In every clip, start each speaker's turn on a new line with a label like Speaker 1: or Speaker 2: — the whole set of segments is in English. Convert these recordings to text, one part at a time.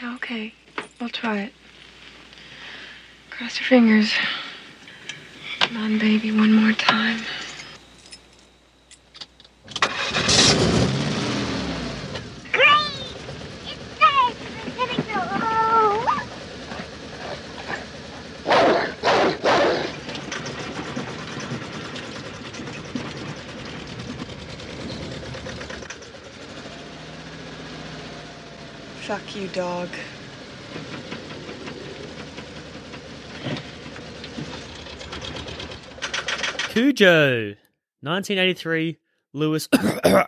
Speaker 1: Yeah, okay. We'll try it. Cross your fingers. Come on, baby, one more time.
Speaker 2: Great! It's nice. We're gonna go home.
Speaker 1: Fuck you, dog.
Speaker 3: Cujo, 1983 Lewis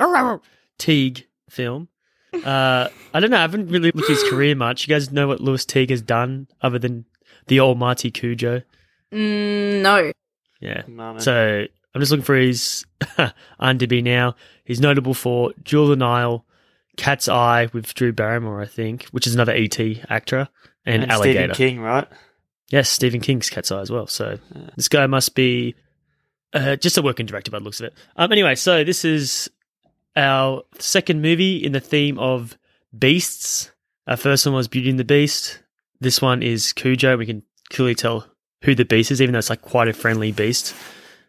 Speaker 3: Teague film. Uh, I don't know. I haven't really looked at his career much. You guys know what Lewis Teague has done other than the almighty Cujo?
Speaker 4: Mm, no.
Speaker 3: Yeah.
Speaker 5: No, no.
Speaker 3: So I'm just looking for his IMDb now. He's notable for Jewel of the Nile, Cat's Eye with Drew Barrymore, I think, which is another ET actor, and,
Speaker 5: And Stephen
Speaker 3: Alligator.
Speaker 5: King, right?
Speaker 3: Yes, Stephen King's Cat's Eye as well. So this guy must be uh, just a working director by the looks of it. Um, anyway, so this is our second movie in the theme of beasts. Our first one was Beauty and the Beast. This one is Cujo. We can clearly tell who the beast is, even though it's like quite a friendly beast.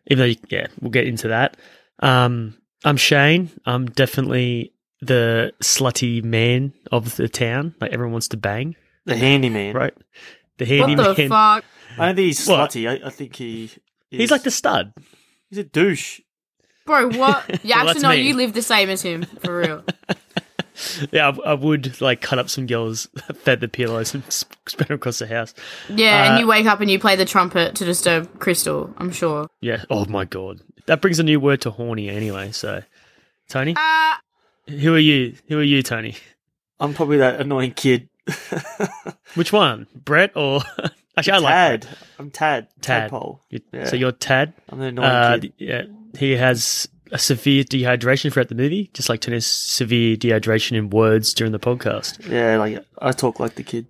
Speaker 3: Even though, you, yeah, we'll get into that. Um, I'm Shane. I'm definitely the slutty man of the town. Like everyone wants to bang,
Speaker 5: The handyman.
Speaker 3: right? The
Speaker 4: What
Speaker 3: handyman.
Speaker 4: the fuck?
Speaker 5: I don't think he's
Speaker 3: What?
Speaker 5: slutty. I, I think he. Is,
Speaker 3: He's like the stud.
Speaker 5: He's a douche.
Speaker 4: Bro, what? Yeah,
Speaker 3: Well, that's
Speaker 4: actually, no,
Speaker 3: me.
Speaker 4: you live the same as him, for real.
Speaker 3: Yeah, I, I would like cut up some girls, fed the pillows, and sp- spread them across the house.
Speaker 4: Yeah,
Speaker 3: Uh,
Speaker 4: and you wake up and you play the trumpet to disturb Crystal, I'm sure.
Speaker 3: Yeah. Oh my god, that brings a new word to horny. Anyway, so Tony,
Speaker 4: Uh,
Speaker 3: who are you? Who are you, Tony?
Speaker 5: I'm probably that annoying kid.
Speaker 3: Which one, Brett or actually? I like
Speaker 5: Tad.
Speaker 3: Brett.
Speaker 5: I'm Tad.
Speaker 3: Tad.
Speaker 5: Tadpole.
Speaker 3: You-
Speaker 5: Yeah.
Speaker 3: So you're Tad.
Speaker 5: I'm the annoying
Speaker 3: Uh,
Speaker 5: kid.
Speaker 3: th- yeah, he has a severe dehydration throughout the movie, just like Tony's severe dehydration in words during the podcast.
Speaker 5: Yeah, like I talk like the kid.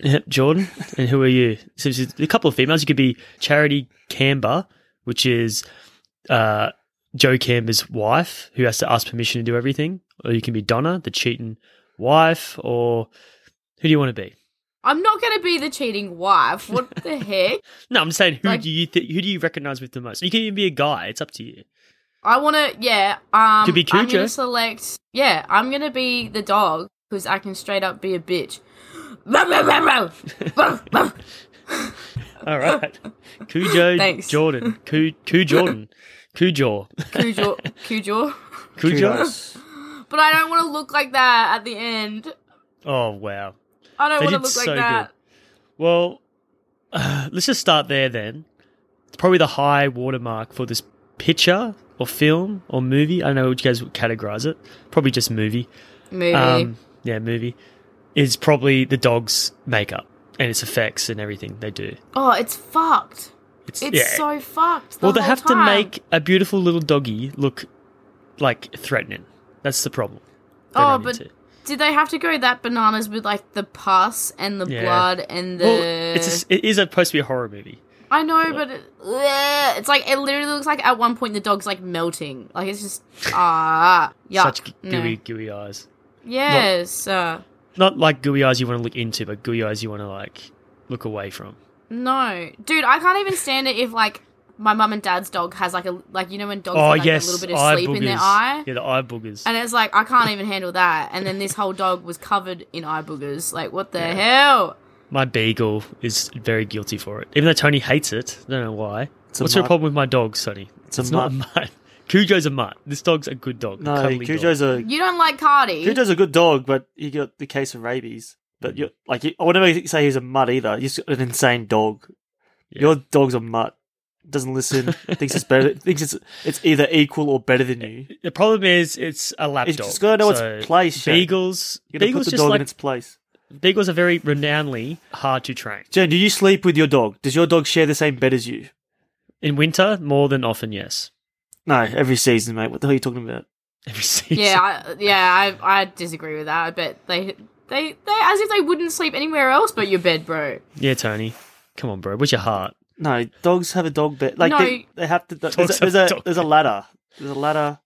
Speaker 3: Yep, Jordan. And who are you? So there's a couple of females. You could be Charity Camber, which is uh, Joe Camber's wife, who has to ask permission to do everything. Or you can be Donna, the cheating wife. Or who do you want to be?
Speaker 4: I'm not going to be the cheating wife. What the heck?
Speaker 3: No, I'm just saying who
Speaker 4: Like-
Speaker 3: do you th- who do you recognize with the most? You can even be a guy. It's up to you.
Speaker 4: I want to, yeah. Um,
Speaker 3: Could be
Speaker 4: I'm
Speaker 3: Cujo.
Speaker 4: going to select, yeah, I'm going to be the dog because I can straight up be a bitch.
Speaker 3: All right, Cujo
Speaker 4: Thanks.
Speaker 3: Jordan, Coo Coo Jordan, Cujo,
Speaker 4: Cujo. Cujo.
Speaker 3: Cujo.
Speaker 5: Kudos.
Speaker 4: But I don't want to look like that at the end.
Speaker 3: Oh wow.
Speaker 4: I don't
Speaker 3: They
Speaker 4: want to
Speaker 3: did
Speaker 4: look like
Speaker 3: so
Speaker 4: that.
Speaker 3: good. Well, let's just start there then. It's probably the high watermark for this picture or film or movie. I don't know which you guys would categorize it. Probably just movie.
Speaker 4: Movie.
Speaker 3: Um, yeah, movie. Is probably the dog's makeup and its effects and everything they do.
Speaker 4: oh, it's fucked.
Speaker 3: It's,
Speaker 4: It's
Speaker 3: yeah.
Speaker 4: so fucked. the
Speaker 3: well, they
Speaker 4: whole
Speaker 3: have to
Speaker 4: time.
Speaker 3: make a beautiful little doggy look like threatening. That's the problem. they
Speaker 4: Oh,
Speaker 3: run
Speaker 4: but
Speaker 3: into.
Speaker 4: did they have to go that bananas with like the pus and the
Speaker 3: Yeah.
Speaker 4: blood and the?
Speaker 3: well, it's a, it is supposed to be a horror movie.
Speaker 4: I know, but it, Ugh. it's like it literally looks like at one point the dog's like melting. Like it's just ah yeah.
Speaker 3: Such g- gooey, gooey eyes.
Speaker 4: Yes. uh,
Speaker 3: not like gooey eyes you want to look into, but gooey eyes you want to like look away from.
Speaker 4: no, dude, I can't even stand it if like my mum and dad's dog has like a like you know when dogs
Speaker 3: oh
Speaker 4: get, like,
Speaker 3: yes,
Speaker 4: a little bit of
Speaker 3: eye
Speaker 4: sleep
Speaker 3: boogers.
Speaker 4: in their eye.
Speaker 3: Yeah, the eye boogers.
Speaker 4: And it's like I can't even handle that. And then this whole dog was covered in eye boogers. Like what the hell?
Speaker 3: my beagle is very guilty for it, even though Tony hates it. I don't know why.
Speaker 5: a
Speaker 3: What's your
Speaker 5: mutt.
Speaker 3: problem with my dog, Sonny?
Speaker 5: It's a
Speaker 3: not a mutt. Cujo's a mutt. This dog's a good dog. a
Speaker 5: No,
Speaker 3: cuddly dog.
Speaker 5: Cujo's a
Speaker 4: You don't like Cardi.
Speaker 5: Cujo's a good dog, but he got the case of rabies.
Speaker 3: Mm.
Speaker 5: But you're like you, I would never say he's a mutt either. He's an insane dog.
Speaker 3: Yeah.
Speaker 5: Your dog's a mutt. Doesn't listen. thinks it's better. Thinks it's it's either equal or better
Speaker 3: E,
Speaker 5: than you.
Speaker 3: The problem is, it's a lap
Speaker 5: It's
Speaker 3: dog.
Speaker 5: just gotta know its
Speaker 3: so
Speaker 5: place, Shane.
Speaker 3: Beagles.
Speaker 5: You're gonna
Speaker 3: Beagles
Speaker 5: put the
Speaker 3: just
Speaker 5: dog
Speaker 3: like
Speaker 5: in its place.
Speaker 3: beagles are very renownedly hard to train.
Speaker 5: Jen, do you sleep with your dog? Does your dog share the same bed as you?
Speaker 3: In winter, more than often, yes.
Speaker 5: No, every season, mate. What the hell are you talking about?
Speaker 3: Every season.
Speaker 4: yeah, I, yeah, I, I disagree with that. I bet they, they, they, as if they wouldn't sleep anywhere else but your bed, bro.
Speaker 3: Yeah, Tony. Come on, bro. What's your heart?
Speaker 5: No, dogs have a dog bed. Like
Speaker 4: No.
Speaker 5: they, they have to. There's,
Speaker 3: Dogs
Speaker 5: a, there's
Speaker 3: have
Speaker 5: a
Speaker 3: dog
Speaker 5: there's a ladder. There's a ladder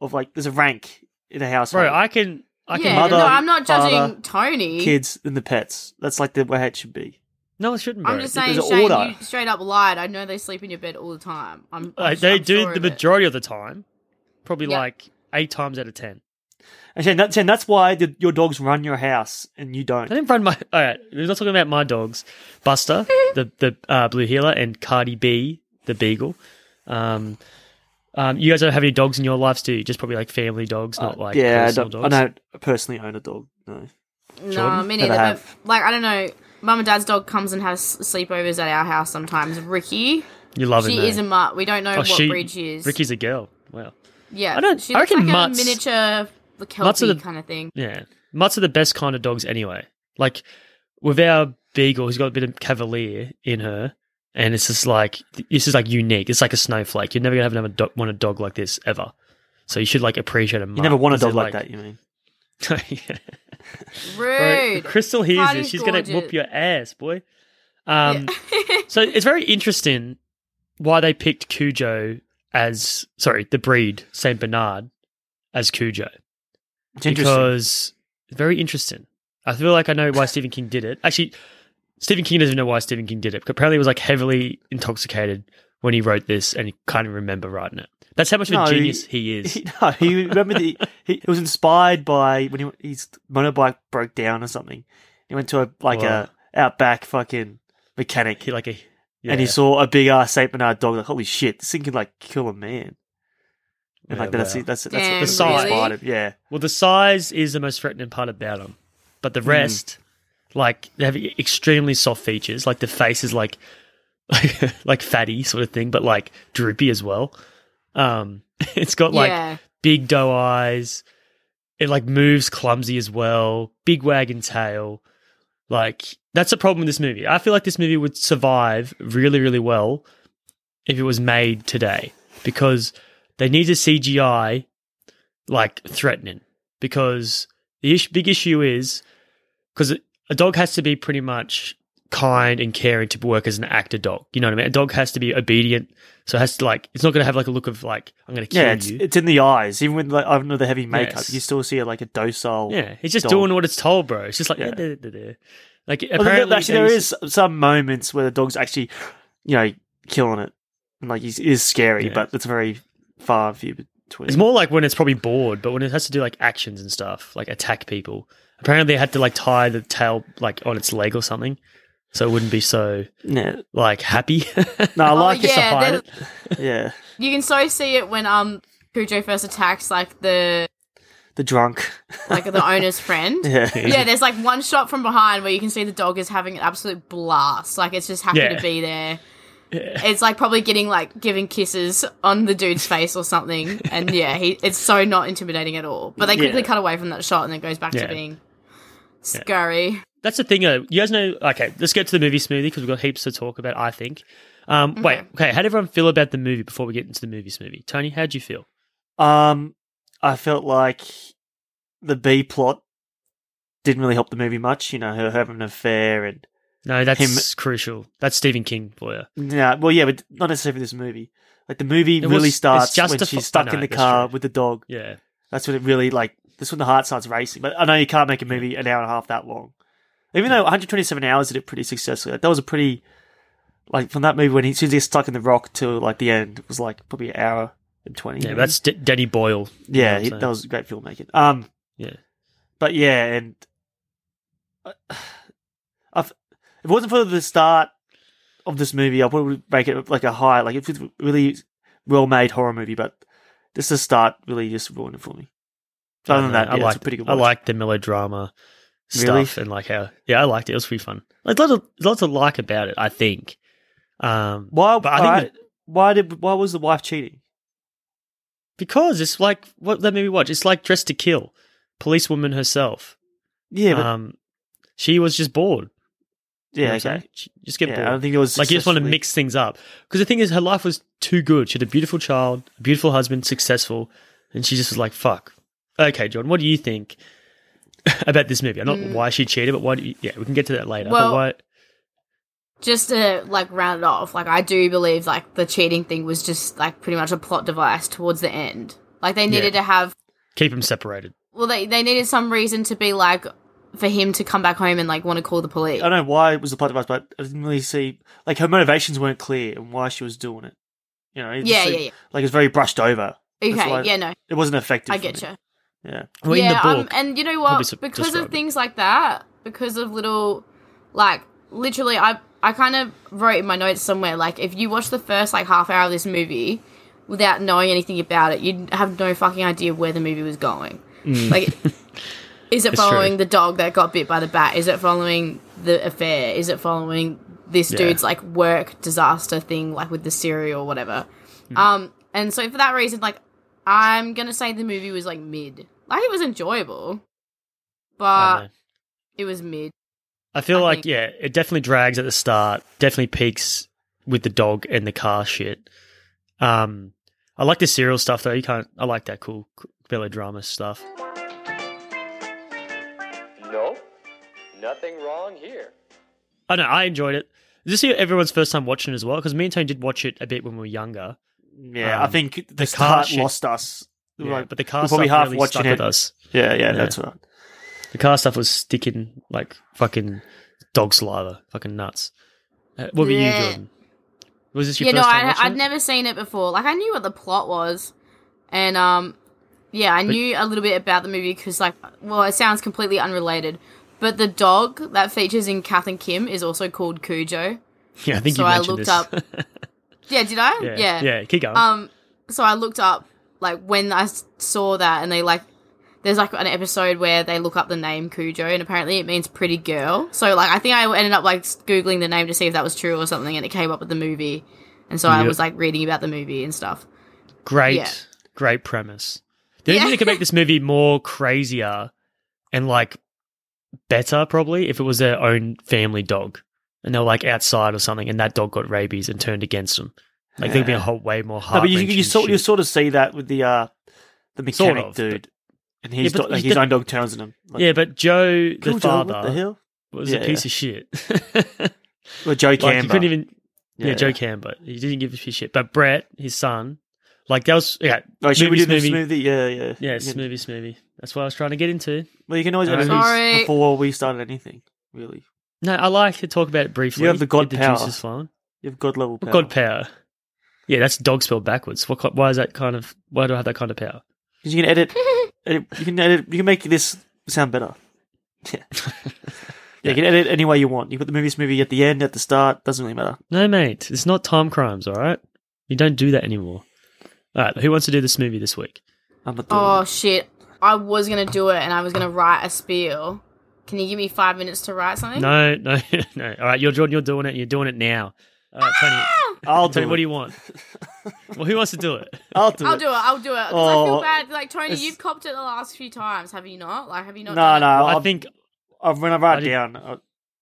Speaker 5: of like there's a rank in a house.
Speaker 3: Bro, I can I can
Speaker 4: yeah,
Speaker 5: mother,
Speaker 4: no, I'm not judging
Speaker 5: father,
Speaker 4: Tony.
Speaker 5: Kids and the pets. That's like the way it should be.
Speaker 3: No, it shouldn't.
Speaker 4: I'm
Speaker 3: bro.
Speaker 4: just
Speaker 5: It
Speaker 4: saying,
Speaker 5: was
Speaker 4: Shane,
Speaker 5: order.
Speaker 4: you straight up lied. I know they sleep in your bed all the time. I'm,
Speaker 3: Uh,
Speaker 4: I'm-
Speaker 3: they
Speaker 4: I'm
Speaker 3: do
Speaker 4: sure
Speaker 3: the
Speaker 4: of it.
Speaker 3: majority of the time, probably
Speaker 4: Yeah.
Speaker 3: like eight times out of ten.
Speaker 5: And Shane, that, Shane, that's why the, your dogs run your house and you don't.
Speaker 3: They didn't run my. All right, we're not talking about my dogs. Buster, the the uh, blue healer, and Cardi B, the beagle. Um, um, you guys don't have any dogs in your lives, do you? Just probably like family dogs, not like
Speaker 5: Uh, yeah, I
Speaker 3: personal
Speaker 5: don't,
Speaker 3: dogs.
Speaker 5: I don't personally own a dog. No.
Speaker 4: No,
Speaker 5: Jordan?
Speaker 4: me
Speaker 5: Never
Speaker 4: neither. But,
Speaker 5: have.
Speaker 4: like, I don't know. Mum and Dad's dog comes and has sleepovers at our house sometimes. Ricky,
Speaker 3: You love
Speaker 4: she
Speaker 3: it.
Speaker 4: is a mutt. We don't know
Speaker 3: Oh,
Speaker 4: what
Speaker 3: she-
Speaker 4: breed she is.
Speaker 3: Ricky's a girl. Wow.
Speaker 4: yeah,
Speaker 3: I don't-
Speaker 4: She
Speaker 3: I
Speaker 4: looks
Speaker 3: reckon
Speaker 4: like
Speaker 3: mutts-
Speaker 4: a miniature the
Speaker 3: mutts are
Speaker 4: Kelpie
Speaker 3: the-
Speaker 4: kind of thing.
Speaker 3: Yeah, mutts are the best kind of dogs anyway. Like with our beagle, who's got a bit of cavalier in her, and it's just like this is like unique. It's like a snowflake. You're never gonna have another dog, want a dog like this ever. So you should like appreciate a.
Speaker 5: You never want a dog like, that, you mean?
Speaker 3: that. Bro,
Speaker 4: Rude.
Speaker 3: if Crystal hears
Speaker 4: Cardi's
Speaker 3: this, she's gonna whoop
Speaker 4: gorgeous.
Speaker 3: your ass, boy. Um, so it's very interesting why they picked Cujo as sorry the breed Saint Bernard as Cujo
Speaker 5: It's interesting.
Speaker 3: because very interesting. I feel like I know why Stephen King did it. Actually, Stephen King doesn't know why Stephen King did it. Because apparently, he was like heavily intoxicated when he wrote this, and he can't even remember writing it. That's how much of a
Speaker 5: No, he-
Speaker 3: genius he is.
Speaker 5: He, no, he remember the he, he was inspired by when he, his motorbike broke down or something. He went to a like
Speaker 3: Wow.
Speaker 5: a outback fucking mechanic,
Speaker 3: He like a
Speaker 5: and he
Speaker 3: yeah.
Speaker 5: saw a big ass Saint Bernard dog. Like holy shit, this thing can like kill a man. And like
Speaker 3: Yeah,
Speaker 5: that's
Speaker 3: wow.
Speaker 5: it. That's it.
Speaker 4: Damn,
Speaker 5: That's,
Speaker 3: really?
Speaker 5: what inspired him. Yeah,
Speaker 3: Well, the size is the most threatening part about them, but
Speaker 5: Hmm.
Speaker 3: the rest, like they have extremely soft features. Like the face is like, like, fatty sort of thing, but like droopy as well. Um, it's got like
Speaker 4: yeah,
Speaker 3: big doe eyes. It like moves clumsy as well. Big wagging tail. Like that's a problem with this movie. I feel like this movie would survive really, really well if it was made today because they need a CGI like threatening because the ish- big issue is because a dog has to be pretty much kind and caring to work as an actor dog. You know what I mean? A dog has to be obedient, so it has to like it's not going to have like a look of like I'm going to kill
Speaker 5: yeah. It's,
Speaker 3: you.
Speaker 5: it's in the eyes, even with like under the heavy makeup,
Speaker 3: Yes.
Speaker 5: you still see like a docile.
Speaker 3: Yeah, he's just
Speaker 5: dog.
Speaker 3: doing what it's told, bro. It's just like
Speaker 5: Yeah.
Speaker 3: "Eh, duh, duh, duh, duh." like
Speaker 5: Well, there-
Speaker 3: apparently
Speaker 5: actually, there
Speaker 3: they-
Speaker 5: is some moments where the dog's actually, you know, killing it, and like he's, it is scary,
Speaker 3: Yeah.
Speaker 5: but it's very far and few between.
Speaker 3: It's more like when it's probably bored, but when it has to do like actions and stuff, like attack people. Apparently, they had to like tie the tail like on its leg or something, so it wouldn't be so
Speaker 5: yeah,
Speaker 3: like happy.
Speaker 5: no, I
Speaker 4: Oh,
Speaker 5: like
Speaker 3: Just to
Speaker 4: yeah,
Speaker 3: hide
Speaker 4: they're-
Speaker 3: it.
Speaker 5: it. Yeah,
Speaker 4: you can so see it when um Cujo first attacks like the
Speaker 5: the drunk.
Speaker 4: like the owner's friend.
Speaker 5: Yeah,
Speaker 4: Yeah, there's like one shot from behind where you can see the dog is having an absolute blast. Like it's just happy
Speaker 3: Yeah.
Speaker 4: to be there. It's like probably getting like giving kisses on the dude's face or something. And yeah, he it's so not intimidating at all. But they quickly
Speaker 5: Yeah.
Speaker 4: cut away from that shot and it goes back
Speaker 3: Yeah.
Speaker 4: to being scurry.
Speaker 3: That's the thing, though. You guys know. Okay, let's get to the movie smoothie because we've got heaps to talk about. I think. Um, Wait, okay. How did everyone feel about the movie before we get into the movie smoothie? Tony, how'd you feel?
Speaker 5: Um, I felt like the B plot didn't really help the movie much. You know, her having an affair and
Speaker 3: No, that's
Speaker 5: Him-
Speaker 3: crucial. That's Stephen King for you.
Speaker 5: yeah, well, yeah, but not necessarily for this movie. Like the movie
Speaker 3: It was-
Speaker 5: really
Speaker 3: it's
Speaker 5: starts when
Speaker 3: justifi-
Speaker 5: she's stuck
Speaker 3: I
Speaker 5: in
Speaker 3: know,
Speaker 5: the
Speaker 3: that's
Speaker 5: car
Speaker 3: true.
Speaker 5: with the dog.
Speaker 3: Yeah.
Speaker 5: That's when it really like that's when the heart starts racing. But I know you can't make a movie an hour and a half that long. Even though 127 hours did it pretty successfully. Like, that was a pretty like from that movie when he as soon as he gets stuck in the rock till like the end it was like probably an hour and twenty.
Speaker 3: Yeah,
Speaker 5: maybe.
Speaker 3: that's D- Danny Boyle. You know what
Speaker 5: yeah
Speaker 3: I'm
Speaker 5: he-
Speaker 3: saying?
Speaker 5: that was great filmmaking. Um,
Speaker 3: Yeah.
Speaker 5: but yeah, and I, I've, if it wasn't for the start of this movie, I probably would make it like a high like it's a really well made horror movie. But just the start really just ruined it for me. But other than
Speaker 3: I
Speaker 5: that,
Speaker 3: don't
Speaker 5: uh, yeah,
Speaker 3: know. I
Speaker 5: it's
Speaker 3: liked
Speaker 5: a pretty good.
Speaker 3: I
Speaker 5: watch.
Speaker 3: liked the melodrama
Speaker 5: Really?
Speaker 3: stuff and like how yeah, I liked it. It was pretty fun. Like lots of lots of like about it. I think. Um,
Speaker 5: Why?
Speaker 3: But I think
Speaker 5: alright, why did why was the wife cheating?
Speaker 3: because it's like what that movie watch. It's like Dressed to Kill, policewoman herself.
Speaker 5: Yeah, but,
Speaker 3: um, she was just bored. you know
Speaker 5: yeah,
Speaker 3: what I'm
Speaker 5: okay.
Speaker 3: saying? She just get
Speaker 5: Yeah, I
Speaker 3: bored.
Speaker 5: don't think it was
Speaker 3: Like you just want to
Speaker 5: successfully-
Speaker 3: mix things up because the thing is, her life was too good. She had a beautiful child, a beautiful husband, successful, and she just was like, "Fuck." Okay, John, what do you think about this movie? I'm not why she cheated, but why? Do you, yeah, we can get to that later.
Speaker 4: Mm. Well-
Speaker 3: but why?
Speaker 4: just to like round it off, like I do believe like the cheating thing was just like pretty much a plot device towards the end. Like they needed
Speaker 3: Yeah.
Speaker 4: to have
Speaker 3: Keep them separated.
Speaker 4: Well, they they needed some reason to be like for him to come back home and like want to call the police.
Speaker 5: I don't know why it was the plot device, but I didn't really see like her motivations weren't clear and why she was doing it. You know, it
Speaker 4: Yeah,
Speaker 5: just
Speaker 4: yeah,
Speaker 5: seemed-
Speaker 4: yeah.
Speaker 5: Like it's very brushed over. That's
Speaker 4: Okay,
Speaker 5: why
Speaker 4: yeah, no,
Speaker 5: It wasn't effective.
Speaker 4: I
Speaker 5: for
Speaker 4: get
Speaker 5: me.
Speaker 4: you.
Speaker 5: Yeah.
Speaker 3: Well, in
Speaker 4: yeah,
Speaker 3: the book,
Speaker 4: um, and you know
Speaker 3: probably
Speaker 4: what?
Speaker 3: s-
Speaker 4: Because
Speaker 3: describe it.
Speaker 4: of things like that, because of little, like literally, I I kind of wrote in my notes somewhere like if you watch the first like half hour of this movie without knowing anything about it, you'd have no fucking idea where the movie was going. Like, is
Speaker 3: Mm. It's
Speaker 4: it
Speaker 3: true.
Speaker 4: following the dog that got bit by the bat? Is it following the affair? Is it following this
Speaker 3: Yeah.
Speaker 4: dude's like work disaster thing, like with the cereal or whatever?
Speaker 3: Mm.
Speaker 4: Um, and so for that reason, like I'm gonna say the movie was like mid. Like it was enjoyable,
Speaker 3: I
Speaker 4: but
Speaker 3: don't know.
Speaker 4: it was mid.
Speaker 3: I feel
Speaker 4: I
Speaker 3: like
Speaker 4: think-
Speaker 3: yeah, it definitely drags at the start. Definitely peaks with the dog and the car shit. Um, I like the serial stuff though. You can't. I like that cool c- melodrama stuff.
Speaker 6: Nope. Nothing wrong here.
Speaker 3: I know. I enjoyed it. Is this everyone's first time watching it as well? Because me and Tony did watch it a bit when we were younger.
Speaker 5: Yeah. I
Speaker 3: Um,
Speaker 5: think the,
Speaker 3: the car
Speaker 5: start
Speaker 3: shit-
Speaker 5: lost us.
Speaker 3: Yeah,
Speaker 5: Like,
Speaker 3: but the car
Speaker 5: we're probably
Speaker 3: stuff
Speaker 5: half
Speaker 3: really
Speaker 5: watching
Speaker 3: stuck
Speaker 5: it.
Speaker 3: with us.
Speaker 5: yeah, yeah, that's right.
Speaker 3: The car stuff was sticking like fucking dog saliva, fucking nuts. Uh, what were
Speaker 4: Yeah.
Speaker 3: you, Jordan? Was this your
Speaker 4: Yeah, no,
Speaker 3: first time
Speaker 4: I,
Speaker 3: watching
Speaker 4: I'd
Speaker 3: it?
Speaker 4: never seen it before. Like I knew what the plot was, and um, yeah, I knew a little bit about the movie because like, well, it sounds completely unrelated, but the dog that features in Kath and Kim is also called Cujo.
Speaker 3: Yeah, I think
Speaker 4: so
Speaker 3: you
Speaker 4: I
Speaker 3: mentioned
Speaker 4: looked
Speaker 3: this.
Speaker 4: up- Yeah, did I?
Speaker 3: yeah, yeah, Keep going.
Speaker 4: Um, so I looked up like when I s- saw that, and they like there's like an episode where they look up the name Cujo, and apparently it means pretty girl. So like I think I ended up like s- googling the name to see if that was true or something, and it came up with the movie, and so I
Speaker 3: Yep.
Speaker 4: was like reading about the movie and stuff.
Speaker 3: great,
Speaker 4: yeah.
Speaker 3: great premise. The only
Speaker 4: Yeah.
Speaker 3: thing that could make this movie more crazier and like better probably if it was their own family dog and they were like outside or something and that dog got rabies and turned against them. Like there'd be a whole way more
Speaker 5: No,
Speaker 3: hard.
Speaker 5: but you, you, sort, you sort of see that with the uh, the
Speaker 3: Sort
Speaker 5: mechanic
Speaker 3: of,
Speaker 5: dude. And he's
Speaker 3: Yeah, but
Speaker 5: dog- like,
Speaker 3: you
Speaker 5: his
Speaker 3: don't-
Speaker 5: own dog turns on him. Like,
Speaker 3: yeah, but Joe, the
Speaker 5: cool dog,
Speaker 3: father,
Speaker 5: What the hell?
Speaker 3: was
Speaker 5: Yeah,
Speaker 3: a
Speaker 5: yeah.
Speaker 3: piece of shit.
Speaker 5: Well, Joe
Speaker 3: Like,
Speaker 5: Camber.
Speaker 3: you couldn't even. Yeah,
Speaker 5: Yeah. Oh,
Speaker 3: Joe Camber. He didn't give a shit. But Brett, his son, like that was yeah.
Speaker 5: Oh, should we do
Speaker 3: movie,
Speaker 5: the
Speaker 3: movie.
Speaker 5: smoothie? Yeah, yeah.
Speaker 3: Yeah,
Speaker 5: You can-
Speaker 3: smoothie, smoothie. That's what I was trying to get into.
Speaker 5: Well, you can always
Speaker 3: Uh,
Speaker 5: edit
Speaker 4: Sorry.
Speaker 5: these before we started anything, really.
Speaker 3: No, I like to talk about it briefly.
Speaker 5: You have the god
Speaker 3: get the
Speaker 5: power.
Speaker 3: juices flowing.
Speaker 5: You've god level power.
Speaker 3: God power. Yeah, that's dog spelled backwards. What? ki- Why is that kind of? Why do I have that kind of power?
Speaker 5: 'Cause you can edit, edit. You can edit. You can make this sound better. Yeah. yeah. You can edit any way you want. You put the movie smoothie at the end, at the start. Doesn't really matter.
Speaker 3: No, mate, it's not time crimes. All right, you don't do that anymore. All right, who wants to do the smoothie this week?
Speaker 5: I'm not doing.
Speaker 4: Oh
Speaker 5: it.
Speaker 4: shit! I was gonna do it, and I was gonna write a spiel. Can you give me five minutes to write something?
Speaker 3: No, no, no. All right, you're Jordan. You're doing it. You're doing it now. All right, Tony.
Speaker 5: I'll do.
Speaker 3: Tony,
Speaker 5: it.
Speaker 3: what do you want? Well, who wants to do it?
Speaker 5: I'll do.
Speaker 4: I'll
Speaker 5: it.
Speaker 4: do it. I'll do it. 'Cause I
Speaker 5: Oh,
Speaker 4: feel bad. Like Tony,
Speaker 5: it's-
Speaker 4: you've copped it the last few times, have you not? Like, have you
Speaker 5: No,
Speaker 4: not?
Speaker 5: no.
Speaker 4: done it?
Speaker 5: I'll,
Speaker 3: I think
Speaker 5: I'll, when I
Speaker 3: I
Speaker 5: write it
Speaker 3: did-
Speaker 5: down, I,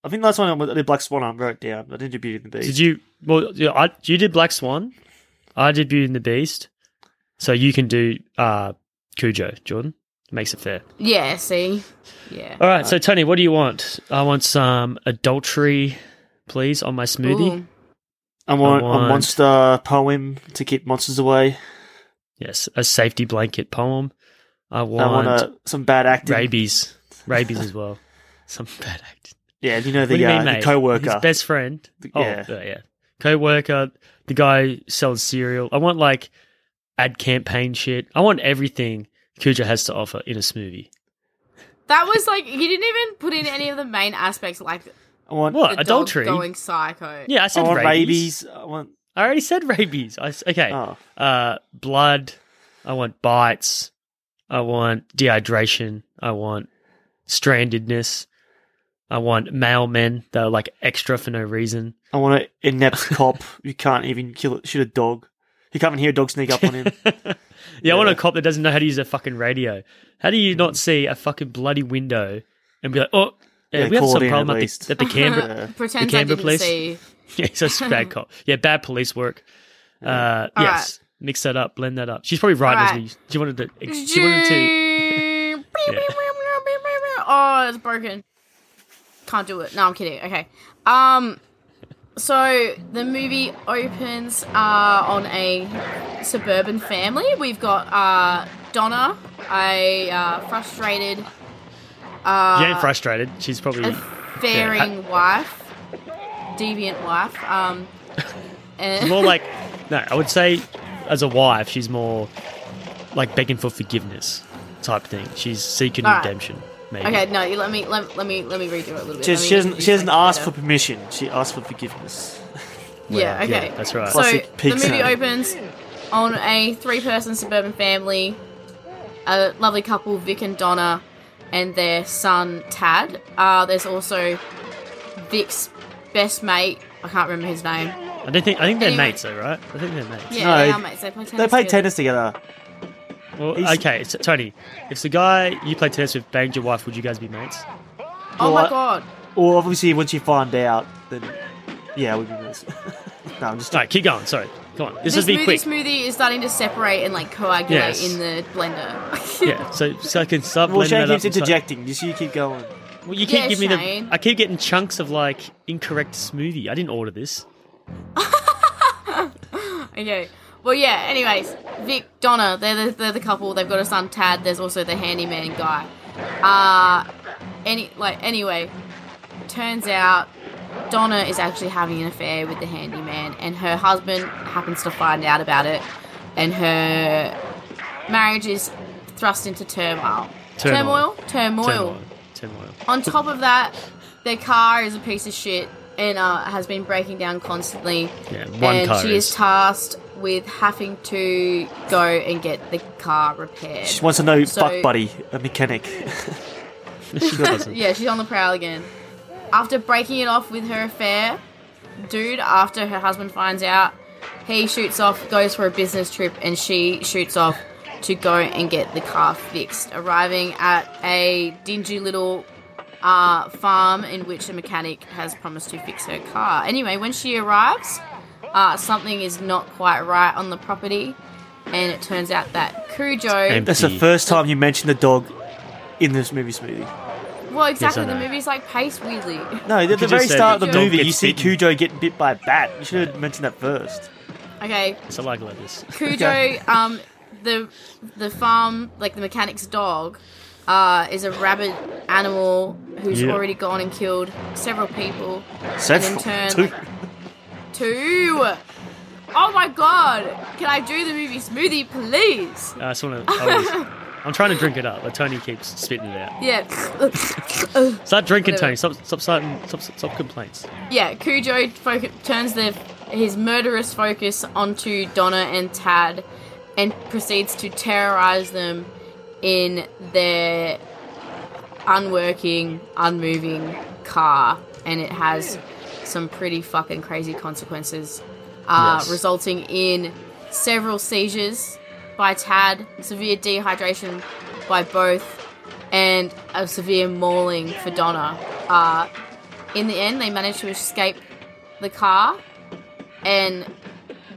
Speaker 5: I think last one I did Black Swan. I wrote it down. I didn't do Beauty and the Beast.
Speaker 3: Did you? Well, yeah, I, you did Black Swan. I did Beauty and the Beast. So you can do uh, Cujo, Jordan. Makes it fair.
Speaker 4: Yeah. See. Yeah.
Speaker 3: All
Speaker 5: Uh,
Speaker 3: right. So Tony, what do you want? I want some adultery, please, on my smoothie.
Speaker 4: Ooh.
Speaker 5: I want,
Speaker 3: I want-
Speaker 5: a monster poem to keep monsters away.
Speaker 3: Yes, a safety blanket poem. I want,
Speaker 5: I want a, some bad acting.
Speaker 3: rabies, rabies as well. Some bad acting.
Speaker 5: Yeah, you know
Speaker 3: what do
Speaker 5: the,
Speaker 3: you
Speaker 5: uh,
Speaker 3: mean,
Speaker 5: the
Speaker 3: mate?
Speaker 5: co-worker.
Speaker 3: his best friend.
Speaker 5: The-
Speaker 3: Oh,
Speaker 5: yeah.
Speaker 3: yeah, yeah. Co-worker, the guy sells cereal. I want like ad campaign shit. I want everything Cujo has to offer in a smoothie.
Speaker 4: That was like he didn't even put in any of the main aspects, like
Speaker 5: I want
Speaker 3: What
Speaker 4: the
Speaker 3: adultery?
Speaker 4: dog going psycho.
Speaker 3: Yeah, I
Speaker 5: I
Speaker 3: said
Speaker 5: want
Speaker 3: rabies.
Speaker 5: rabies. I want
Speaker 3: I already said rabies. I s okay.
Speaker 5: oh,
Speaker 3: Uh, blood. I want bites. I want dehydration. I want strandedness. I want male men that are like extra for no reason.
Speaker 5: I want an inept cop who can't even kill shoot a dog. He can't even hear a dog sneak up on him.
Speaker 3: yeah, I want
Speaker 5: Yeah. Mm.
Speaker 3: a cop that doesn't know how to use a fucking radio. How do you not see a fucking bloody window and be like, oh, yeah,
Speaker 5: Yeah,
Speaker 3: we have
Speaker 5: call it
Speaker 3: some
Speaker 5: in
Speaker 3: problem
Speaker 5: at
Speaker 3: at,
Speaker 5: least.
Speaker 3: the, at the Canberra.
Speaker 5: Yeah.
Speaker 4: Pretend
Speaker 3: The
Speaker 4: I
Speaker 3: Canberra
Speaker 4: didn't
Speaker 3: police?
Speaker 4: see.
Speaker 3: yeah, it's just bad cop. Yeah, bad police work. Uh,
Speaker 4: All
Speaker 3: yes, mix that up, blend that up. She's probably right as
Speaker 4: All
Speaker 3: we. She wanted to. She wanted to.
Speaker 4: Oh, it's broken. Can't do it. No, I'm kidding. Okay. Um, so the movie opens uh, on a suburban family. We've got uh, Donna. I uh, frustrated.
Speaker 3: you
Speaker 4: Uh,
Speaker 3: ain't frustrated. She's probably.
Speaker 4: a faring wife, deviant wife. Um, eh. and
Speaker 3: more like no i would say as a wife she's more like begging for forgiveness type thing she's seeking
Speaker 4: Alright.
Speaker 3: redemption maybe
Speaker 4: okay, no, you let me let, let me let me redo it a little bit.
Speaker 5: She,
Speaker 4: Let me
Speaker 5: she doesn't.
Speaker 4: introduce
Speaker 5: She doesn't
Speaker 4: myself
Speaker 5: ask for
Speaker 4: better.
Speaker 5: permission. She asks for forgiveness.
Speaker 4: Yeah,
Speaker 3: Yeah,
Speaker 4: okay,
Speaker 3: that's right.
Speaker 4: So
Speaker 5: Classic
Speaker 4: the
Speaker 5: pig
Speaker 4: movie
Speaker 5: sound.
Speaker 4: opens on a three-person suburban family, a lovely couple Vic and Donna, and their son Tad. Uh, there's also Vic's best mate. I can't remember his name.
Speaker 3: i don't think i think they're
Speaker 4: Anyway.
Speaker 3: mates though right i think they're mates
Speaker 4: Yeah,
Speaker 5: No,
Speaker 4: they are mates. They play tennis.
Speaker 5: They play
Speaker 4: together.
Speaker 5: tennis together.
Speaker 3: well
Speaker 5: He's-
Speaker 3: okay it's, tony if the guy you played tennis with banged your wife would you guys be mates
Speaker 4: Oh my
Speaker 5: Well,
Speaker 4: god.
Speaker 5: Or obviously, once you find out, then yeah, we'd be mates. no, I'm just
Speaker 3: all right keep going sorry come on this,
Speaker 4: this
Speaker 3: is be
Speaker 4: smoothie
Speaker 3: quick
Speaker 4: smoothie is starting to separate and like coagulate
Speaker 3: Yes.
Speaker 4: in the blender.
Speaker 3: yeah so, so i can start
Speaker 5: Well,
Speaker 3: blending
Speaker 5: Shane
Speaker 3: that up
Speaker 5: keeps
Speaker 3: and start-
Speaker 5: interjecting. Just you keep going.
Speaker 3: well, you keep
Speaker 4: Yeah,
Speaker 3: giving me
Speaker 4: Shane.
Speaker 3: the i keep getting chunks of like incorrect smoothie i didn't order this
Speaker 4: okay. Well, yeah. Anyways, Vic, Donna, they're the, they're the couple. They've got a son, Tad. There's also the handyman guy. Uh, any like anyway, turns out Donna is actually having an affair with the handyman, and her husband happens to find out about it, and her marriage is thrust into turmoil.
Speaker 3: Turmoil.
Speaker 4: Turmoil. turmoil.
Speaker 3: turmoil turmoil
Speaker 4: On top of that, their car is a piece of shit and uh, has been breaking down constantly.
Speaker 3: yeah one
Speaker 4: and
Speaker 3: car
Speaker 4: she is
Speaker 3: is.
Speaker 4: tasked with having to go and get the car repaired.
Speaker 5: She wants to know
Speaker 4: So-
Speaker 5: Buck Buddy, a mechanic.
Speaker 3: She doesn't.
Speaker 4: yeah, she's on the prowl again. After breaking it off with her affair, dude, after her husband finds out, he shoots off, goes for a business trip, and she shoots off to go and get the car fixed. Arriving at a dingy little uh, farm in which a mechanic has promised to fix her car. Anyway, when she arrives, uh, something is not quite right on the property, and it turns out that Cujo.
Speaker 3: Em-
Speaker 5: That's the
Speaker 3: Gee.
Speaker 5: first time you mentioned the dog in this movie smoothie.
Speaker 4: well, exactly,
Speaker 3: I
Speaker 4: the
Speaker 3: know.
Speaker 4: movie's like paced weirdly.
Speaker 5: No, at the
Speaker 3: just
Speaker 5: very
Speaker 3: said
Speaker 5: start
Speaker 4: the
Speaker 5: of the
Speaker 4: dog
Speaker 5: movie,
Speaker 3: gets
Speaker 5: you see
Speaker 3: bitten.
Speaker 5: Cujo getting bit by a bat. You should have mentioned that first.
Speaker 4: Okay,
Speaker 3: it's a like like this
Speaker 4: Cujo,
Speaker 5: Okay.
Speaker 4: um, the the farm, like the mechanic's dog, uh, is a rabid animal who's
Speaker 3: Yeah.
Speaker 4: already gone and killed several people.
Speaker 5: Several.
Speaker 4: turn-
Speaker 5: Two.
Speaker 4: Two. Oh my god! Can I do the movie smoothie, please?
Speaker 3: Uh, I just want to. I'm trying to drink it up, but Tony keeps spitting it out.
Speaker 4: Yeah.
Speaker 3: Start drinking,
Speaker 4: Whatever.
Speaker 3: Tony. Stop, stop, starting, stop, stop, stop complaints.
Speaker 4: yeah. Cujo foc turns the his murderous focus onto Donna and Tad, and proceeds to terrorize them in their unworking, unmoving car, and it has some pretty fucking crazy consequences, uh,
Speaker 3: Yes.
Speaker 4: resulting in several seizures by Tad, severe dehydration by both, and a severe mauling for Donna. Uh, in the end, they manage to escape the car, and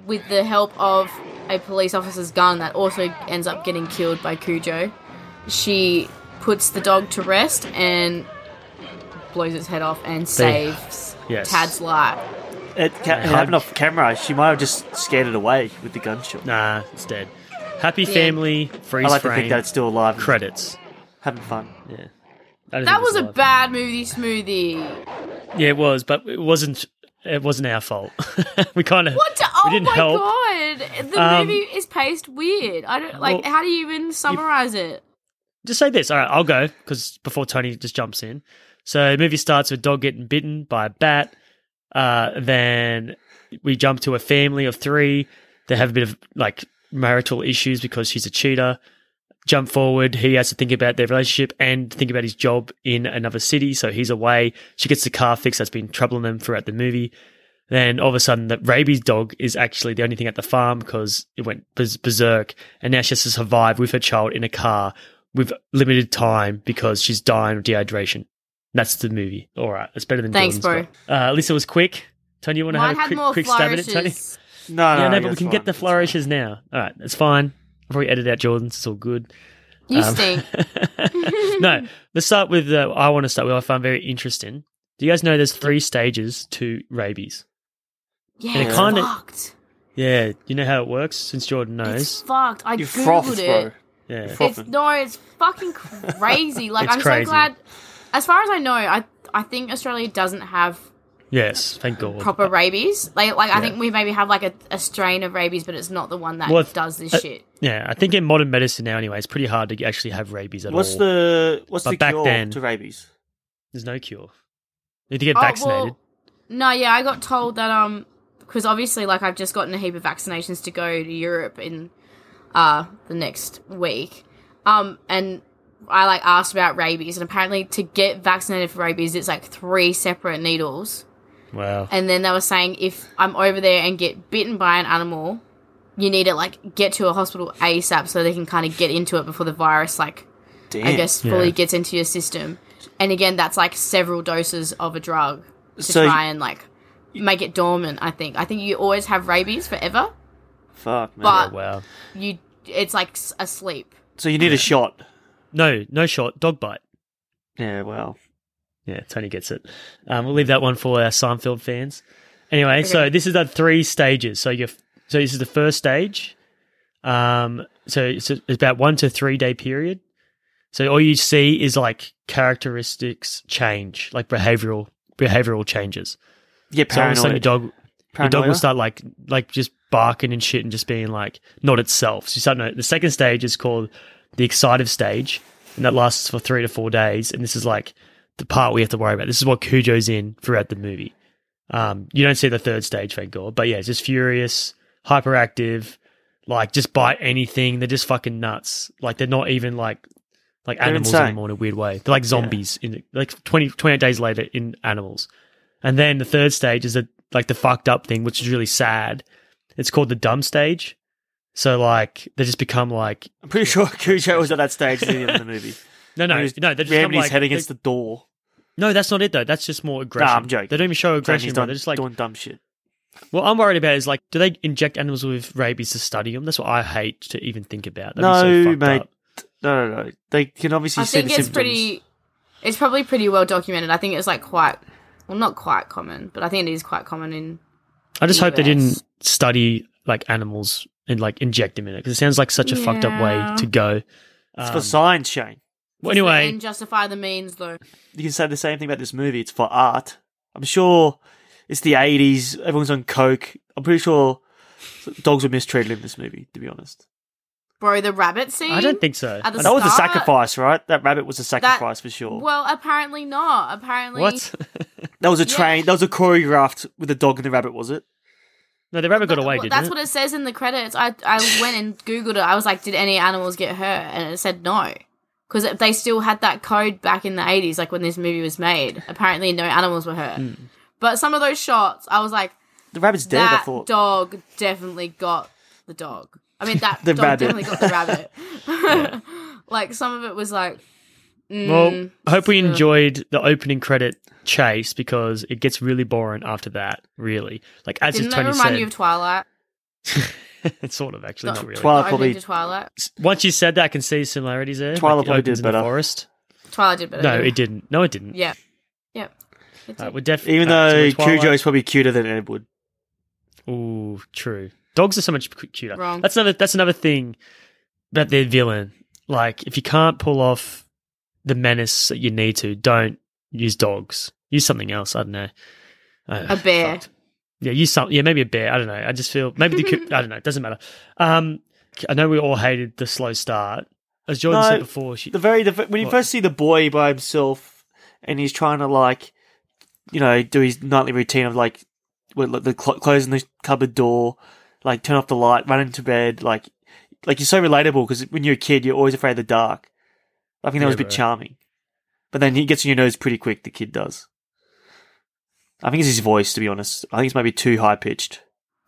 Speaker 4: with the help of a police officer's gun that also ends up getting killed by Cujo she puts the dog to rest and blows its head off and saves
Speaker 3: Yes.
Speaker 4: Tad's life.
Speaker 5: It, ca- it
Speaker 3: hug.
Speaker 5: happened off camera. She might have just scared it away with the gunshot.
Speaker 3: Nah, it's dead. Happy
Speaker 4: Yeah.
Speaker 3: family, freeze
Speaker 5: I like to
Speaker 3: frame,
Speaker 5: think that it's still alive. and
Speaker 3: credits.
Speaker 5: Having fun.
Speaker 3: Yeah.
Speaker 4: That was a bad movie smoothie.
Speaker 3: Yeah, it was, but it wasn't. It wasn't our fault. we kind of.
Speaker 4: What? To, oh
Speaker 3: we didn't
Speaker 4: my
Speaker 3: help.
Speaker 4: god! The
Speaker 3: Um,
Speaker 4: movie is paced weird. I don't like.
Speaker 3: well,
Speaker 4: how do you even summarize it?
Speaker 3: Just say this. All right, I'll go because before Tony just jumps in. So the movie starts with dog getting bitten by a bat. Uh, then we jump to a family of three. They have a bit of like marital issues because she's a cheater. Jump forward, he has to think about their relationship and think about his job in another city. So he's away. She gets the car fixed that's been troubling them throughout the movie. Then all of a sudden, the rabies dog is actually the only thing at the farm because it went bers- berserk, and now she has to survive with her child in a car with limited time because she's dying of dehydration. That's the movie. All right, it's better than
Speaker 4: Thanks,
Speaker 3: Jordan's, but- Uh, at least it was quick. Tony, you want to
Speaker 4: Mine
Speaker 3: have a
Speaker 4: had
Speaker 3: quick,
Speaker 4: more
Speaker 3: quick stab at it, Tony?
Speaker 4: flourishes.
Speaker 5: No, no,
Speaker 3: yeah, no,
Speaker 5: yeah,
Speaker 3: but we
Speaker 5: it's
Speaker 3: can
Speaker 5: Oh, fine,
Speaker 3: get the
Speaker 5: it's fine.
Speaker 3: flourishes now. All right, that's fine. I've already edited out Jordan's. It's all good.
Speaker 4: You
Speaker 3: Um,
Speaker 4: stink.
Speaker 3: no, let's start with. Uh, I want to start with. what I found very interesting. Do you guys know there's three stages to rabies?
Speaker 4: Yeah,
Speaker 3: and it
Speaker 4: it's
Speaker 3: kinda-
Speaker 4: fucked.
Speaker 3: Yeah, you know how it works since Jordan knows.
Speaker 4: It's fucked. I
Speaker 5: You
Speaker 4: googled
Speaker 5: froth,
Speaker 4: it.
Speaker 5: bro.
Speaker 3: Yeah.
Speaker 4: It's
Speaker 5: Frothing.
Speaker 4: no, it's fucking crazy. Like
Speaker 3: It's
Speaker 4: I'm
Speaker 3: crazy.
Speaker 4: so glad. As far as I know, I I think Australia doesn't have
Speaker 3: Yes. Thank God.
Speaker 4: proper rabies. Like like I think we maybe have like a, a strain of rabies, but it's not the one that
Speaker 3: Well, it's-
Speaker 4: does this
Speaker 3: uh,
Speaker 4: shit.
Speaker 3: Yeah. I think in modern medicine now, anyway, it's pretty hard to actually have rabies at
Speaker 5: What's
Speaker 3: all.
Speaker 5: the what's
Speaker 3: But
Speaker 5: the
Speaker 3: back
Speaker 5: cure
Speaker 3: then-
Speaker 5: to rabies?
Speaker 3: There's no cure. You need to get
Speaker 4: Oh,
Speaker 3: vaccinated.
Speaker 4: no, yeah, I got told that um because obviously like I've just gotten a heap of vaccinations to go to Europe in uh the next week. Um and I like asked about rabies and apparently to get vaccinated for rabies it's like three separate needles.
Speaker 3: Wow.
Speaker 4: And then they were saying if I'm over there and get bitten by an animal, you need to like get to a hospital ASAP so they can kind of get into it before the virus like
Speaker 5: Damn.
Speaker 4: I guess fully
Speaker 3: Yeah.
Speaker 4: gets into your system. And again, that's like several doses of a drug to
Speaker 5: So
Speaker 4: try and like make it dormant. I think. I think you always have rabies forever,
Speaker 5: Fuck man.
Speaker 4: but
Speaker 3: Oh, Wow.
Speaker 4: you it's like s- asleep.
Speaker 5: so you need a shot.
Speaker 3: No, no shot. Dog bite.
Speaker 5: Yeah. Well.
Speaker 3: Yeah, Tony gets it. Um, we'll leave that one for our Seinfeld fans. Anyway, so this is the three stages. So you so this is the first stage. Um, so it's it's about one to three day period. So all you see is like characteristics change, like behavioral behavioral changes.
Speaker 5: Yeah.
Speaker 3: So all of a sudden your
Speaker 5: Paranoid.
Speaker 3: dog your dog
Speaker 5: Paranoia?
Speaker 3: will start like like just barking and shit and just being like not itself. So you start no, the second stage is called the excited stage, and that lasts for three to four days. And this is like the part we have to worry about. This is what Cujo's in throughout the movie. Um, you don't see the third stage, thank God. But yeah, it's just furious, hyperactive, like just bite anything. They're just fucking nuts. Like they're not even like like animals
Speaker 5: insane.
Speaker 3: anymore in a weird way. They're like zombies in like 20, 28 days later in animals. And then the third stage is the like the fucked up thing, which is really sad. It's called the dumb stage. So like they just become like
Speaker 5: I'm pretty sure Cujo was at that stage at the end of the movie.
Speaker 3: no no
Speaker 5: He was
Speaker 3: no they just
Speaker 5: ramming
Speaker 3: become
Speaker 5: his
Speaker 3: like
Speaker 5: head against the door.
Speaker 3: no that's not it though that's just more aggression.
Speaker 5: I'm joking.
Speaker 3: They don't even show
Speaker 5: Saying
Speaker 3: aggression.
Speaker 5: he's
Speaker 3: bro.
Speaker 5: done,
Speaker 3: They're just like
Speaker 5: doing dumb shit.
Speaker 3: What I'm worried about is like, do they inject animals with rabies to study them? That's what I hate to even think about. That'd be
Speaker 5: No,
Speaker 3: so fucked
Speaker 5: mate.
Speaker 3: up.
Speaker 5: No, no, no. They can obviously
Speaker 4: I
Speaker 5: see
Speaker 4: think
Speaker 5: the
Speaker 4: it's
Speaker 5: symptoms.
Speaker 4: pretty. It's probably pretty well documented. I think it's like quite well, not quite common, but I think it is quite common in.
Speaker 3: I just hope they
Speaker 4: Yes.
Speaker 3: didn't study like animals and like inject them in it because it sounds like such a fucked up way
Speaker 4: Yeah.
Speaker 3: to go.
Speaker 5: It's
Speaker 3: Um,
Speaker 5: for science, Shane.
Speaker 3: well,
Speaker 4: Does the
Speaker 3: anyway,
Speaker 4: end justify the means though.
Speaker 5: You can say the same thing about this movie. It's for art. I'm sure it's the 80s. Everyone's on coke. I'm pretty sure dogs were mistreated in this movie, to be honest.
Speaker 4: Bro, the rabbit scene.
Speaker 3: I don't think so.
Speaker 4: At the
Speaker 3: I
Speaker 5: That
Speaker 3: don't-
Speaker 5: was a
Speaker 4: Start-
Speaker 5: sacrifice, right? That rabbit was a sacrifice for sure.
Speaker 4: Well, apparently not. Apparently,
Speaker 3: what?
Speaker 5: That was a train. That was a choreographed with the dog and the rabbit, was it?
Speaker 3: no, the rabbit got away,
Speaker 4: Well,
Speaker 3: didn't
Speaker 4: that's
Speaker 3: it?
Speaker 4: what it says in the credits. I, I went and googled it. I was like, did any animals get hurt? And it said no, because they still had that code back in the eighties, like when this movie was made. Apparently, no animals were hurt.
Speaker 3: Hmm.
Speaker 4: But some of those shots, I was like,
Speaker 5: The rabbit's dead, I
Speaker 4: that
Speaker 5: thought.
Speaker 4: dog definitely got the dog. I mean, that
Speaker 5: The
Speaker 4: dog
Speaker 5: rabbit.
Speaker 4: definitely got the rabbit. like some of it was like, mm,
Speaker 3: well, I hope we enjoyed the opening credit chase because it gets really boring after that. Really, like as
Speaker 4: didn't
Speaker 3: if
Speaker 4: that
Speaker 3: Tony
Speaker 4: remind
Speaker 3: said,
Speaker 4: you of Twilight?
Speaker 3: it's sort of actually not really.
Speaker 5: Twilight
Speaker 4: The opening
Speaker 5: probably-
Speaker 4: to Twilight.
Speaker 3: Once you said that, I can see similarities there.
Speaker 5: Twilight
Speaker 3: like, it
Speaker 5: probably did
Speaker 3: opens in the
Speaker 5: better.
Speaker 3: forest.
Speaker 4: Twilight did better.
Speaker 3: No,
Speaker 4: yeah.
Speaker 3: it didn't. No, it didn't.
Speaker 4: Uh, Yeah, yeah. It
Speaker 3: Uh,
Speaker 4: did.
Speaker 3: we're def-
Speaker 5: Even
Speaker 3: uh, so
Speaker 5: though
Speaker 3: we're Twilight-
Speaker 5: Cujo's probably cuter than Edward.
Speaker 3: Ooh, true. Dogs are so much cu- cuter.
Speaker 4: Wrong.
Speaker 3: That's another. That's another thing about their villain. Like, if you can't pull off the menace that you need to, don't use dogs. Use something else. I don't know. Uh,
Speaker 4: A bear.
Speaker 3: fucked. Yeah, use some. Yeah, maybe a bear. I don't know. I just feel maybe the. cu- I don't know. It doesn't matter. Um, I know we all hated the slow start. As Jordan
Speaker 5: No,
Speaker 3: said before, she,
Speaker 5: The very the, when you
Speaker 3: What?
Speaker 5: first see the boy by himself, and he's trying to like, you know, do his nightly routine of like, with, like, the cl- closing the cupboard door, like turn off the light, run into bed, like, like you're so relatable because when you're a kid, you're always afraid of the dark. I think that was a
Speaker 3: Yeah,
Speaker 5: bit
Speaker 3: bro.
Speaker 5: charming, but then he gets in your nose pretty quick. The kid does. I think it's his voice, to be honest. I think it's maybe too high pitched.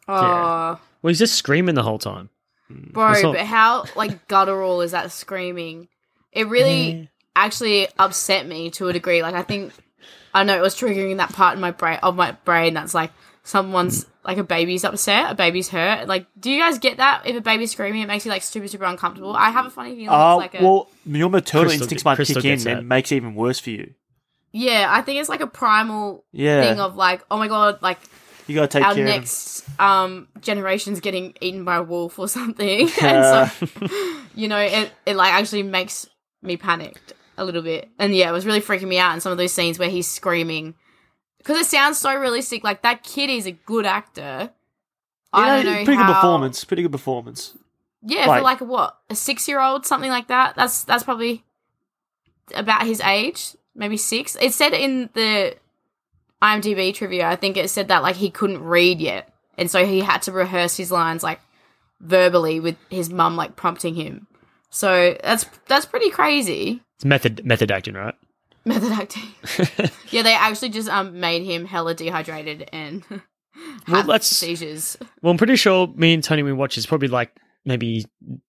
Speaker 4: oh.
Speaker 3: yeah. well, he's just screaming the whole time.
Speaker 4: Bro,
Speaker 3: It's not-
Speaker 4: but how like guttural is that screaming? It really actually upset me to a degree. Like I think I know it was triggering that part in my brain of my brain that's like someone's like a baby's upset, a baby's hurt. Like, do you guys get that? If a baby's screaming, it makes you like super super uncomfortable. I have a funny feeling
Speaker 5: Oh
Speaker 4: it's like a
Speaker 5: well, your maternal
Speaker 3: Crystal
Speaker 5: instincts
Speaker 3: get-
Speaker 5: might
Speaker 3: Crystal
Speaker 5: kick in
Speaker 3: gets that.
Speaker 5: and makes it even worse for you.
Speaker 4: yeah. I think it's like a primal
Speaker 5: Yeah,
Speaker 4: thing of like, oh my god, like
Speaker 5: You gotta take
Speaker 4: our
Speaker 5: care
Speaker 4: next um, generation's getting eaten by a wolf or something.
Speaker 5: of them.
Speaker 4: and
Speaker 5: Uh,
Speaker 4: so, you know, it, it like actually makes me panicked a little bit. And yeah, it was really freaking me out in some of those scenes where he's screaming. Because it sounds so realistic. Like, that kid is a good actor. I
Speaker 5: yeah,
Speaker 4: don't know.
Speaker 5: pretty
Speaker 4: how-
Speaker 5: good performance. Pretty good performance.
Speaker 4: Yeah, for
Speaker 5: Like-
Speaker 4: like a what? A six year old, something like that. That's that's probably about his age, maybe six. It said in the IMDb trivia, I think it said that like he couldn't read yet. And so he had to rehearse his lines like verbally with his mum like prompting him. So that's that's pretty crazy.
Speaker 3: It's method method acting, right?
Speaker 4: Method acting. yeah, they actually just um made him hella dehydrated and
Speaker 3: Well,
Speaker 4: had
Speaker 3: that's-
Speaker 4: seizures.
Speaker 3: Well, I'm pretty sure me and Tony, when we watch, it's probably like maybe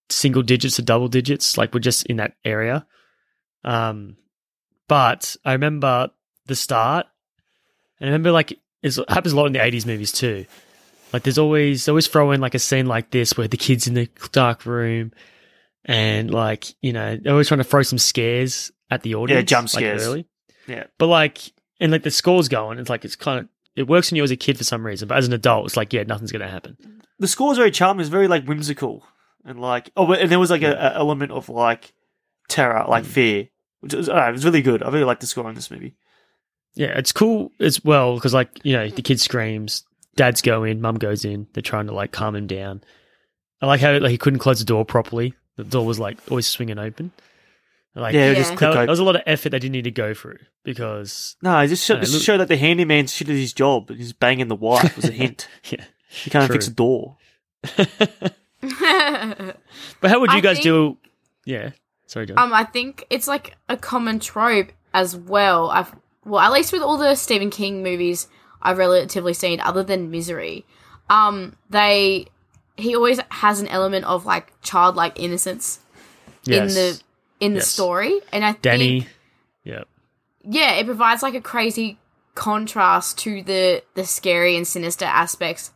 Speaker 3: single digits to double digits. Like we're just in that area. Um, but I remember the start, and I remember like it's, it happens a lot in the '80s movies too. Like there's always they always throw in like a scene like this where the kids in the dark room, and like you know they're always trying to throw some scares at the audience.
Speaker 5: jump
Speaker 3: like,
Speaker 5: scares.
Speaker 3: early.
Speaker 5: Yeah.
Speaker 3: but like and like the score's going. It's like it's kind of it works on you as a kid for some reason, but as an adult, it's like yeah, nothing's gonna happen.
Speaker 5: The score's very charming. It's very like whimsical and like oh, but- and there was like a, a element of like terror,
Speaker 3: Mm.
Speaker 5: like fear, which was, uh, it was really good. I really liked the score in this movie.
Speaker 3: Yeah, it's cool as well because, like, you know, the kid screams, dads go in, mum goes in. They're trying to like calm him down. I like how like he couldn't close the door properly. The door was like always swinging open. Like,
Speaker 5: yeah,
Speaker 3: yeah,
Speaker 5: it was just
Speaker 4: Yeah.
Speaker 5: click
Speaker 3: that,
Speaker 5: open.
Speaker 3: that was a lot of effort they didn't need to go through because,
Speaker 5: No, it just, show,
Speaker 3: No,
Speaker 5: just
Speaker 3: look-
Speaker 5: show that the handyman shit at his job and he's banging the wife was a hint.
Speaker 3: yeah.
Speaker 5: He can't
Speaker 3: True.
Speaker 5: fix a door.
Speaker 3: But how would you
Speaker 4: I
Speaker 3: guys
Speaker 4: think-
Speaker 3: do? Yeah, sorry, John.
Speaker 4: Um, I think it's like a common trope as well. I've well, at least with all the Stephen King movies I've relatively seen, other than Misery, um, they he always has an element of like childlike innocence
Speaker 3: yes,
Speaker 4: in the in the
Speaker 3: Yes.
Speaker 4: story, and I
Speaker 3: Danny.
Speaker 4: think
Speaker 3: Yeah,
Speaker 4: yeah, it provides like a crazy contrast to the the scary and sinister aspects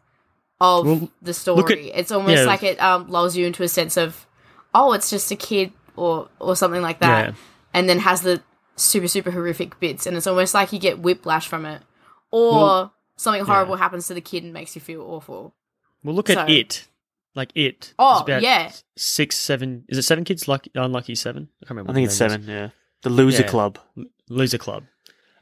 Speaker 4: of
Speaker 3: Well,
Speaker 4: the story. it's almost
Speaker 3: yeah.
Speaker 4: like it um, lulls you into a sense of oh, it's just a kid or or something like that,
Speaker 3: Yeah.
Speaker 4: and then has the super super horrific bits, and it's almost like you get whiplash from it, or
Speaker 3: Well,
Speaker 4: something horrible happens to the kid and makes you feel awful.
Speaker 3: well, look at
Speaker 4: So-
Speaker 3: it. Like it.
Speaker 4: Oh,
Speaker 3: It's about
Speaker 4: yeah.
Speaker 3: six, seven. Is it seven kids? Lucky, unlucky seven. I can't remember.
Speaker 5: I
Speaker 3: what
Speaker 5: think
Speaker 3: the
Speaker 5: it's
Speaker 3: name is.
Speaker 5: seven, yeah. The loser
Speaker 3: Yeah.
Speaker 5: club.
Speaker 3: loser club.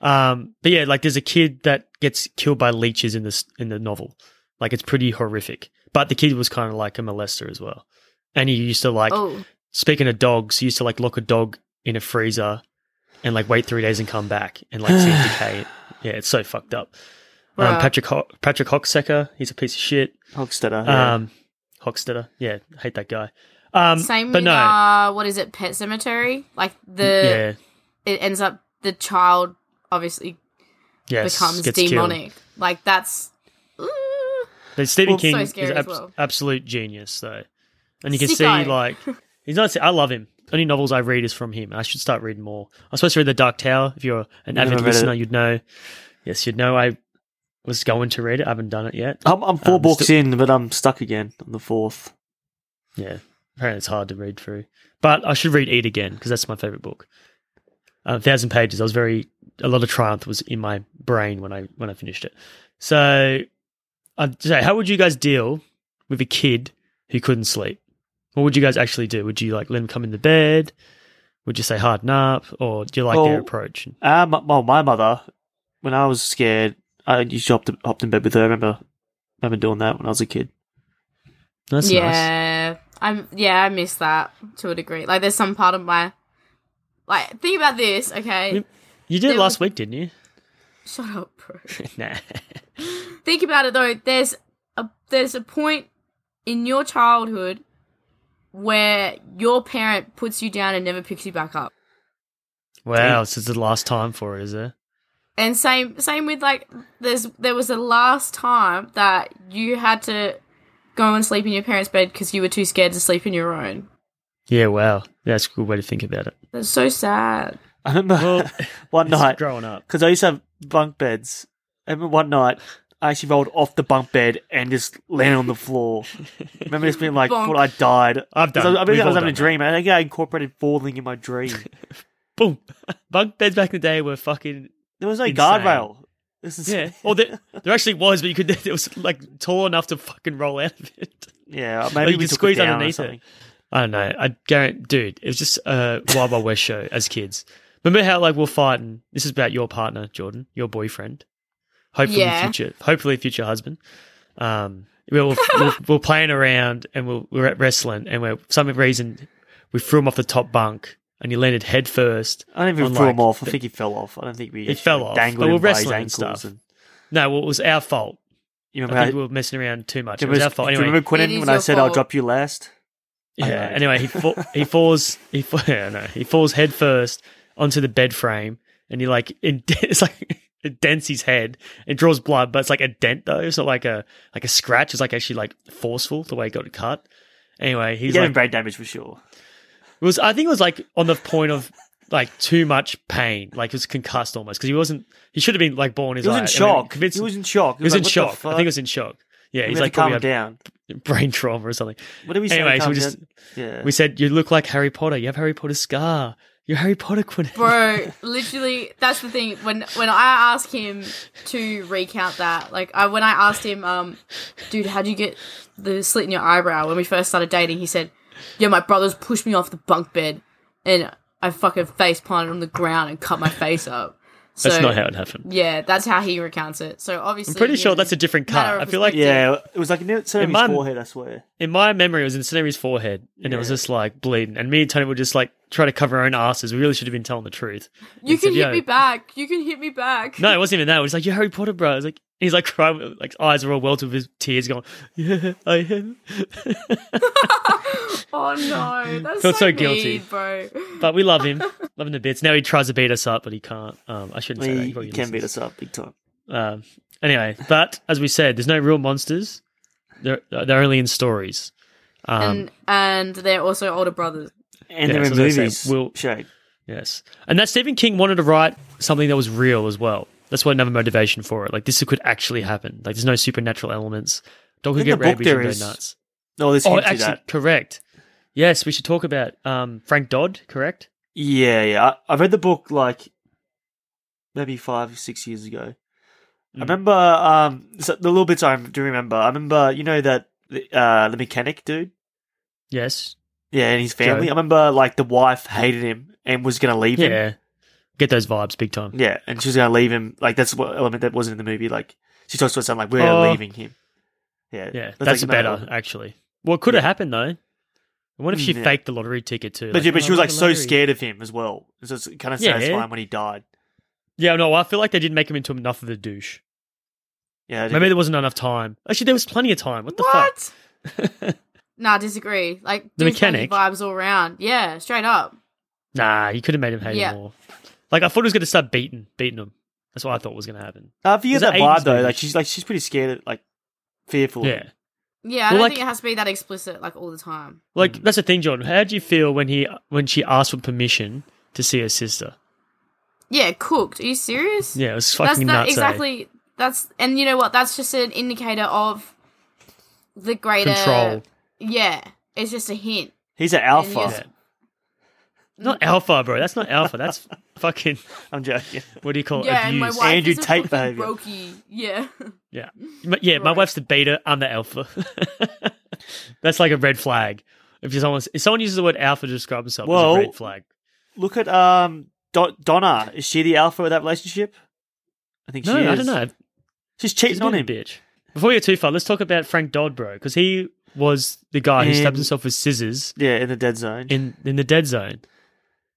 Speaker 3: Um, but yeah, like there's a kid that gets killed by leeches in this in the novel. Like it's pretty horrific. But the kid was kind of like a molester as well, and he used to like
Speaker 4: oh,
Speaker 3: speaking of dogs, he used to like lock a dog in a freezer and like wait three days and come back and like see it decay. Yeah, it's so fucked up. Um,
Speaker 4: Wow.
Speaker 3: Patrick Ho- Patrick Hocksecker, he's a piece of shit.
Speaker 5: Hockstetter. yeah.
Speaker 3: Um, Hockstetter, yeah, hate that guy. Um,
Speaker 4: same
Speaker 3: but
Speaker 4: with
Speaker 3: no,
Speaker 4: uh, what is it, Pet Cemetery? Like the
Speaker 3: yeah,
Speaker 4: it ends up the child obviously
Speaker 3: yes,
Speaker 4: becomes
Speaker 3: gets killed.
Speaker 4: demonic. Like that's ooh.
Speaker 3: But Stephen
Speaker 5: Well,
Speaker 3: King
Speaker 4: so
Speaker 3: is
Speaker 4: scary
Speaker 3: an
Speaker 4: as
Speaker 3: abs-
Speaker 4: well.
Speaker 3: absolute genius, though, and you can
Speaker 4: Sicko.
Speaker 3: see like he's not. I love him. Only novels I read is from him. and I should start reading more. I was supposed to read The Dark Tower. If you're an
Speaker 5: Never
Speaker 3: avid
Speaker 5: read it.
Speaker 3: listener, you'd know. Yes, you'd know. I was going to read it. I haven't done it yet.
Speaker 5: I'm, I'm four
Speaker 3: um,
Speaker 5: books in, but I'm stuck again on the fourth.
Speaker 3: Yeah, apparently it's hard to read through, but I should read Eat Again because that's my favorite book. A thousand pages. I was very a lot of triumph was in my brain when I when I finished it. So, I'd say, how would you guys deal with a kid who couldn't sleep? What would you guys actually do? Would you like let him come into bed? Would you say harden up, or do you like their
Speaker 5: Well-
Speaker 3: approach?
Speaker 5: Uh, my, well, my mother, when I was scared, I used to hop, to, hopped in bed with her. I remember, remember doing that when I was a kid.
Speaker 3: That's nice.
Speaker 4: yeah. I'm yeah, I miss that to a degree. Like there's some part of my like think about this, okay?
Speaker 3: Yep. You did it
Speaker 4: There
Speaker 3: last week, didn't you?
Speaker 4: Shut up, bro.
Speaker 3: nah.
Speaker 4: think about it though. There's a there's a point in your childhood where your parent puts you down and never picks you back up.
Speaker 3: Wow, this is the last time for it, is there?
Speaker 4: And same same with like there's there was the last time that you had to go and sleep in your parents' bed because you were too scared to sleep in your own.
Speaker 3: Yeah, wow. That's a good way to think about it.
Speaker 4: That's so sad.
Speaker 5: I remember
Speaker 3: Well,
Speaker 5: one
Speaker 3: It's
Speaker 5: night
Speaker 3: growing up.
Speaker 5: because I used to have bunk beds. I remember one night I actually rolled off the bunk bed and just landed on the floor. remember just being like,
Speaker 4: Bonk.
Speaker 5: "What I died."
Speaker 3: I've
Speaker 5: 'Cause
Speaker 3: done.
Speaker 5: I, I, mean,
Speaker 3: We've
Speaker 5: I was
Speaker 3: all
Speaker 5: having a
Speaker 3: done that.
Speaker 5: dream. I think I incorporated falling in my dream.
Speaker 3: Boom. Bunk beds back in the day were fucking.
Speaker 5: There was no
Speaker 3: Insane.
Speaker 5: guardrail. This is
Speaker 3: Yeah. Or there, there actually was, but you could. It was like tall enough to fucking roll out of it.
Speaker 5: yeah.
Speaker 3: Like,
Speaker 5: Maybe
Speaker 3: you
Speaker 5: we
Speaker 3: could
Speaker 5: took
Speaker 3: squeeze
Speaker 5: it down
Speaker 3: underneath
Speaker 5: or
Speaker 3: it.
Speaker 5: something.
Speaker 3: I don't know. I guarantee, dude, it was just a Wild Wild West show as kids. Remember how like we're fighting? This is about your partner, Jordan, your boyfriend, hopefully
Speaker 4: Yeah.
Speaker 3: future, hopefully future husband. Um, we we're, we're, we're playing around and we're, we're at wrestling, and we're for some reason we threw him off the top bunk, and he landed head first.
Speaker 5: I don't even
Speaker 3: on,
Speaker 5: throw
Speaker 3: like,
Speaker 5: him off. I
Speaker 3: the-
Speaker 5: think he fell off. I don't think we.
Speaker 3: He fell off,
Speaker 5: Dangled
Speaker 3: but
Speaker 5: him
Speaker 3: we're
Speaker 5: by his
Speaker 3: wrestling and
Speaker 5: ankles
Speaker 3: stuff.
Speaker 5: and-
Speaker 3: No, well, it was our fault.
Speaker 5: you
Speaker 3: I
Speaker 5: remember?
Speaker 3: think
Speaker 5: how-
Speaker 3: we were messing around too much.
Speaker 5: do
Speaker 3: It
Speaker 5: you
Speaker 3: was
Speaker 5: remember,
Speaker 3: our fault.
Speaker 5: do you
Speaker 3: Anyway,
Speaker 5: remember Quinnen
Speaker 4: is
Speaker 5: when I
Speaker 4: your
Speaker 5: said I'll
Speaker 4: fault.
Speaker 5: drop you last? I
Speaker 3: Yeah.
Speaker 5: know.
Speaker 3: Anyway, he fa- he falls he fa- yeah, no, he falls head first onto the bed frame, and he like it, it's like it dents his head. It draws blood, but it's like a dent though. It's not like a like a scratch. It's like actually like forceful the way it got cut. Anyway,
Speaker 5: He
Speaker 3: he's
Speaker 5: gave
Speaker 3: like
Speaker 5: him brain damage for sure.
Speaker 3: it was I think it was like on the point of like too much pain. Like he was concussed almost because he wasn't. He should have been like born his.
Speaker 5: He was in shock.
Speaker 3: Convinced,
Speaker 5: He was in shock.
Speaker 3: he was in
Speaker 5: like,
Speaker 3: shock.
Speaker 5: what the
Speaker 3: I think he
Speaker 5: fuck?
Speaker 3: was in shock. Yeah,
Speaker 5: "Oh, We
Speaker 3: he's
Speaker 5: had to
Speaker 3: like
Speaker 5: calm
Speaker 3: probably
Speaker 5: him down.
Speaker 3: had brain trauma or something.
Speaker 5: What did we say?
Speaker 3: Anyways,
Speaker 5: calm
Speaker 3: we just-
Speaker 5: down? yeah.
Speaker 3: We said you look like Harry Potter. You have Harry Potter's scar. You're Harry Potter, Quidditch.
Speaker 4: Bro, literally, that's the thing. When when I asked him to recount that, like I when I asked him, um, dude, how'd you get the slit in your eyebrow when we first started dating? He said, "Yeah, my brothers pushed me off the bunk bed, and I fucking face planted on the ground and cut my face up." So,
Speaker 3: That's not how it happened.
Speaker 4: Yeah, that's how he recounts it. So obviously,
Speaker 3: I'm pretty sure
Speaker 4: yeah,
Speaker 3: that's a different
Speaker 4: matter
Speaker 3: cut. I
Speaker 4: of
Speaker 3: feel like
Speaker 5: yeah, it was like near the center
Speaker 3: In
Speaker 5: of his
Speaker 3: my-
Speaker 5: forehead. I swear.
Speaker 3: in my memory, it was in Scenery's forehead, and it was
Speaker 5: Yeah.
Speaker 3: just like bleeding. And me and Tony were just like trying to cover our own asses. We really should have been telling the truth.
Speaker 4: you
Speaker 3: It's a
Speaker 4: can hit
Speaker 3: joke.
Speaker 4: me back. You can hit me back.
Speaker 3: No, it wasn't even that. It was like you're Harry Potter, bro. It was like he's like crying, like eyes are all welted with tears, going, "Yeah, I am."
Speaker 4: oh no, that's
Speaker 3: Felt so
Speaker 4: so
Speaker 3: guilty.
Speaker 4: guilty, bro.
Speaker 3: but we love him, love him to bits. Now he tries to beat us up, but he can't. Um, I shouldn't say that.
Speaker 5: He
Speaker 3: probably
Speaker 5: can beat
Speaker 3: listens.
Speaker 5: us up big time.
Speaker 3: Um, anyway, but as we said, there's no real monsters. They're they're only in stories. Um,
Speaker 4: and and they're also older brothers.
Speaker 5: And
Speaker 3: Yeah,
Speaker 5: they're
Speaker 3: so as
Speaker 5: in
Speaker 3: I say,
Speaker 5: movies.
Speaker 3: we'll-
Speaker 5: Shade.
Speaker 3: Yes. And that Stephen King wanted to write something that was real as well. That's what another motivation for it. Like this could actually happen. Like there's no supernatural elements. Dog could
Speaker 5: In the
Speaker 3: get
Speaker 5: book
Speaker 3: rabies
Speaker 5: there
Speaker 3: and go
Speaker 5: is-
Speaker 3: nuts.
Speaker 5: No, there's
Speaker 3: Oh,
Speaker 5: hints to
Speaker 3: actually,
Speaker 5: that.
Speaker 3: correct. Yes, we should talk about um, Frank Dodd. Correct.
Speaker 5: Yeah, yeah. I, I read the book like maybe five, six years ago. I remember um, so the little bits I do remember. I remember, you know, that the, uh, the mechanic dude.
Speaker 3: Yes.
Speaker 5: Yeah, and his family.
Speaker 3: Joe.
Speaker 5: I remember, like, the wife hated him and was going to leave him.
Speaker 3: Yeah. Get those vibes big time.
Speaker 5: Yeah, and she was going to leave him. Like, that's what element that wasn't in the movie. Like, she talks to her son, like, we're
Speaker 3: Oh.
Speaker 5: leaving him. Yeah,
Speaker 3: Yeah,
Speaker 5: like,
Speaker 3: that's
Speaker 5: another
Speaker 3: better
Speaker 5: one.
Speaker 3: actually. What could have happened though? What if she
Speaker 5: Mm, yeah.
Speaker 3: faked the lottery ticket too?
Speaker 5: But, yeah, but
Speaker 3: "Oh,
Speaker 5: she was,
Speaker 3: I
Speaker 5: like,
Speaker 3: won the
Speaker 5: so
Speaker 3: lottery."
Speaker 5: scared of him as well. So it's kind of
Speaker 3: Yeah.
Speaker 5: satisfying when he died.
Speaker 3: Yeah, no, I feel like they didn't make him into enough of a douche.
Speaker 5: Yeah, I did-
Speaker 3: Maybe there wasn't enough time. Actually, there was plenty of time. What the fuck?
Speaker 4: What? nah, disagree. Like
Speaker 3: The
Speaker 4: douchebaggy
Speaker 3: mechanic?
Speaker 4: vibes all around. Yeah, straight up.
Speaker 3: Nah, you could have made him hate
Speaker 4: Yeah.
Speaker 3: him more. Like I thought he was going to start beating, beating him. That's what I thought was going to happen.
Speaker 5: I Uh, forget
Speaker 3: Was it
Speaker 5: that vibe
Speaker 3: 80s
Speaker 5: though.
Speaker 3: movie?
Speaker 5: Like she's like she's pretty scared, of, like fearful.
Speaker 3: Yeah, Well,
Speaker 4: Yeah, I don't
Speaker 3: like-
Speaker 4: think it has to be that explicit like all the time.
Speaker 3: like
Speaker 5: Hmm.
Speaker 3: that's the thing, John. How do you feel when he when she asked for permission to see her sister?
Speaker 4: Yeah, cooked. Are you serious?
Speaker 3: Yeah, it was
Speaker 4: that's
Speaker 3: fucking nuts. eh?
Speaker 4: exactly. That's and you know what? That's just an indicator of the greater
Speaker 3: control.
Speaker 4: Yeah, it's just a hint.
Speaker 5: He's an
Speaker 4: And
Speaker 5: alpha.
Speaker 4: yes-
Speaker 3: Yeah. Not alpha, bro. That's not alpha. That's fucking
Speaker 5: I'm joking.
Speaker 3: what do you call it?
Speaker 4: yeah, and my
Speaker 3: abuse.
Speaker 4: wife
Speaker 5: Andrew
Speaker 4: is a
Speaker 5: Tate
Speaker 4: fucking
Speaker 5: behaviour.
Speaker 4: brokey. Yeah,
Speaker 3: Yeah, M- yeah. My
Speaker 4: Right.
Speaker 3: wife's the beta. I'm the alpha. that's like a red flag. If someone if someone uses the word alpha to describe themselves,
Speaker 5: Well-
Speaker 3: it's a red flag.
Speaker 5: Look at um Do- Donna. Is she the alpha of that relationship? I think
Speaker 3: No,
Speaker 5: she is.
Speaker 3: I don't know.
Speaker 5: She's cheating
Speaker 3: He's
Speaker 5: on
Speaker 3: a
Speaker 5: him.
Speaker 3: bitch. Before we get too far, let's talk about Frank Dodd, bro, because he was the guy who stabbed
Speaker 5: In-
Speaker 3: himself with scissors
Speaker 5: Yeah, in the dead zone.
Speaker 3: in in the dead zone.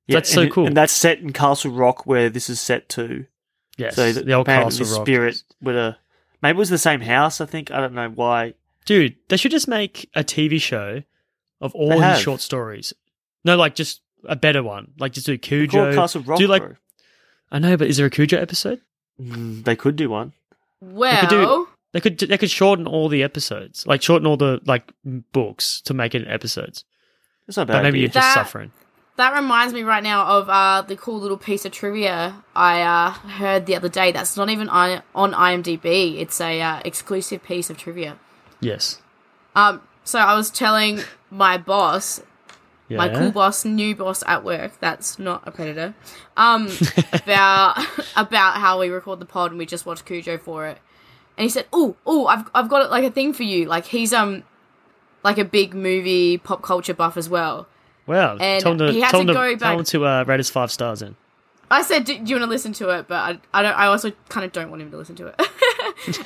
Speaker 5: yeah,
Speaker 3: that's so
Speaker 5: and it-
Speaker 3: cool.
Speaker 5: And that's set in Castle Rock, where this is set too.
Speaker 3: Yes,
Speaker 5: so
Speaker 3: the old
Speaker 5: apparently
Speaker 3: Castle
Speaker 5: the
Speaker 3: Rock.
Speaker 5: spirit with a maybe it was the same house. I think I don't know why.
Speaker 3: Dude, they should just make a TV show of all
Speaker 5: They
Speaker 3: his
Speaker 5: have.
Speaker 3: short stories. No, like just a better one. Like just do
Speaker 5: They call it
Speaker 3: Cujo.
Speaker 5: Castle Rock.
Speaker 3: do you like?
Speaker 5: bro.
Speaker 3: I know, but is there a Cujo episode?
Speaker 5: Mm, they could do one.
Speaker 4: well,
Speaker 3: do- They could they could shorten all the episodes, like shorten all the like m- books to make it episodes.
Speaker 5: It's not a bad.
Speaker 3: But maybe
Speaker 5: idea.
Speaker 3: you're just
Speaker 4: That-
Speaker 3: suffering.
Speaker 4: That reminds me right now of uh, the cool little piece of trivia I uh, heard the other day. That's not even I- on IMDb. It's a uh, exclusive piece of trivia.
Speaker 3: Yes.
Speaker 4: Um, so I was telling my boss my
Speaker 3: Yeah.
Speaker 4: cool boss, new boss at work. That's not a predator. Um, about about how we record the pod and we just watch Cujo for it. And he said, "Oh, oh, I've I've got like a thing for you. Like he's um, like a big movie pop culture buff as well."
Speaker 3: Wow.
Speaker 4: And
Speaker 3: tell him to,
Speaker 4: he had
Speaker 3: tell him
Speaker 4: to
Speaker 3: to,
Speaker 4: go
Speaker 3: tell
Speaker 4: back-
Speaker 3: him to uh, rate us five stars in.
Speaker 4: I said, do, do you want to listen to it? But I, I don't. I also kind of don't want him to listen to it.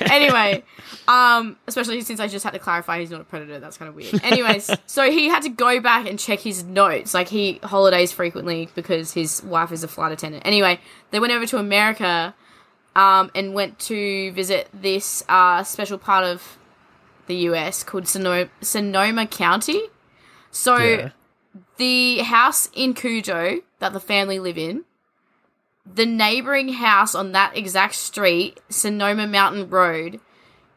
Speaker 4: anyway, um, especially since I just had to clarify he's not a predator. That's kind of weird. Anyways, so he had to go back and check his notes. Like he holidays frequently because his wife is a flight attendant. Anyway, they went over to America, um, and went to visit this uh, special part of the U.S. called Sonoma, Sonoma County. So
Speaker 3: Yeah.
Speaker 4: the house in Cujo that the family live in, the neighboring house on that exact street, Sonoma Mountain Road,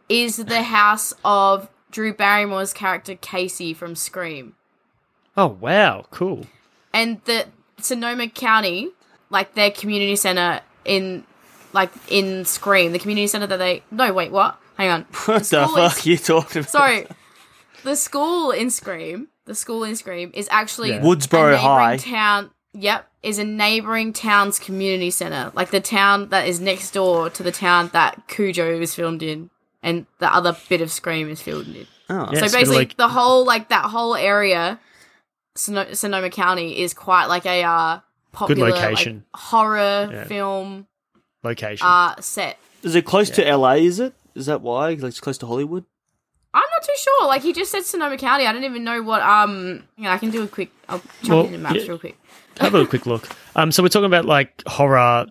Speaker 4: is the house of Drew Barrymore's character Casey from Scream.
Speaker 3: Oh wow, cool.
Speaker 4: And the Sonoma County, like their community center in like in Scream, the community center that they No, wait, what? Hang on.
Speaker 5: What the
Speaker 4: school is-
Speaker 5: fuck you talking about?
Speaker 4: Sorry. The school in Scream, the school in Scream is actually
Speaker 3: Yeah.
Speaker 5: Woodsboro
Speaker 4: a neighboring
Speaker 5: High.
Speaker 4: Town. Yep, is a neighboring town's community center, like the town that is next door to the town that Cujo was filmed in, and the other bit of Scream is filmed in.
Speaker 5: Oh.
Speaker 3: Yeah, it's
Speaker 4: so
Speaker 3: been
Speaker 4: basically,
Speaker 3: like-
Speaker 4: the whole like that whole area, Sono- Sonoma County, is quite like a uh, popular like,
Speaker 3: location.
Speaker 4: horror
Speaker 3: Yeah.
Speaker 4: film
Speaker 3: Location.
Speaker 4: uh, set.
Speaker 5: Is it close to LA? Is it? Is that why? Like it's close to Hollywood.
Speaker 4: I'm not too sure. Like he just said Sonoma County. I don't even know what. Um, hang on, I can do a quick. I'll jump
Speaker 3: Well,
Speaker 4: into maps
Speaker 3: yeah.
Speaker 4: real quick.
Speaker 3: Have a little quick look. Um, so we're talking about like horror,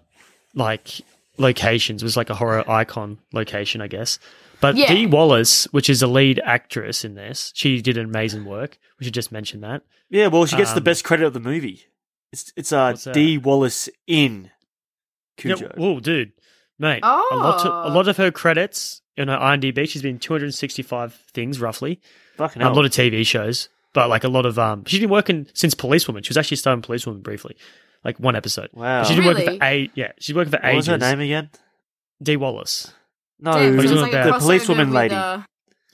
Speaker 3: like locations. It was like a horror icon location, I guess. But
Speaker 4: Yeah.
Speaker 3: Dee Wallace, which is a lead actress in this, she did an amazing work. We should just mention that.
Speaker 5: Yeah. Well, she gets the
Speaker 3: Um,
Speaker 5: best credit of the movie. It's it's uh,
Speaker 3: What's that?
Speaker 5: D Wallace in
Speaker 3: Yeah,
Speaker 5: Cujo.
Speaker 3: whoa, dude, mate! A lot,
Speaker 4: Oh.
Speaker 3: of, a lot of her credits in her IMDb. She's been 265 things roughly.
Speaker 5: Fucking
Speaker 3: Um,
Speaker 5: hell.
Speaker 3: a lot of TV shows, but like a lot of um, she's been working since Policewoman. She was actually starring Policewoman briefly, like one episode.
Speaker 5: Wow.
Speaker 3: She's been working for
Speaker 4: Really?
Speaker 3: eight. Yeah, she's working for
Speaker 5: what
Speaker 3: ages.
Speaker 5: was her name again?
Speaker 3: Dee Wallace.
Speaker 5: No,
Speaker 4: Damn,
Speaker 3: Who's
Speaker 4: sounds
Speaker 3: on
Speaker 4: like
Speaker 3: that?
Speaker 4: a
Speaker 5: the
Speaker 4: crossover
Speaker 5: policewoman
Speaker 4: with,
Speaker 5: lady.
Speaker 4: uh,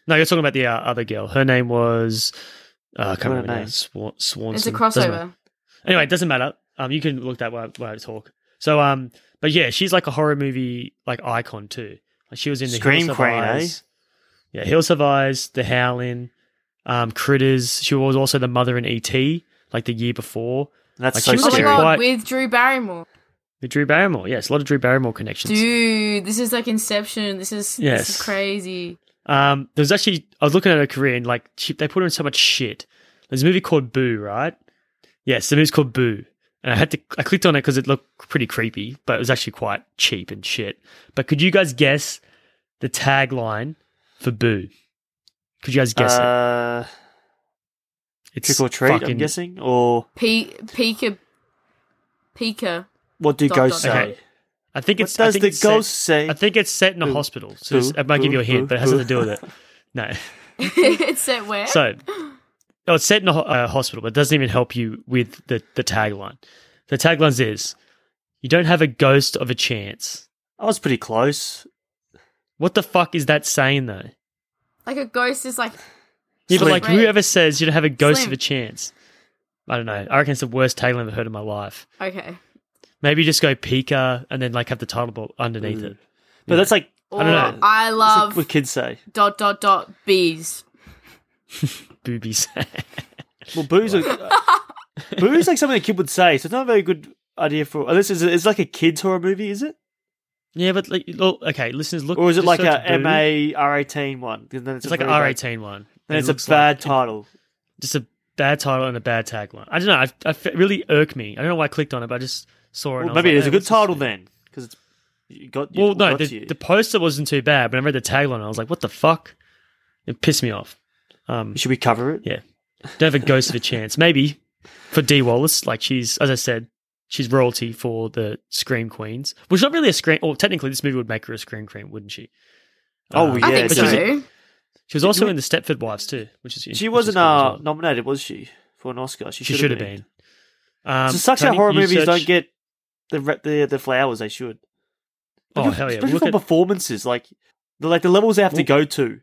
Speaker 3: No, you're talking about the uh, other girl. Her name was. Uh, I can't
Speaker 5: What her
Speaker 3: remember her
Speaker 5: name?
Speaker 3: name. Swan- Swanson.
Speaker 4: it's a
Speaker 3: Doesn't
Speaker 4: crossover. Oh
Speaker 3: matter. Anyway, it doesn't matter. Um, you can look that while, while I talk. So, um, but yeah, she's like a horror movie like icon too. Like she was in the
Speaker 5: Scream
Speaker 3: Hills Have
Speaker 5: Queen, eh?
Speaker 3: Eyes. Yeah, Hills Have Eyes, The Howling, um, Critters. She was also the mother in ET, like the year before.
Speaker 5: That's
Speaker 3: Like,
Speaker 5: so
Speaker 3: she was
Speaker 4: Oh my
Speaker 5: scary.
Speaker 3: Jerry.
Speaker 4: god,
Speaker 3: Quite-
Speaker 4: with Drew Barrymore.
Speaker 3: With Drew Barrymore. Yes, a lot of Drew Barrymore connections.
Speaker 4: Dude, this is like Inception. This is this
Speaker 3: Yes.
Speaker 4: is crazy.
Speaker 3: Um, there was actually I was looking at her career and like she, they put her in so much shit. There's a movie called Boo, right? Yes, the movie's called Boo, and I had to I clicked on it because it looked pretty creepy, but it was actually quite cheap and shit. But could you guys guess the tagline for Boo? Could you guys guess it?
Speaker 5: uh,
Speaker 3: It's
Speaker 5: trick or treat, I'm
Speaker 3: fucking-
Speaker 5: guessing, or
Speaker 4: P- Pika. Pika.
Speaker 5: what do
Speaker 4: Dot,
Speaker 5: ghosts
Speaker 4: dot,
Speaker 5: say?
Speaker 4: dot.
Speaker 3: Okay. I think
Speaker 5: What
Speaker 3: it's I
Speaker 5: does
Speaker 3: think
Speaker 5: the
Speaker 3: it's set-
Speaker 5: ghost say?
Speaker 3: I think it's set in a
Speaker 5: Boo,
Speaker 3: hospital. So
Speaker 5: boo,
Speaker 3: this- I might
Speaker 5: boo,
Speaker 3: give you a hint,
Speaker 5: boo,
Speaker 3: but it has nothing to
Speaker 5: boo.
Speaker 3: do with it. No.
Speaker 4: it's set where?
Speaker 3: So, oh, it's set in a ho- uh, hospital, but it doesn't even help you with the, the tagline. The tagline is, "You don't have a ghost of a chance."
Speaker 5: I was pretty close.
Speaker 3: What the fuck is that saying though?
Speaker 4: like a ghost is like
Speaker 3: Yeah, but
Speaker 5: Slim.
Speaker 3: like whoever says you don't have a ghost
Speaker 4: Slim.
Speaker 3: of a chance, I don't know. I reckon it's the worst tagline I've ever heard in my life.
Speaker 4: okay.
Speaker 3: Maybe just go Pika and then like have the title ball underneath
Speaker 5: Mm.
Speaker 3: it.
Speaker 5: But that's like
Speaker 4: Or
Speaker 3: I don't know.
Speaker 4: I,
Speaker 5: that's like
Speaker 4: love
Speaker 5: what kids say.
Speaker 4: dot dot dot bees.
Speaker 3: Boobies.
Speaker 5: Well, booze, are, booze like something a kid would say. So it's not a very good idea for. Unless it's, it's like a kids horror movie, is it?
Speaker 3: yeah, but like, look, okay, listeners, look.
Speaker 5: Or is it
Speaker 3: just
Speaker 5: like
Speaker 3: search
Speaker 5: a
Speaker 3: Boo.
Speaker 5: MA R eighteen one? 'Cause Then
Speaker 3: It's
Speaker 5: a
Speaker 3: like an
Speaker 5: very
Speaker 3: R
Speaker 5: bad-
Speaker 3: eighteen one.
Speaker 5: Then
Speaker 3: It
Speaker 5: it's a
Speaker 3: looks
Speaker 5: bad
Speaker 3: like-
Speaker 5: title.
Speaker 3: just a bad title and a bad tagline. I don't know. I, I f- it really irked me. I don't know why I clicked on it, but I just saw it.
Speaker 5: Well, maybe it's a good title
Speaker 3: then.
Speaker 5: then, because it's you got. You
Speaker 3: Well, no,
Speaker 5: got
Speaker 3: the,
Speaker 5: you.
Speaker 3: the poster wasn't too bad, but I read the tagline. I was like, "What the fuck?" It pissed me off. Um,
Speaker 5: should we cover it?
Speaker 3: yeah, don't have a ghost of a chance. Maybe for Dee Wallace, like she's as I said, she's royalty for the Scream Queens. Well, she's not really a Scream. Well, technically, this movie would make her a Scream Queen, wouldn't she?
Speaker 5: Oh,
Speaker 3: Um,
Speaker 5: Yeah,
Speaker 4: I think
Speaker 3: but
Speaker 4: so.
Speaker 3: she's a- She was also
Speaker 5: would-
Speaker 3: in the Stepford Wives too, which is which
Speaker 5: She
Speaker 3: is
Speaker 5: wasn't
Speaker 3: cool as
Speaker 5: uh,
Speaker 3: well.
Speaker 5: nominated, was she, for an Oscar?
Speaker 3: She should have been. Um,
Speaker 5: so it sucks that
Speaker 3: Tony,
Speaker 5: horror
Speaker 3: you
Speaker 5: movies
Speaker 3: search-
Speaker 5: don't get the re- the the flowers they should.
Speaker 3: Oh
Speaker 5: Look at-
Speaker 3: hell yeah!
Speaker 5: Especially
Speaker 3: Look
Speaker 5: for
Speaker 3: at-
Speaker 5: performances, like the like the levels they have to
Speaker 3: Well-
Speaker 5: go to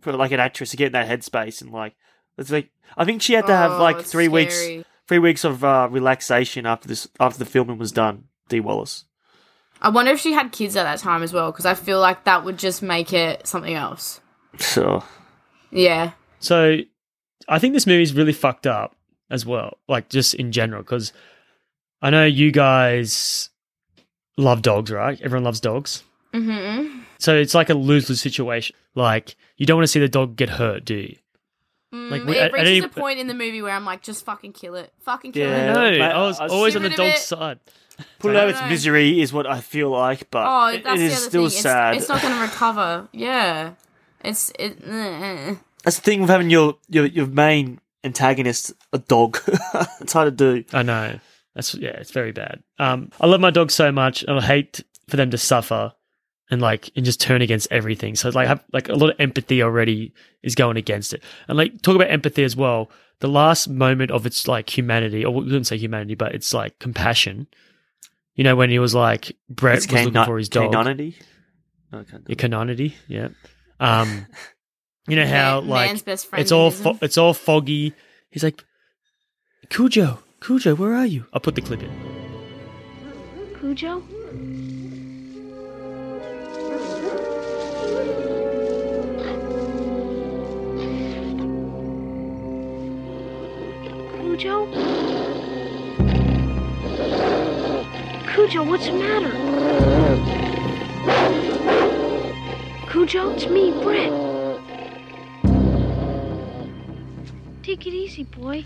Speaker 5: for like an actress to get in that headspace and like It's like I think she had to have
Speaker 4: Oh,
Speaker 5: like
Speaker 4: it's
Speaker 5: three weeks,
Speaker 4: scary.
Speaker 5: three weeks of uh, relaxation after this, after the filming was done. D Wallace.
Speaker 4: I wonder if she had kids at that time as well, because I feel like that would just make it something else.
Speaker 5: So
Speaker 4: Yeah.
Speaker 3: So I think this movie's really fucked up as well, like just in general, because I know you guys love dogs, right? Everyone loves dogs.
Speaker 4: Mm-hmm.
Speaker 3: So it's like a lose lose situation. Like you don't want to see the dog get hurt, do you? Like, we-
Speaker 4: Mm, it
Speaker 3: at- at
Speaker 4: reaches
Speaker 3: any-
Speaker 4: a point in the movie where I'm like, just fucking kill it. Fucking kill
Speaker 5: Yeah.
Speaker 4: it.
Speaker 3: No,
Speaker 5: but
Speaker 3: I was
Speaker 5: I was-
Speaker 3: always on
Speaker 4: Give
Speaker 3: the
Speaker 4: it a
Speaker 3: dog's
Speaker 4: bit.
Speaker 3: side.
Speaker 5: put it
Speaker 3: Like-
Speaker 5: out of its
Speaker 4: No.
Speaker 5: misery is what I feel like, but
Speaker 4: Oh,
Speaker 5: it-
Speaker 4: that's
Speaker 5: it
Speaker 4: the
Speaker 5: is
Speaker 4: other
Speaker 5: still
Speaker 4: thing.
Speaker 5: sad.
Speaker 4: It's, it's not going to recover. Yeah. It's it. eh.
Speaker 5: That's the thing with having your your, your main antagonist a dog. it's hard to do.
Speaker 3: I know. That's yeah, it's very bad. Um, I love my dog so much, and I hate for them to suffer and like and just turn against everything. So it's like have, like a lot of empathy already is going against it. And like talk about empathy as well. The last moment of its like humanity, or we wouldn't say humanity, but it's like compassion. You know when he was like Brett
Speaker 5: It's
Speaker 3: was looking
Speaker 5: cani-
Speaker 3: for his dog,
Speaker 5: caninity. No, I can't do
Speaker 3: your
Speaker 5: it.
Speaker 3: canonity, yeah. Um, you know how
Speaker 4: Man-
Speaker 3: like
Speaker 4: man's best friend.
Speaker 3: it's all fo- it's all foggy. He's like, Cujo, Cujo, where are you? I'll put the clip in.
Speaker 2: Cujo? Cujo? Cujo, what's the matter? Cujo, it's me, Brett. Take it easy, boy.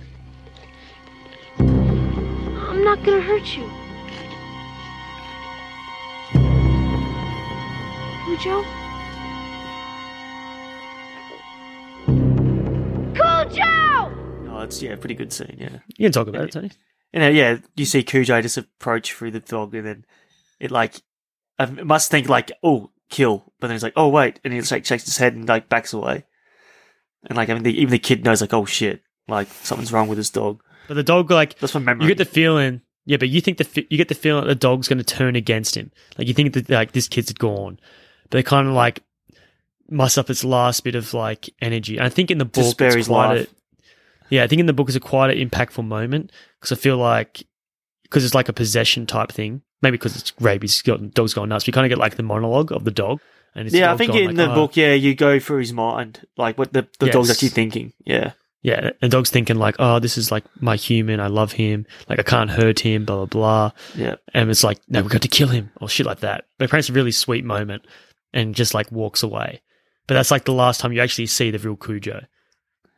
Speaker 2: I'm not gonna hurt you. Cujo? Cujo!
Speaker 5: Oh, it's yeah, pretty good scene. Yeah,
Speaker 3: You can talk about it, Tony.
Speaker 5: you know, yeah, you see Cujo just approach through the dog, and then it like I must think like oh kill, but then it's like oh wait, and he just, like shakes his head and like backs away, and like I mean the, even the kid knows like oh shit, like something's wrong with this dog.
Speaker 3: But the dog, like,
Speaker 5: That's my memory.
Speaker 3: you get the feeling, yeah, but you think the fe- you get the feeling that the dog's going to turn against him. Like you think that like this kid's gone, but they kind of like muss up its last bit of like energy. And I think in the book,
Speaker 5: spare
Speaker 3: it's
Speaker 5: his
Speaker 3: quite
Speaker 5: life.
Speaker 3: A, yeah, I think in the book it's a quite an impactful moment because I feel like because it's like a possession type thing. Maybe because it's rabies, it's got, dog's gone nuts. We kind of get like the monologue of the dog, and it's
Speaker 5: yeah, I
Speaker 3: dog
Speaker 5: think
Speaker 3: gone,
Speaker 5: in
Speaker 3: like,
Speaker 5: the
Speaker 3: "Oh."
Speaker 5: book, yeah, you go through his mind, like what the, the dog's
Speaker 3: Yes.
Speaker 5: actually thinking. Yeah,
Speaker 3: Yeah, and the dog's thinking like, "Oh, this is like my human. I love him. Like I can't hurt him." Blah blah blah.
Speaker 5: yeah.
Speaker 3: and it's like, no, we've got to kill him or shit like that. But apparently, it's a really sweet moment and just like walks away. But that's like the last time you actually see the real Cujo.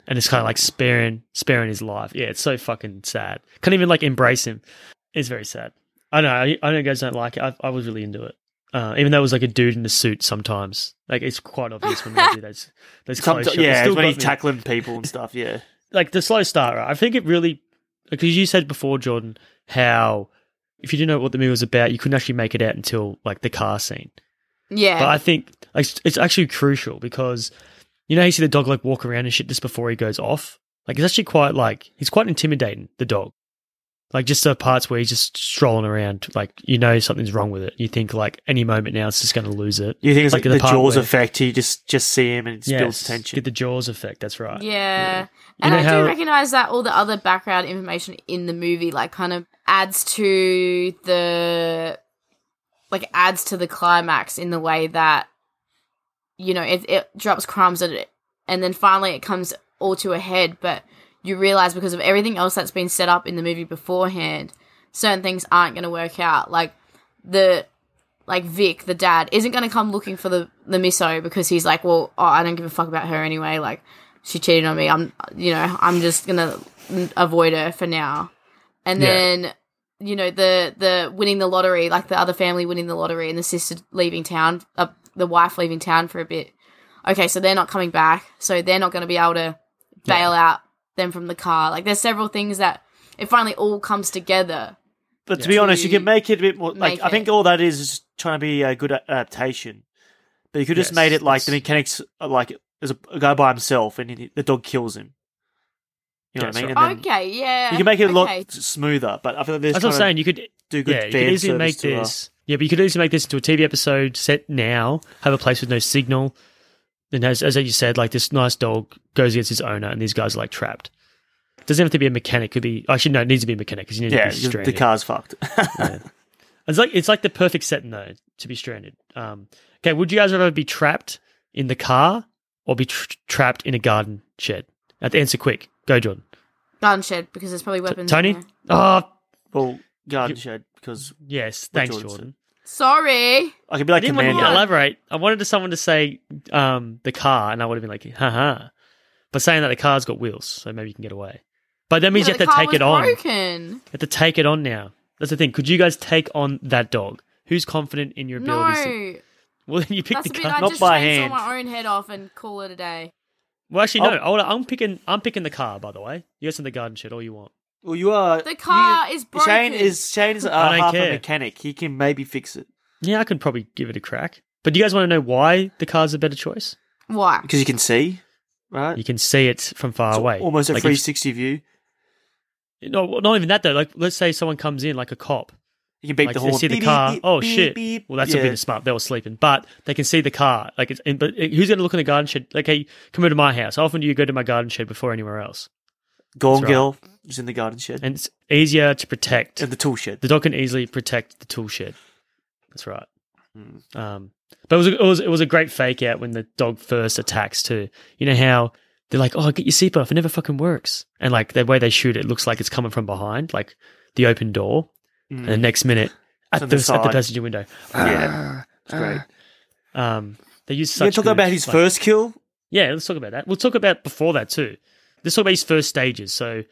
Speaker 3: And it's kind of like sparing, sparing his life. Yeah, it's so fucking sad. Can't even like embrace him. It's very sad. I know. I, I know you guys don't like it. I, I was really into it. Uh, even though it was like a dude in a suit sometimes. Like it's quite obvious when they do those, those close
Speaker 5: Sometimes,
Speaker 3: shots. It
Speaker 5: yeah,
Speaker 3: still
Speaker 5: it's when
Speaker 3: got
Speaker 5: he's
Speaker 3: me
Speaker 5: tackling people and stuff. Yeah,
Speaker 3: like the slow start, right? I think it really because you said before, Jordan, how if you didn't know what the movie was about, you couldn't actually make it out until like the car scene.
Speaker 4: Yeah.
Speaker 3: But I think like, it's- it's actually crucial because you know how you see the dog like walk around and shit just before he goes off. Like it's actually quite like he's quite intimidating the dog. Like just the parts where he's just strolling around, like you know something's wrong with it. You think like any moment now it's just going to lose it.
Speaker 5: you think it's like,
Speaker 3: Like in
Speaker 5: the,
Speaker 3: the part
Speaker 5: jaws
Speaker 3: where-
Speaker 5: effect. You just just see him and it just builds
Speaker 3: Yes,
Speaker 5: tension.
Speaker 3: Get the jaws effect. That's right.
Speaker 4: Yeah.
Speaker 3: You
Speaker 4: And
Speaker 3: know
Speaker 4: I
Speaker 3: how-
Speaker 4: do recognize that all the other background information in the movie like kind of adds to the like adds to the climax in the way that you know it, it drops crumbs at it and then finally it comes all to a head but you realize because of everything else that's been set up in the movie beforehand certain things aren't going to work out like the like Vic, the dad, isn't going to come looking for the the miso because he's like, well, oh, I don't give a fuck about her anyway. Like, she cheated on me. I'm, you know, I'm just gonna avoid her for now. And
Speaker 3: Yeah.
Speaker 4: then, you know, the the winning the lottery, like the other family winning the lottery, and the sister leaving town, uh, the wife leaving town for a bit. Okay, so they're not coming back, so they're not going to be able to bail out them from the car. Like, there's several things that it finally all comes together.
Speaker 5: But to be honest, you
Speaker 4: To
Speaker 5: can make it a bit more. Like
Speaker 4: make
Speaker 5: I think
Speaker 4: it-
Speaker 5: all that is is trying to be a good a- adaptation. But you could just
Speaker 3: Yes,
Speaker 5: made it like the
Speaker 3: that's-
Speaker 5: mechanics, are like there's a, a guy by himself and he, the dog kills him. You
Speaker 3: Yeah,
Speaker 5: know what I mean?
Speaker 3: that's
Speaker 5: And then
Speaker 4: okay, yeah.
Speaker 5: You can make it a lot
Speaker 4: Okay.
Speaker 5: smoother, but I feel like this.
Speaker 3: That's what I'm saying. You could
Speaker 5: Do good
Speaker 3: yeah, you
Speaker 5: fan
Speaker 3: could easily
Speaker 5: service
Speaker 3: make
Speaker 5: to, uh,
Speaker 3: this. Yeah, but you could easily make this into a TV episode set now. Have a place with no signal. And as, as you said, like this nice dog goes against his owner, and these guys are like trapped. Doesn't have to be a mechanic. Could be actually no. It needs to be a mechanic because you need
Speaker 5: Yeah,
Speaker 3: to be
Speaker 5: the-
Speaker 3: stranded.
Speaker 5: the car's fucked.
Speaker 3: It's like it's like the perfect setting though to be stranded. Um, okay, would you guys rather be trapped in the car or be tr trapped in a garden shed? Now, the answer quick. Go, Jordan.
Speaker 4: Gun shed because there's probably
Speaker 3: T-
Speaker 4: weapons. in
Speaker 3: Tony.
Speaker 4: there.
Speaker 3: Oh,
Speaker 5: well, garden
Speaker 3: You-
Speaker 5: shed because
Speaker 3: yes. Thanks,
Speaker 5: Jordan said.
Speaker 3: Jordan.
Speaker 4: Sorry.
Speaker 5: I could be like
Speaker 3: I didn't want him to
Speaker 5: Commando.
Speaker 3: elaborate. I wanted to someone to say um, the car, and I would have been like, haha. But saying that the car's got wheels, so maybe you can get away. But that means
Speaker 4: Yeah,
Speaker 3: you
Speaker 4: the
Speaker 3: have to
Speaker 4: car
Speaker 3: take
Speaker 4: was
Speaker 3: it on.
Speaker 4: Broken.
Speaker 3: You have to take it on now. That's the thing. Could you guys take on that dog? Who's confident in your abilities? to-
Speaker 4: No,
Speaker 3: Well, then you pick
Speaker 4: that's
Speaker 3: the
Speaker 4: a bit.
Speaker 3: car.
Speaker 4: I
Speaker 5: Not
Speaker 4: just
Speaker 5: by
Speaker 4: chainsaw
Speaker 5: hand.
Speaker 4: my own head off and call it a day.
Speaker 3: Well, actually, no.
Speaker 5: I'll-
Speaker 3: I'll, I'm picking. I'm picking the car. By the way, you guys in the garden shed all you want.
Speaker 5: Well, you are.
Speaker 4: The car
Speaker 5: you-
Speaker 4: is broken.
Speaker 5: Shane is Shane is uh,
Speaker 3: I don't
Speaker 5: half
Speaker 3: care.
Speaker 5: a mechanic. He can maybe fix it
Speaker 3: Yeah, I can probably give it a crack. But do you guys want to know why the car's a better choice?
Speaker 4: Why?
Speaker 5: because you can see, right?
Speaker 3: You can see it from far
Speaker 5: It's
Speaker 3: away.
Speaker 5: Almost a
Speaker 3: Like,
Speaker 5: three
Speaker 3: if-
Speaker 5: sixty view.
Speaker 3: No, well, not even that though. Like, let's say someone comes in, like a cop.
Speaker 5: You can beat
Speaker 3: Like,
Speaker 5: the
Speaker 3: they
Speaker 5: horn.
Speaker 3: see the
Speaker 5: Beep,
Speaker 3: car.
Speaker 5: beep,
Speaker 3: oh
Speaker 5: beep,
Speaker 3: shit!
Speaker 5: beep.
Speaker 3: Well, that's
Speaker 5: yeah.
Speaker 3: a bit of smart. They were sleeping, but they can see the car. Like, it's, and, but who's going to look in the garden shed? Like, hey, come over to my house. How often do you go to my garden shed before anywhere else?
Speaker 5: Gone
Speaker 3: That's
Speaker 5: Girl is in the garden shed and,
Speaker 3: And it's easier to protect.
Speaker 5: the tool shed.
Speaker 3: The dog can easily protect the tool shed. That's right.
Speaker 5: Hmm.
Speaker 3: Um, but it was, a, it was it was a great fake out when the dog first attacks too. You know how they're like, "Oh, get your seatbelt off," it never fucking works. And like the way they shoot, it looks like it's coming from behind, like the open door. And the next minute, at
Speaker 5: Hmm. on
Speaker 3: the,
Speaker 5: the
Speaker 3: at the
Speaker 5: side.
Speaker 3: passenger window.
Speaker 5: Mm. yeah, it's great.
Speaker 3: Um, they use Ah,
Speaker 5: You're
Speaker 3: such.
Speaker 5: talking
Speaker 3: good,
Speaker 5: about his
Speaker 3: like-
Speaker 5: first kill.
Speaker 3: yeah, let's talk about that. We'll talk about before that too. Let's talk about his first stages. So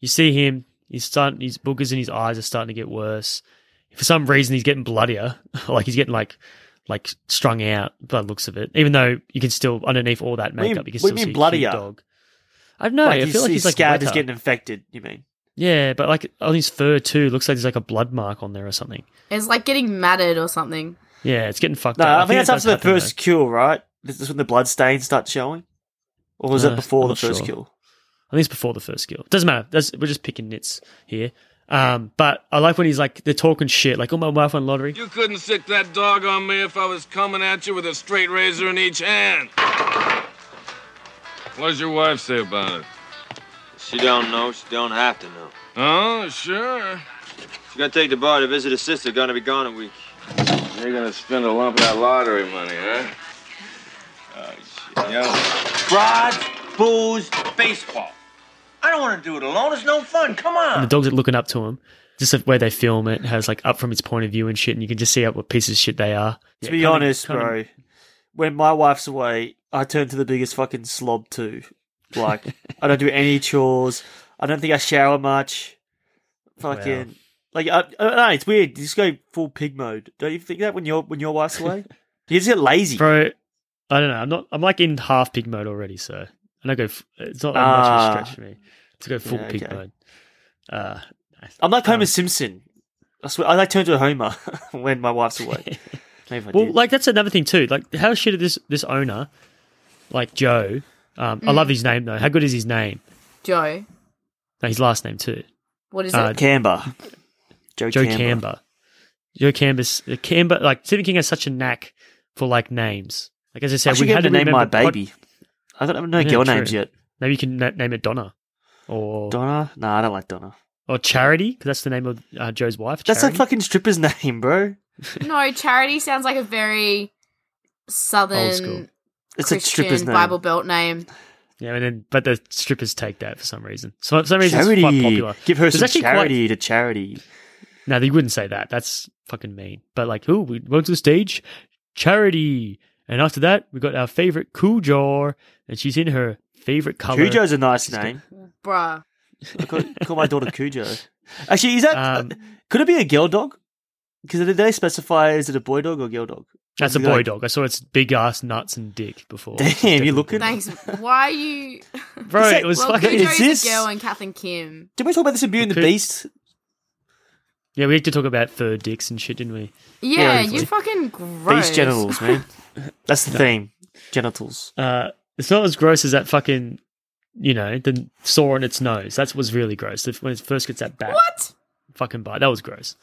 Speaker 3: you see him, he's starting his boogers in his eyes are starting to get worse. For some reason he's getting bloodier. like he's getting like like strung out by the looks of it. Even though you can still underneath all that
Speaker 5: do you-
Speaker 3: makeup, you can still
Speaker 5: what do you mean
Speaker 3: see
Speaker 5: bloodier?
Speaker 3: a cute dog. I don't know.
Speaker 5: like
Speaker 3: I
Speaker 5: his,
Speaker 3: feel like
Speaker 5: his
Speaker 3: he's like
Speaker 5: scab is
Speaker 3: wetter.
Speaker 5: getting infected. You mean?
Speaker 3: Yeah, but like on his fur too, looks like there's like a blood mark on there or something.
Speaker 4: It's like getting matted or something.
Speaker 3: Yeah, it's getting fucked
Speaker 5: No,
Speaker 3: up.
Speaker 5: I, think that's
Speaker 3: it
Speaker 5: after the
Speaker 3: does happen,
Speaker 5: first kill, right? This is when the blood stains start showing, or was
Speaker 3: Uh,
Speaker 5: it before
Speaker 3: I'm
Speaker 5: the
Speaker 3: not
Speaker 5: first
Speaker 3: sure.
Speaker 5: kill?
Speaker 3: I think it's before the first skill. Doesn't matter. That's, we're just picking nits here. Um, but I like when he's like they're talking shit, like, "Oh, my wife won lottery."
Speaker 7: You couldn't sick that dog on me if I was coming at you with a straight razor in each hand. What does your wife say about it?
Speaker 8: She don't know. She don't have to know.
Speaker 7: Oh, sure.
Speaker 8: She's gonna take the bar to visit her sister. Gonna be gone a week.
Speaker 7: You're gonna spend a lump of that lottery money, huh?
Speaker 8: Yo. Broads, booze, baseball. I don't want to do it alone. It's no fun. Come
Speaker 3: And the
Speaker 8: on.
Speaker 3: dogs are looking up to him. Just the way they film it has like up from his point of view and shit, and you can just see out what pieces of shit they are.
Speaker 5: To
Speaker 3: Yeah,
Speaker 5: be
Speaker 3: kinda-
Speaker 5: honest,
Speaker 3: kinda-
Speaker 5: bro, when my wife's away, I turn to the biggest fucking slob too. Like, I don't do any chores. I don't think I shower much. Fucking
Speaker 3: Wow.
Speaker 5: like, I, I don't know. It's weird. You just go full pig mode. Don't you think that when your when your wife's away, you just get lazy.
Speaker 3: bro. I don't know. I'm not. I'm like in half pig mode already, so and I go. f- It's not like
Speaker 5: Ah.
Speaker 3: much of a stretch for me to go full
Speaker 5: Yeah,
Speaker 3: pig
Speaker 5: okay.
Speaker 3: mode. Uh,
Speaker 5: I'm like Homer
Speaker 3: Um,
Speaker 5: Simpson. I swear, I like turn to a Homer when my wife's away. Maybe if I
Speaker 3: Well,
Speaker 5: did.
Speaker 3: like that's another thing too. Like how shit did this this owner, like Joe. Um, I love his name though. How good is his name?
Speaker 4: Joe,
Speaker 3: No, his last name too.
Speaker 4: what is
Speaker 3: Uh,
Speaker 4: it?
Speaker 5: Canberra. Joe,
Speaker 3: Joe
Speaker 5: Canberra.
Speaker 3: Camber. Joe Camber's Camber. Like Stephen King has such a knack for like names. Like as I
Speaker 5: I
Speaker 3: said,
Speaker 5: should
Speaker 3: we
Speaker 5: get
Speaker 3: had
Speaker 5: to
Speaker 3: to
Speaker 5: name my
Speaker 3: remember pod-
Speaker 5: baby. I don't even know
Speaker 3: Yeah,
Speaker 5: girl
Speaker 3: true.
Speaker 5: names yet.
Speaker 3: Maybe you can na- name it Donna, or
Speaker 5: Donna? No, I don't like Donna.
Speaker 3: or Charity because that's the name of uh, Joe's wife.
Speaker 5: That's
Speaker 3: Charity.
Speaker 5: a fucking stripper's name, bro.
Speaker 4: No, charity sounds like a very
Speaker 3: Old school.
Speaker 4: southern
Speaker 5: It's a stripper's
Speaker 4: Christian
Speaker 5: name.
Speaker 4: Bible Belt name.
Speaker 3: yeah. And then but the strippers take that for some reason. So for some reason
Speaker 5: charity.
Speaker 3: it's quite popular.
Speaker 5: Give her
Speaker 3: There's
Speaker 5: some
Speaker 3: actually quite-
Speaker 5: charity to charity.
Speaker 3: No, they wouldn't say that. That's fucking mean. But like, ooh, we went to the stage, charity, and after that we got our favorite cool jar, and she's in her favorite color.
Speaker 5: Cujo's a nice name.
Speaker 4: Bruh.
Speaker 5: I call, call my daughter Cujo. Actually, is that
Speaker 3: Um,
Speaker 5: could it be a girl dog? Because did they specify is it a boy dog or girl dog?
Speaker 3: That's a
Speaker 5: Like-
Speaker 3: boy dog. I saw its big ass nuts and dick before.
Speaker 5: Damn, you looking?
Speaker 4: Thanks. Why are you.
Speaker 3: bro? It was
Speaker 4: well,
Speaker 3: fucking.
Speaker 5: Cujo-
Speaker 4: Cujo's
Speaker 5: this-
Speaker 4: a girl and Kath Kim.
Speaker 5: Did we talk about this in Beauty and the
Speaker 3: Okay.
Speaker 5: Beast?
Speaker 3: Yeah, we had to talk about fur dicks and shit, didn't we?
Speaker 4: Yeah,
Speaker 5: Beautiful.
Speaker 4: you fucking gross.
Speaker 5: Beast genitals, man. That's the theme. Genitals.
Speaker 3: Uh, it's not as gross as that fucking, you know, the sore on its nose. That was really gross. The- When it first gets that back
Speaker 4: What?
Speaker 3: fucking bite, that was gross.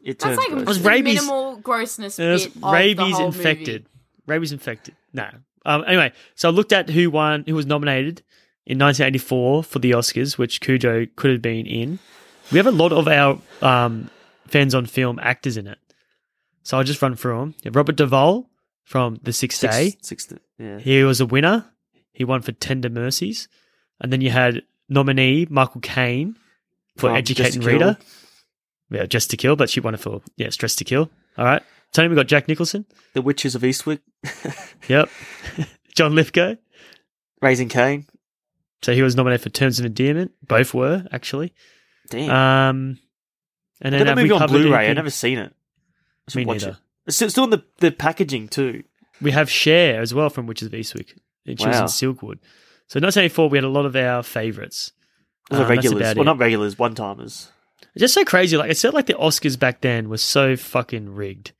Speaker 5: It turns
Speaker 4: That's like
Speaker 5: gross.
Speaker 3: was
Speaker 4: the
Speaker 3: rabies.
Speaker 4: minimal grossness.
Speaker 3: And it was
Speaker 4: bit of the
Speaker 3: rabies
Speaker 4: whole
Speaker 3: infected.
Speaker 4: movie.
Speaker 3: Rabies infected. No, Um, anyway, so I looked at who won, who was nominated in 1984 for the Oscars, which Cujo could have been in. We have a lot of our um, fans on film actors in it, so I'll just run through them. You have Robert Duvall from The Sixth
Speaker 5: Six-
Speaker 3: Day.
Speaker 5: six- yeah.
Speaker 3: He was a winner. He won for Tender Mercies, and then you had nominee Michael Caine for
Speaker 5: From Just to
Speaker 3: Educating
Speaker 5: Kill.
Speaker 3: Rita. Yeah, Just to Kill, but she won it for yeah, Stress to Kill. All right, Tony, we got Jack Nicholson.
Speaker 5: The Witches of Eastwick,
Speaker 3: Yep, John Lithgow.
Speaker 5: Raising Cain.
Speaker 3: So he was nominated for Terms of Endearment. Both were actually.
Speaker 5: Damn.
Speaker 3: Um, and then
Speaker 5: I got that
Speaker 3: have we
Speaker 5: movie on
Speaker 3: covered
Speaker 5: Blu-ray.
Speaker 3: anything-
Speaker 5: I've never seen it. I should
Speaker 3: Me
Speaker 5: watch
Speaker 3: neither.
Speaker 5: it. It's still, still in the, the packaging too.
Speaker 3: We have Cher as well from Witches of Eastwick. And she
Speaker 5: Wow.
Speaker 3: was in Silkwood. So 1984, we had a lot of our favourites.
Speaker 5: Those are
Speaker 3: Um, that's
Speaker 5: regulars.
Speaker 3: about
Speaker 5: Well,
Speaker 3: it.
Speaker 5: not regulars, one timers.
Speaker 3: It's just so crazy. Like it felt like the Oscars back then was so fucking rigged.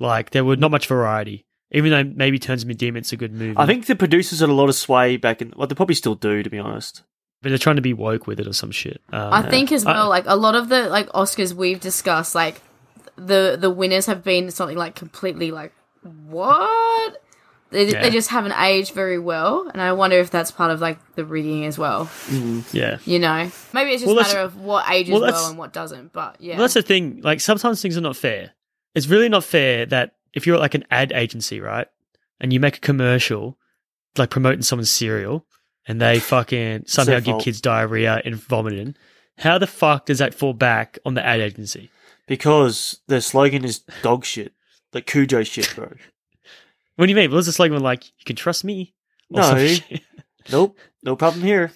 Speaker 3: Like there were not much variety. Even though maybe Turns Me Demon's a good movie.
Speaker 5: I think the producers had a lot of sway back in. Well, they probably still do, to be honest.
Speaker 3: but they're trying to be woke with it or some shit. Um,
Speaker 4: I think as well, like a lot of the like Oscars we've discussed, like the the winners have been something like completely like what they
Speaker 3: Yeah.
Speaker 4: they just haven't aged very well, and I wonder if that's part of like the rigging as well.
Speaker 3: yeah.
Speaker 4: You know, maybe it's just
Speaker 3: Well,
Speaker 4: a
Speaker 3: that's-
Speaker 4: matter of what ages
Speaker 3: well,
Speaker 4: well,
Speaker 3: that's-
Speaker 4: and what doesn't. But yeah,
Speaker 3: Well, that's the thing. Like sometimes things are not fair. It's really not fair that if you're like an ad agency, right, and you make a commercial, like promoting someone's cereal, and they fucking somehow
Speaker 5: their
Speaker 3: give
Speaker 5: fault.
Speaker 3: kids diarrhea and vomiting, how the fuck does that fall back on the ad agency?
Speaker 5: Because their slogan is dog shit. Like Cujo shit, bro.
Speaker 3: What do you mean? What was the slogan like? You can trust me. or some
Speaker 5: No.
Speaker 3: shit?
Speaker 5: nope. No problem here.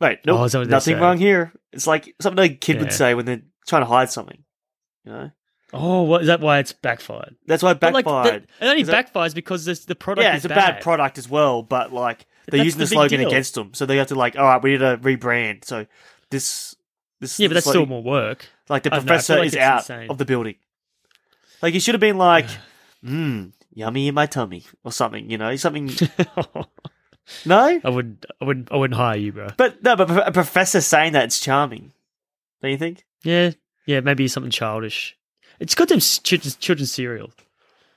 Speaker 5: Right. Nope.
Speaker 3: Oh, is that what they
Speaker 5: nothing
Speaker 3: say?
Speaker 5: wrong here. It's like something a kid
Speaker 3: Yeah.
Speaker 5: would say when they're trying to hide something. You know?
Speaker 3: Oh, what, is that why it's backfired?
Speaker 5: That's why it
Speaker 3: But, like,
Speaker 5: backfired.
Speaker 3: the- it only
Speaker 5: Is that-
Speaker 3: backfires because this, the product
Speaker 5: yeah,
Speaker 3: is
Speaker 5: it's a bad. product as well, but like they're
Speaker 3: That's
Speaker 5: using
Speaker 3: the
Speaker 5: the,
Speaker 3: big
Speaker 5: slogan
Speaker 3: deal.
Speaker 5: against them, so they have to like, all right, we need to rebrand. So this, this,
Speaker 3: Yeah, but that's
Speaker 5: like,
Speaker 3: still more work.
Speaker 5: Like the
Speaker 3: I don't know, I
Speaker 5: professor
Speaker 3: feel like
Speaker 5: is
Speaker 3: it's
Speaker 5: out
Speaker 3: insane.
Speaker 5: of the building. Like he should have been like, mmm, yummy in my tummy or something. You know, something. no,
Speaker 3: I wouldn't. I wouldn't. I wouldn't hire you, bro.
Speaker 5: but no, but a professor saying that it's charming. Don't you think?
Speaker 3: Yeah, yeah, maybe something childish. It's goddamn s- children's, children's cereal,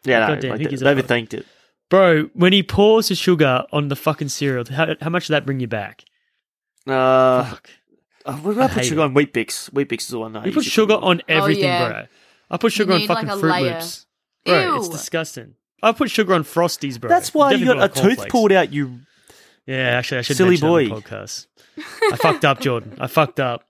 Speaker 5: Yeah, no,
Speaker 3: Oh, Goddamn,
Speaker 5: like
Speaker 3: who
Speaker 5: they,
Speaker 3: gives a
Speaker 5: they
Speaker 3: fuck?
Speaker 5: overthinked it.
Speaker 3: bro. When he pours the sugar on the fucking cereal, how, how much did that bring you back?
Speaker 5: Uh,
Speaker 3: Fuck.
Speaker 5: oh, we're gonna
Speaker 3: I
Speaker 5: put
Speaker 3: hate
Speaker 5: sugar
Speaker 3: it.
Speaker 5: on wheat bix. Wheat bix is the one. that I
Speaker 3: We put
Speaker 5: usually
Speaker 3: sugar on everything,
Speaker 4: Oh, yeah.
Speaker 3: bro. I put sugar on
Speaker 4: need,
Speaker 3: fucking
Speaker 4: like, a
Speaker 3: Fruit
Speaker 4: layer.
Speaker 3: Loops, bro. It's
Speaker 4: Ew.
Speaker 3: disgusting. I put sugar on Frosties, bro.
Speaker 5: That's why you
Speaker 3: Definitely
Speaker 5: got
Speaker 3: put
Speaker 5: a
Speaker 3: on
Speaker 5: tooth
Speaker 3: cornflakes.
Speaker 5: pulled out. You
Speaker 3: Yeah, actually, I should
Speaker 5: Silly
Speaker 3: mention boy. on
Speaker 5: boy.
Speaker 3: the podcast. I fucked up, Jordan. I fucked up.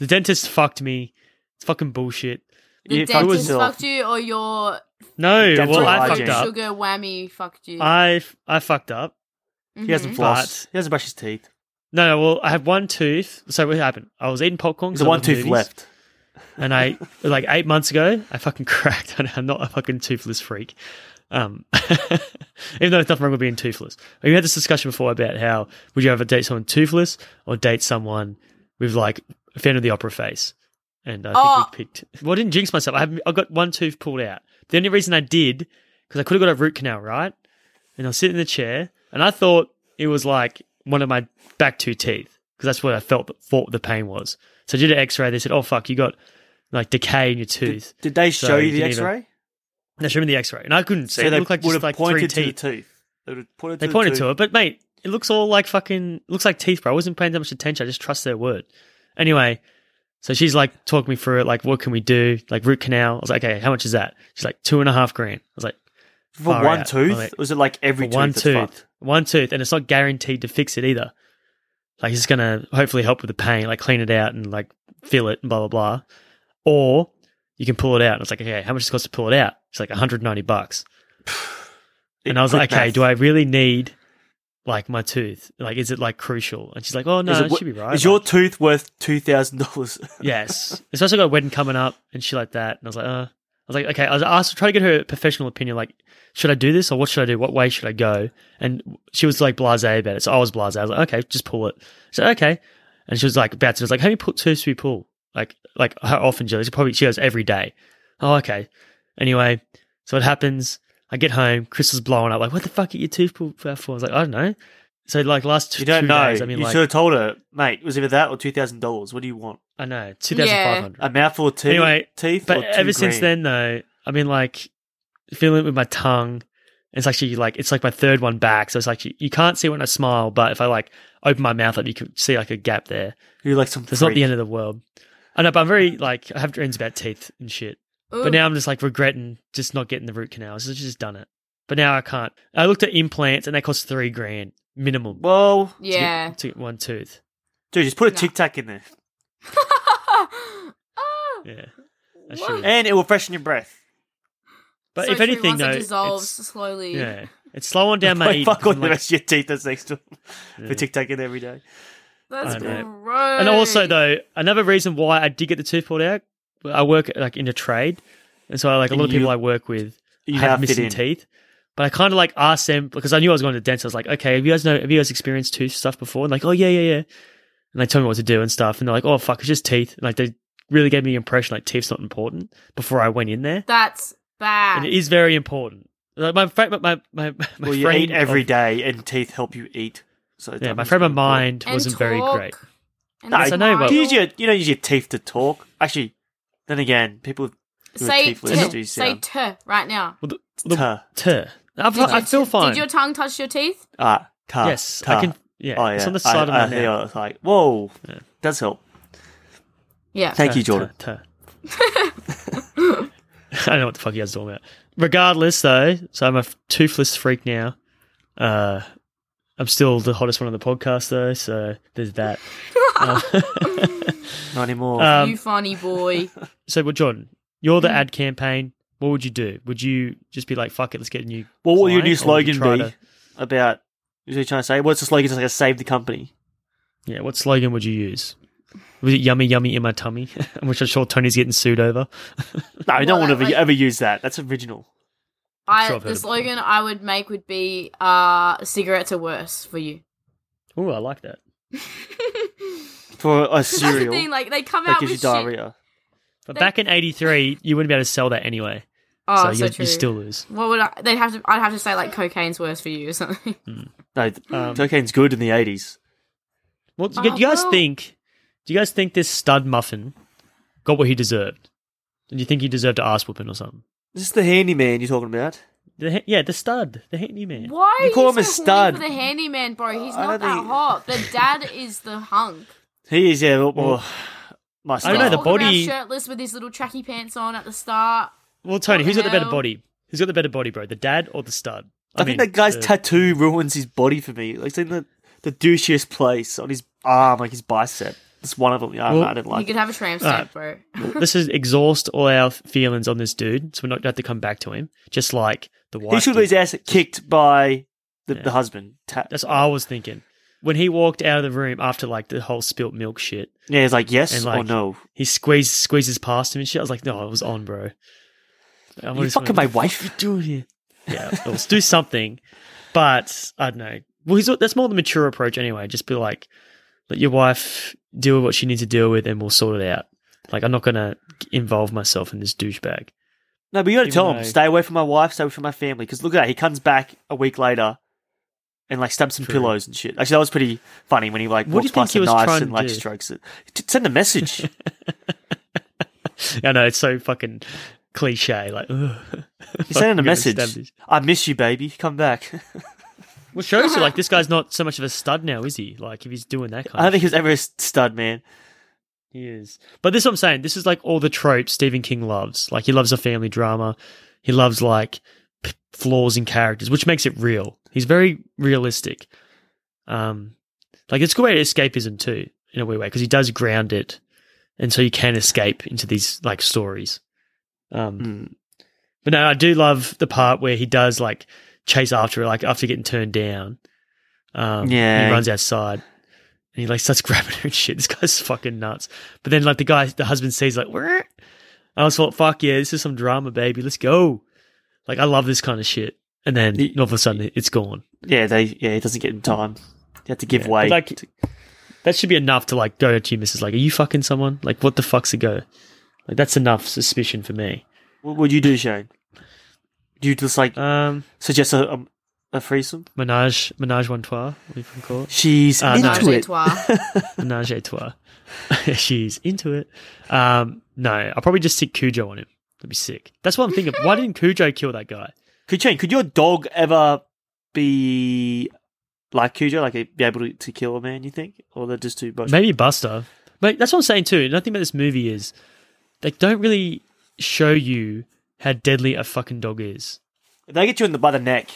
Speaker 3: The dentist fucked me. It's fucking bullshit.
Speaker 4: the
Speaker 5: you fucked
Speaker 4: dentist
Speaker 5: yourself.
Speaker 4: fucked you, or your
Speaker 3: No,
Speaker 5: Dental
Speaker 3: well, I
Speaker 5: hygiene.
Speaker 3: fucked up.
Speaker 4: sugar whammy fucked you.
Speaker 3: I f- I fucked up.
Speaker 4: Mm-hmm.
Speaker 5: He hasn't
Speaker 3: Mhm.
Speaker 5: flossed.
Speaker 3: But-
Speaker 5: He hasn't brushed his teeth.
Speaker 3: No, no. Well, I have one tooth. So what happened? I was eating popcorn.
Speaker 5: There's
Speaker 3: 'cause I
Speaker 5: one
Speaker 3: love
Speaker 5: tooth
Speaker 3: movies,
Speaker 5: left.
Speaker 3: And I like eight months ago, I fucking cracked. And I'm not a fucking toothless freak. Um, even though there's nothing wrong with being toothless. We had this discussion before about how would you ever date someone toothless or date someone with like a fan of the opera face? And I think
Speaker 4: Oh.
Speaker 3: we picked. Well, I didn't jinx myself. I have I got one tooth pulled out. The only reason I did because I could have got a root canal, right? And I was sitting in the chair, and I thought it was like one of my back two teeth because that's what I felt thought the pain was. So I did an X-ray. They said, "Oh fuck, you got like decay in your tooth."
Speaker 5: Did they
Speaker 3: So
Speaker 5: show you
Speaker 3: you
Speaker 5: the
Speaker 3: can
Speaker 5: X-ray?
Speaker 3: They showed me the X-ray, and I couldn't see.
Speaker 5: so
Speaker 3: it
Speaker 5: they
Speaker 3: looked like
Speaker 5: would
Speaker 3: just
Speaker 5: have
Speaker 3: like three
Speaker 5: pointed to the
Speaker 3: teeth.
Speaker 5: tooth. They would have pointed.
Speaker 3: They
Speaker 5: to
Speaker 3: pointed
Speaker 5: the tooth.
Speaker 3: to it, but mate, it looks all like fucking looks like teeth, bro. I wasn't paying that much attention. I just trust their word. Anyway, so she's like talking me through it, like what can we do? Like root canal. I was like, okay, how much is that? She's like two and a half grand. I was like,
Speaker 5: for
Speaker 3: far
Speaker 5: one
Speaker 3: out.
Speaker 5: tooth.
Speaker 3: Like-
Speaker 5: was it like every
Speaker 3: for
Speaker 5: tooth?
Speaker 3: one
Speaker 5: that's
Speaker 3: tooth,
Speaker 5: fucked?
Speaker 3: one tooth, and it's not guaranteed to fix it either. Like it's gonna hopefully help with the pain, like clean it out and like fill it and blah blah blah. Or you can pull it out, and it's like, okay, how much does it cost to pull it out? It's like 190 bucks, and I was like,
Speaker 5: Quick
Speaker 3: okay,
Speaker 5: math.
Speaker 3: do I really need like my tooth? Like, is it like crucial? And she's like, oh no,
Speaker 5: Is
Speaker 3: it,
Speaker 5: it wo-
Speaker 3: should be right.
Speaker 5: Is your
Speaker 3: Like,
Speaker 5: tooth worth two thousand dollars?
Speaker 3: yes, especially got a wedding coming up and shit like that. And I was like, uh, I was like, okay, I was asked to try to get her professional opinion, like, should I do this or what should I do? What way should I go? And she was like blasé about it, so I was blasé. I was like, okay, just pull it. I said, okay, and she was like, about to, I was like, how many put tooths do we pull? Like, like how often? She goes, probably she goes every day. Oh, okay. Anyway, so it happens. I get home. Chris is blowing up. Like, what the fuck are your tooth pulled out for? I was like, I don't know. So like last t-
Speaker 5: You don't
Speaker 3: two
Speaker 5: know.
Speaker 3: days, I mean,
Speaker 5: you
Speaker 3: like,
Speaker 5: should have told her, mate. It was either that or two thousand dollars. What do you want?
Speaker 3: I know two thousand five hundred.
Speaker 5: A mouthful of teeth.
Speaker 3: Anyway,
Speaker 5: teeth.
Speaker 3: But
Speaker 5: or two
Speaker 3: ever since then,
Speaker 5: grand?
Speaker 3: though, I mean, like feeling it with my tongue, It's actually like it's like my third one back, so it's like you, you can't see when I smile, but if I like open my mouth up, you can see like a gap there.
Speaker 5: You're like some.
Speaker 3: It's not the
Speaker 5: freak.
Speaker 3: end of the world. I know, but I'm very like I have dreams about teeth and shit.
Speaker 4: Ooh.
Speaker 3: But now I'm just like regretting just not getting the root canals. I should've just done it. But now I can't. I looked at implants and they cost three grand minimum.
Speaker 5: Well,
Speaker 3: to get-
Speaker 4: yeah.
Speaker 3: to get one tooth.
Speaker 5: dude, just put a
Speaker 4: No.
Speaker 5: Tic Tac in there,
Speaker 4: Ah,
Speaker 3: Yeah, I
Speaker 4: what?
Speaker 3: should.
Speaker 5: and it will freshen your breath.
Speaker 3: But
Speaker 4: So
Speaker 3: if
Speaker 4: true,
Speaker 3: anything,
Speaker 4: once
Speaker 3: though,
Speaker 4: it dissolves
Speaker 3: it's-
Speaker 4: slowly.
Speaker 3: yeah, it's slowing down my
Speaker 5: Like,
Speaker 3: eating.
Speaker 5: fuck all
Speaker 3: I'm
Speaker 5: the
Speaker 3: like-
Speaker 5: rest of your teeth that's next to
Speaker 3: yeah.
Speaker 5: for Tic Tac in every day.
Speaker 4: That's
Speaker 3: I
Speaker 4: gross.
Speaker 3: know. And also, though, another reason why I did get the tooth pulled out, I work like in a trade, and so like a lot of
Speaker 5: You-
Speaker 3: people I work with
Speaker 5: You
Speaker 3: have
Speaker 5: have fit
Speaker 3: missing
Speaker 5: in.
Speaker 3: teeth. But I kind of like asked them because I knew I was going to the dentist. I was like, okay, have you guys know have you guys experienced tooth stuff before? And like, oh yeah, yeah, yeah. And they told me what to do and stuff. And they're like, oh fuck, it's just teeth. And like they really gave me the impression like teeth's not important before I went in there.
Speaker 4: that's bad.
Speaker 3: And it is very important. Like my fra- my my my, my
Speaker 5: Well, you
Speaker 3: frame
Speaker 5: eat every
Speaker 3: of-
Speaker 5: day, and teeth help you eat. So
Speaker 3: Yeah,
Speaker 5: that
Speaker 3: my
Speaker 5: must
Speaker 3: frame
Speaker 5: be
Speaker 3: of
Speaker 5: important.
Speaker 3: mind
Speaker 4: And
Speaker 3: wasn't very
Speaker 4: talk,
Speaker 3: great.
Speaker 4: and
Speaker 5: No, I
Speaker 3: know, but-
Speaker 5: Do you use
Speaker 4: smile.
Speaker 5: your you don't use your teeth to talk. Actually, then again, people who are
Speaker 4: say
Speaker 5: teethless
Speaker 4: t,
Speaker 5: do
Speaker 4: say
Speaker 5: sound.
Speaker 4: t right now.
Speaker 3: Well, the,
Speaker 5: T-
Speaker 3: the, tuh. I,
Speaker 4: Did
Speaker 3: I
Speaker 4: your-
Speaker 3: feel fine.
Speaker 4: Did your tongue touch your teeth?
Speaker 5: ah, ta,
Speaker 3: yes,
Speaker 5: ta.
Speaker 3: I can. Yeah,
Speaker 5: Oh yeah,
Speaker 3: it's on the side
Speaker 5: I, I
Speaker 3: of my
Speaker 5: think
Speaker 3: neck.
Speaker 5: I was like, whoa, does help.
Speaker 4: Yeah.
Speaker 5: Thank you, Jordan.
Speaker 3: Tuh, tuh. I don't know what the fuck you guys are talking about. Regardless, though, so I'm a f- toothless freak now. Uh, I'm still the hottest one on the podcast, though, so there's that. Uh,
Speaker 5: Not anymore.
Speaker 3: um,
Speaker 4: you funny boy.
Speaker 3: so, well, Jordan, you're the ad campaign. What would you do? Would you just be like, fuck it, let's get a new.
Speaker 5: what will your new
Speaker 3: client, or would you
Speaker 5: slogan
Speaker 3: try
Speaker 5: be
Speaker 3: to-
Speaker 5: about? What are you trying to say? What's the slogan? It's like a save the company.
Speaker 3: yeah, what slogan would you use? Was it yummy, yummy in my tummy? Which I'm sure Tony's getting sued over.
Speaker 5: No, I don't
Speaker 4: Well,
Speaker 5: want to
Speaker 4: like-
Speaker 5: ever use that. That's original.
Speaker 4: I
Speaker 3: Sure, I've heard
Speaker 4: the
Speaker 3: it before.
Speaker 4: slogan I would make would be uh cigarettes are worse for you.
Speaker 3: Oh, I like that.
Speaker 5: For a
Speaker 4: That's the
Speaker 5: cereal
Speaker 4: thing, like they come
Speaker 5: that
Speaker 4: out
Speaker 5: gives
Speaker 4: with
Speaker 5: you
Speaker 4: shit.
Speaker 5: diarrhea.
Speaker 3: But back in '83, you wouldn't be able to sell that anyway.
Speaker 4: Oh, so,
Speaker 3: so, you,
Speaker 4: true.
Speaker 3: you still lose.
Speaker 4: What would I? They'd have to. I'd have to say like cocaine's worse for you or something.
Speaker 5: No, th-
Speaker 3: Um,
Speaker 5: cocaine's good in the eighties.
Speaker 3: Well, do
Speaker 4: Oh,
Speaker 3: you, do you guys
Speaker 4: well-
Speaker 3: think? Do you guys think this stud muffin got what he deserved? Do you think he deserved an ass whooping or something?
Speaker 5: Is this the handyman you're talking about?
Speaker 3: The, ha- yeah, the stud, the handyman.
Speaker 4: Why
Speaker 5: You
Speaker 4: are
Speaker 5: call
Speaker 4: you
Speaker 5: him a
Speaker 4: so horny
Speaker 5: stud.
Speaker 4: for the handyman, bro? He's
Speaker 5: I
Speaker 4: not
Speaker 5: don't
Speaker 4: that
Speaker 5: think-
Speaker 4: hot. The dad is the hunk.
Speaker 5: He is, yeah. Well, well, my
Speaker 3: I don't
Speaker 5: style.
Speaker 3: know, the
Speaker 4: Walking around
Speaker 3: body-
Speaker 4: shirtless with his little tracky pants on at the start.
Speaker 3: Well, Tony, who's got the better
Speaker 4: Fucking hell.
Speaker 3: body? Who's got the better body, bro? The dad or the stud?
Speaker 5: I, think that guy's
Speaker 3: the-
Speaker 5: tattoo ruins his body for me. Like, it's in the the douchiest place on his arm, like his bicep. That's one of them. Yeah, I don't know, I didn't
Speaker 4: you
Speaker 5: like.
Speaker 4: could
Speaker 5: It.
Speaker 4: have a tram stamp, bro.
Speaker 3: this is exhaust all our feelings on this dude, so we're not going to have to come back to him. Just like the wife.
Speaker 5: He should
Speaker 3: did.
Speaker 5: have his ass kicked by the, the husband. Ta-
Speaker 3: That's what I was thinking when he walked out of the room after like the whole spilt milk shit.
Speaker 5: yeah, he's like yes
Speaker 3: And, like,
Speaker 5: or no.
Speaker 3: He squeezed squeezes past him and shit. I was like, no, it was on, bro. I
Speaker 5: You
Speaker 3: was
Speaker 5: fucking my
Speaker 3: like,
Speaker 5: wife.
Speaker 3: do it here. Yeah, let's do something. But I don't know. Well, he's, that's more the mature approach anyway. Just be like, let your wife deal with what she needs to deal with, and we'll sort it out. Like, I'm not gonna involve myself in this douchebag.
Speaker 5: No, but you got to
Speaker 3: Even
Speaker 5: tell him
Speaker 3: though-
Speaker 5: stay away from my wife, stay away from my family. Because look at that, he comes back a week later and like stabs some
Speaker 3: True.
Speaker 5: pillows and shit. Actually, that was pretty funny when he like
Speaker 3: What do
Speaker 5: walks
Speaker 3: you think
Speaker 5: past
Speaker 3: he
Speaker 5: the
Speaker 3: was
Speaker 5: knife
Speaker 3: trying
Speaker 5: and
Speaker 3: to
Speaker 5: like
Speaker 3: do?
Speaker 5: strokes it. T- Send a message.
Speaker 3: I know it's so fucking cliche. Like, ugh.
Speaker 5: He's sending a
Speaker 3: Fucking
Speaker 5: message.
Speaker 3: established.
Speaker 5: I miss you, baby. Come back.
Speaker 3: Well, shows you like this guy's not so much of a stud now, is he? Like, if he's doing that kind
Speaker 5: I don't
Speaker 3: of
Speaker 5: think he was ever a stud, man.
Speaker 3: He is. But this is what I'm saying. This is like all the tropes Stephen King loves. Like he loves a family drama. He loves like p- flaws in characters, which makes it real. He's very realistic. Um, like it's a good way to escapism too, in a weird way, because he does ground it, and so you can escape into these like stories. Um,
Speaker 5: Mm.
Speaker 3: but no, I do love the part where he does like chase after her, like after getting turned down. Um,
Speaker 5: Yeah.
Speaker 3: he runs outside and he like starts grabbing her and shit. This guy's fucking nuts. But then like the guy, the husband sees like, Wah. I was like, fuck yeah, this is some drama, baby. Let's go. Like I love this kind of shit. And then
Speaker 5: Y-
Speaker 3: all of a sudden it's gone.
Speaker 5: Yeah, they. Yeah, he doesn't get in time. You have to give
Speaker 3: Yeah,
Speaker 5: way.
Speaker 3: but, like that should be enough to like go to your missus. Like, are you fucking someone? Like, what the fuck's a go? Like that's enough suspicion for me.
Speaker 5: what would you do, Shane? Do you just like
Speaker 3: Um,
Speaker 5: suggest a a, a threesome?
Speaker 3: menage, menage one trois, what you can call it.
Speaker 5: She's
Speaker 3: Uh, no.
Speaker 5: into
Speaker 4: Menage a
Speaker 5: it.
Speaker 4: trois.
Speaker 3: Menage a trois. She's into it. Um, no, I'll probably just stick Cujo on him. That'd be sick. That's what I'm thinking. Why didn't Cujo kill that guy?
Speaker 5: Kuchin, could your dog ever be like Cujo, like eh, be able to, to kill a man? You think, or they're just too much?
Speaker 3: Maybe Buster. But that's what I'm saying too. Another thing about this movie is they don't really show you how deadly a fucking dog is.
Speaker 5: They get you in the by the neck.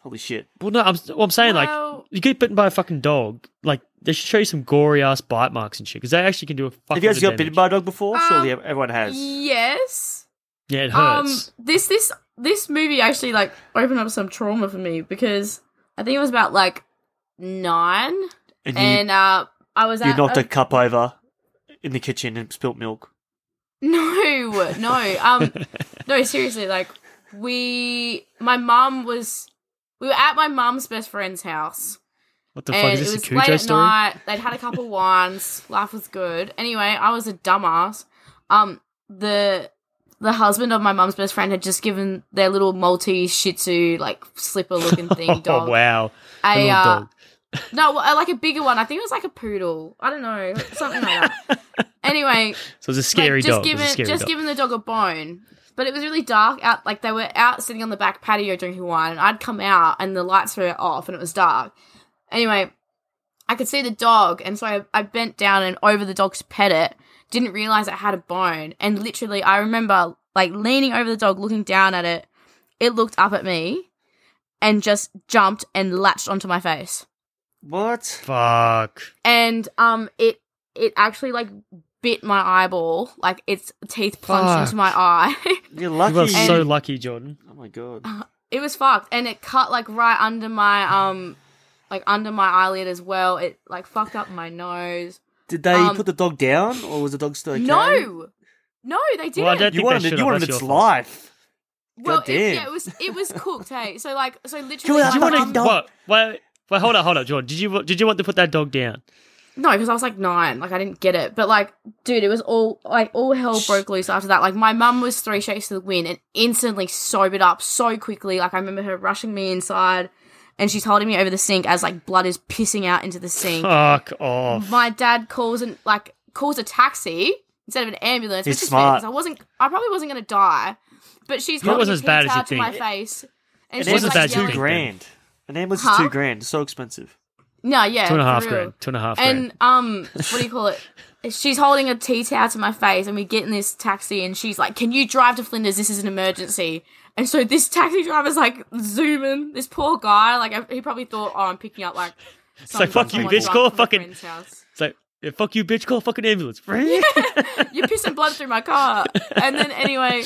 Speaker 5: Holy shit!
Speaker 3: Well, no, I'm, well, I'm saying like
Speaker 4: Well-
Speaker 3: you get bitten by a fucking dog, like they should show you some gory ass bite marks and shit because they actually can do a fucking.
Speaker 5: Have you guys
Speaker 3: lot
Speaker 5: got
Speaker 3: of
Speaker 5: bitten
Speaker 3: damage.
Speaker 5: by a dog before? Surely
Speaker 4: Um,
Speaker 5: everyone has.
Speaker 4: Yes.
Speaker 3: Yeah, it hurts.
Speaker 4: Um, this this this movie actually like opened up some trauma for me because I think it was about like nine,
Speaker 5: and you,
Speaker 4: and uh, I was
Speaker 5: you
Speaker 4: at
Speaker 5: knocked
Speaker 4: a-
Speaker 5: a cup over in the kitchen and spilt milk.
Speaker 4: No, no, um, no. Seriously, like we, my mum was, we were at my mum's best friend's house,
Speaker 3: what the fuck
Speaker 4: and
Speaker 3: is
Speaker 4: it
Speaker 3: this a
Speaker 4: was late
Speaker 3: Cujo
Speaker 4: at
Speaker 3: story?
Speaker 4: night. They'd had a couple wines. Life was good. Anyway, I was a dumbass. Um, the the husband of my mum's best friend had just given their little Maltese Shih Tzu like slipper looking thing dog.
Speaker 3: Oh wow, A
Speaker 4: A
Speaker 3: little
Speaker 4: uh,
Speaker 3: dog.
Speaker 4: no, well, uh, like a bigger one. I think it was like a poodle. I don't know, something like that. anyway,
Speaker 3: So it's a scary
Speaker 4: like, just
Speaker 3: dog. It was
Speaker 4: Given,
Speaker 3: a scary
Speaker 4: just
Speaker 3: dog.
Speaker 4: giving the dog a bone. But it was really dark out. Like they were out sitting on the back patio drinking wine, and I'd come out, and the lights were off, and it was dark. Anyway, I could see the dog, and so I, I bent down and over the dog to pet it. Didn't realize it had a bone, and literally, I remember like leaning over the dog, looking down at it. It looked up at me, and just jumped and latched onto my face
Speaker 5: What?
Speaker 3: Fuck.
Speaker 4: and um it it actually like bit my eyeball like its teeth plunged
Speaker 3: Fuck.
Speaker 4: into my eye
Speaker 5: You're
Speaker 3: You
Speaker 5: lucky.
Speaker 3: are so
Speaker 4: And-
Speaker 3: lucky, Jordan.
Speaker 5: oh my god.
Speaker 4: it was fucked and it cut like right under my um like under my eyelid as well it like fucked up my nose
Speaker 5: Did they
Speaker 4: um,
Speaker 5: put the dog down, or was the dog still okay?
Speaker 4: no no they didn't
Speaker 3: Well, I don't- think
Speaker 5: You
Speaker 3: they
Speaker 5: wanted,
Speaker 3: should
Speaker 5: it- you
Speaker 3: have,
Speaker 5: wanted
Speaker 3: that's
Speaker 5: its
Speaker 3: your fault.
Speaker 5: life.
Speaker 4: Well, it,
Speaker 5: Goddamn.
Speaker 4: yeah it was it was cooked hey so like so
Speaker 5: Kill
Speaker 4: literally um,
Speaker 5: that
Speaker 4: my
Speaker 5: fucking
Speaker 4: mum-
Speaker 5: dog.
Speaker 3: What? Wait, wait, hold on, hold on, Jordan. Did you did you want to put that dog down?
Speaker 4: No, because I was like nine. Like I didn't get it. But like, dude, it was all like all hell broke loose after that. Like my mum was three shakes to the wind and instantly sobered up so quickly. Like I remember her rushing me inside and she's holding me over the sink as like blood is pissing out into the sink.
Speaker 3: Fuck off.
Speaker 4: my dad calls and like calls a taxi instead of an ambulance,
Speaker 5: He's
Speaker 4: which is
Speaker 5: smart.
Speaker 4: fair 'cause I wasn't I probably wasn't gonna die. But she's
Speaker 3: That
Speaker 4: holding
Speaker 3: wasn't
Speaker 4: a
Speaker 3: as
Speaker 4: tea
Speaker 3: bad as
Speaker 4: towel
Speaker 3: you'd
Speaker 4: to my
Speaker 3: think.
Speaker 4: face. And
Speaker 5: An
Speaker 4: she's
Speaker 3: wasn't as
Speaker 5: ambulance
Speaker 4: like
Speaker 3: bad as
Speaker 5: is
Speaker 3: you
Speaker 5: two
Speaker 3: think,
Speaker 4: yelling.
Speaker 5: grand. An ambulance
Speaker 4: Huh?
Speaker 5: is two grand. It's so expensive.
Speaker 4: No, yeah.
Speaker 3: Two and a
Speaker 4: for
Speaker 3: half
Speaker 4: real.
Speaker 3: grand. Two and a half grand.
Speaker 4: And um, what do you call it? She's holding a tea towel to my face, and we get in this taxi, and she's like, "Can you drive to Flinders? This is an emergency." And so this taxi driver's like zooming. This poor guy, like I- he probably thought, "Oh, I'm picking up like." It's
Speaker 3: like, "Fuck
Speaker 5: you, bitch,
Speaker 3: call fucking- It's like, yeah, fuck you, bitch. Call a fucking ambulance.
Speaker 4: You're pissing blood through my car. And then anyway,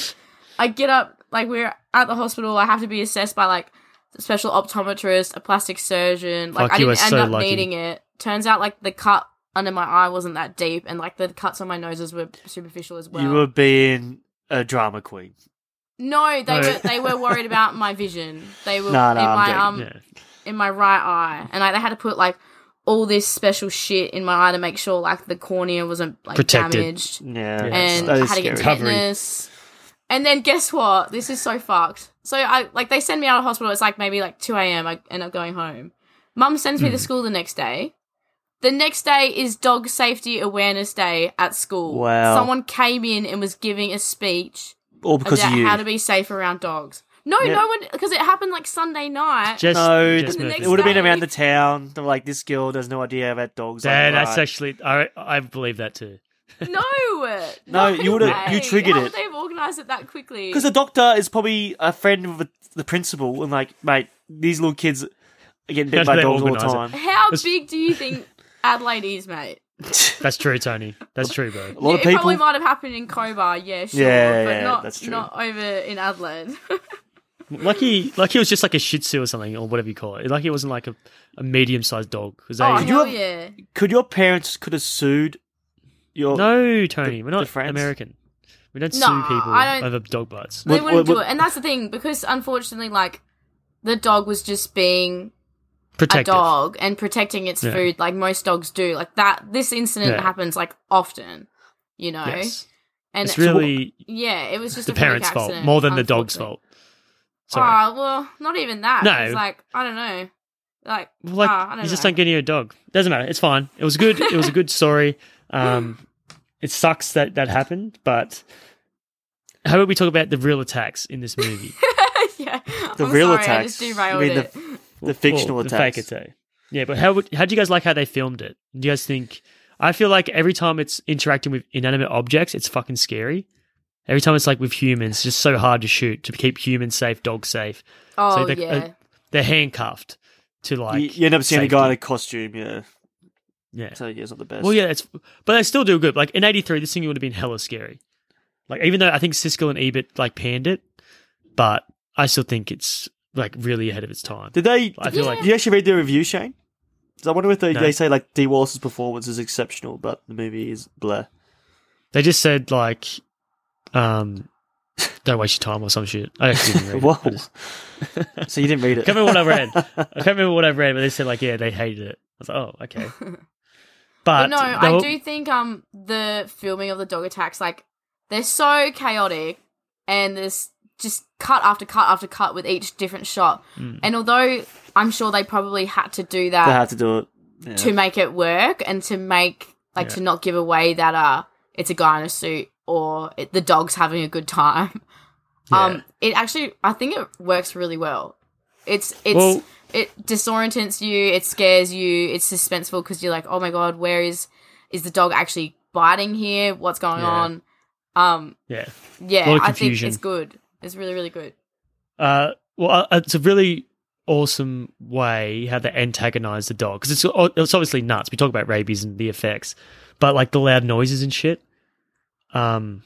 Speaker 4: I get up. Like we're at the hospital. I have to be assessed by like a special optometrist, a plastic surgeon. Like
Speaker 3: Fuck,
Speaker 4: I
Speaker 3: you
Speaker 4: didn't
Speaker 3: are
Speaker 4: end
Speaker 3: so
Speaker 4: up
Speaker 3: lucky.
Speaker 4: needing it. Turns out like the cut under my eye wasn't that deep, and like the cuts on my noses were superficial as well.
Speaker 5: You were being a drama queen.
Speaker 4: no, they
Speaker 3: No.
Speaker 4: were they were worried about my vision. They were
Speaker 5: No, no,
Speaker 4: in
Speaker 5: I'm
Speaker 4: my
Speaker 5: joking.
Speaker 4: um
Speaker 3: yeah.
Speaker 4: in my right eye, and like they had to put like all this special shit in my eye to make sure like the cornea wasn't like
Speaker 3: Protected.
Speaker 4: damaged.
Speaker 5: Yeah.
Speaker 4: and
Speaker 5: that
Speaker 4: I
Speaker 5: is
Speaker 4: had to get
Speaker 5: scary.
Speaker 3: Recovery.
Speaker 4: tetanus. And then guess what? This is so fucked. So I like they send me out of hospital. It's like maybe like two a.m. I end up going home. Mum sends me to school the next day. The next day is Dog Safety Awareness Day at school.
Speaker 5: Wow.
Speaker 4: Someone came in and was giving a speech
Speaker 5: All because
Speaker 4: about
Speaker 5: of you.
Speaker 4: how to be safe around dogs. No,
Speaker 5: Yeah.
Speaker 4: no one because it happened like Sunday night.
Speaker 3: Just,
Speaker 5: no,
Speaker 3: just
Speaker 5: the-
Speaker 4: Murphy.
Speaker 5: it would have been
Speaker 4: next day-
Speaker 5: around the town. They're like, this girl has no idea about dogs. Like,
Speaker 3: Yeah, that's
Speaker 5: right.
Speaker 3: actually. I I believe that too.
Speaker 4: no, no,
Speaker 5: No, you would've- you
Speaker 4: way.
Speaker 5: triggered
Speaker 4: how
Speaker 5: it.
Speaker 4: Would they have organised it that quickly?
Speaker 5: Because the doctor is probably a friend of the- the principal, and like, mate, these little kids are getting bit
Speaker 3: Yes,
Speaker 5: by
Speaker 3: they
Speaker 5: dogs all the
Speaker 3: organise it.
Speaker 5: time.
Speaker 4: how
Speaker 3: It's-
Speaker 4: big do you think Adelaide is, mate?
Speaker 3: That's true, Tony. That's true, bro.
Speaker 5: A lot of
Speaker 4: Yeah, It probably
Speaker 5: people.
Speaker 4: might have happened in Cobar, yeah, sure,
Speaker 5: Yeah,
Speaker 4: but
Speaker 5: yeah,
Speaker 4: not
Speaker 5: that's true.
Speaker 4: not over in Adelaide.
Speaker 3: Lucky, lucky it was just like a Shih Tzu or something, or whatever you call it. Lucky it wasn't like a, a medium sized dog. 'cause they-
Speaker 4: oh
Speaker 5: you
Speaker 4: hell
Speaker 5: have-
Speaker 4: yeah!
Speaker 5: Could your parents could have sued your?
Speaker 3: no, Tony, we're
Speaker 5: the
Speaker 3: not
Speaker 5: friends?
Speaker 3: American. We don't
Speaker 4: Nah,
Speaker 3: sue people
Speaker 4: I don't-
Speaker 3: over dog bites.
Speaker 4: They
Speaker 5: What-
Speaker 4: wouldn't
Speaker 5: what-
Speaker 4: do
Speaker 5: what-
Speaker 4: it, and that's the thing because unfortunately, like the dog was just being
Speaker 3: Protective.
Speaker 4: a dog and protecting its
Speaker 3: Yeah.
Speaker 4: food, like most dogs do. Like that, this incident
Speaker 3: Yeah.
Speaker 4: happens like often, you know.
Speaker 3: Yes.
Speaker 4: And
Speaker 3: It's really
Speaker 4: yeah, it was just
Speaker 3: the
Speaker 4: a freak
Speaker 3: parents' fault
Speaker 4: accident,
Speaker 3: more than the dog's
Speaker 4: unfortunately.
Speaker 3: fault. Sorry.
Speaker 4: Oh well, not even that.
Speaker 3: No.
Speaker 4: it's like I don't know, like
Speaker 3: Well, like
Speaker 4: ah, I don't
Speaker 3: you just
Speaker 4: know.
Speaker 3: don't get any dog. Doesn't matter. It's fine. It was good. it was a good story. Um, it sucks that that happened, but how about we talk about the real attacks in this movie?
Speaker 4: yeah.
Speaker 5: The
Speaker 4: I'm
Speaker 5: real
Speaker 4: sorry, I
Speaker 5: attacks.
Speaker 4: just derailed
Speaker 5: You mean
Speaker 4: it.
Speaker 5: the- the fictional
Speaker 3: the fake
Speaker 5: attacks.
Speaker 3: attack. Yeah, but how would, how do you guys like how they filmed it? Do you guys think? I feel like every time it's interacting with inanimate objects, it's fucking scary. Every time it's like with humans, it's just so hard to shoot to keep humans safe, dogs safe.
Speaker 4: oh
Speaker 3: they're,
Speaker 4: yeah.
Speaker 3: uh, they're handcuffed to like.
Speaker 5: you, you end up seeing a guy in
Speaker 3: safety.
Speaker 5: a costume, yeah.
Speaker 3: Yeah.
Speaker 5: So yeah, it's not the best.
Speaker 3: Well, yeah, it's but they still do good. Like in '83, this thing would have been hella scary. Like even though I think Siskel and Ebert like panned it, but I still think it's like really ahead of its time.
Speaker 5: Did they?
Speaker 3: I feel
Speaker 5: did
Speaker 3: like-
Speaker 5: you actually read the review, Shane? 'Cause I wonder if they,
Speaker 3: No.
Speaker 5: they say like D Wallace's performance is exceptional, but the movie is blah.
Speaker 3: They just said like, um, don't waste your time or some shit. I actually didn't read it.
Speaker 5: Whoa!
Speaker 3: I just-
Speaker 5: so you didn't read
Speaker 3: can't
Speaker 5: it?
Speaker 3: remember what I read. I can't remember what I read, but they said like, yeah, they hated it. I was like, oh, okay. But,
Speaker 4: But no,
Speaker 3: they
Speaker 4: I
Speaker 3: were-
Speaker 4: do think um the filming of the dog attacks like they're so chaotic and there's just cut after cut after cut with each different shot. And although I'm sure they probably had to do
Speaker 5: They
Speaker 4: Hmm. that
Speaker 5: had to do it. Yeah.
Speaker 4: to make it work and to make like to not give away that uh it's a guy in a suit or it, the dog's having a good time.
Speaker 3: Yeah.
Speaker 4: Um it actually I think it works really well. It's it's
Speaker 3: Well-
Speaker 4: it disorientates you, it scares you, it's suspenseful because you're like, "Oh my god, where is is the dog actually biting here? What's going
Speaker 3: Yeah.
Speaker 4: on?" Um
Speaker 3: yeah.
Speaker 4: yeah,
Speaker 3: Lot of
Speaker 4: I think
Speaker 3: confusion.
Speaker 4: it's good. It's really really good.
Speaker 3: Uh, well, uh, it's a really awesome way how they antagonize the dog because it's it's obviously nuts. We talk about rabies and the effects, but like the loud noises and shit. Um,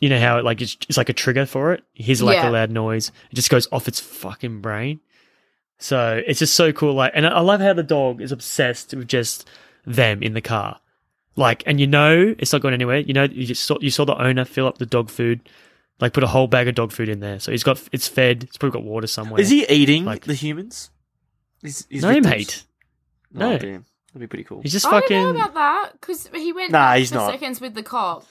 Speaker 3: you know how it like it's, it's like a trigger for it. Here's like
Speaker 4: Yeah.
Speaker 3: a loud noise. It just goes off its fucking brain. So it's just so cool. Like, and I I love how the dog is obsessed with just them in the car. Like, and you know it's not going anywhere. You know, you just saw, you saw the owner fill up the dog food, like put a whole bag of dog food in there. So he's got it's fed. It's probably got water somewhere.
Speaker 5: Is he eating
Speaker 3: Like-
Speaker 5: the humans? He's, he's
Speaker 3: No,
Speaker 5: victims?
Speaker 3: mate.
Speaker 5: No,
Speaker 3: No.
Speaker 5: damn. that'd be pretty cool.
Speaker 3: He's just
Speaker 4: I
Speaker 3: fucking.
Speaker 4: don't know about that because he went
Speaker 5: Nah,
Speaker 4: nah,
Speaker 5: he's
Speaker 4: for
Speaker 5: not.
Speaker 4: seconds with the cop.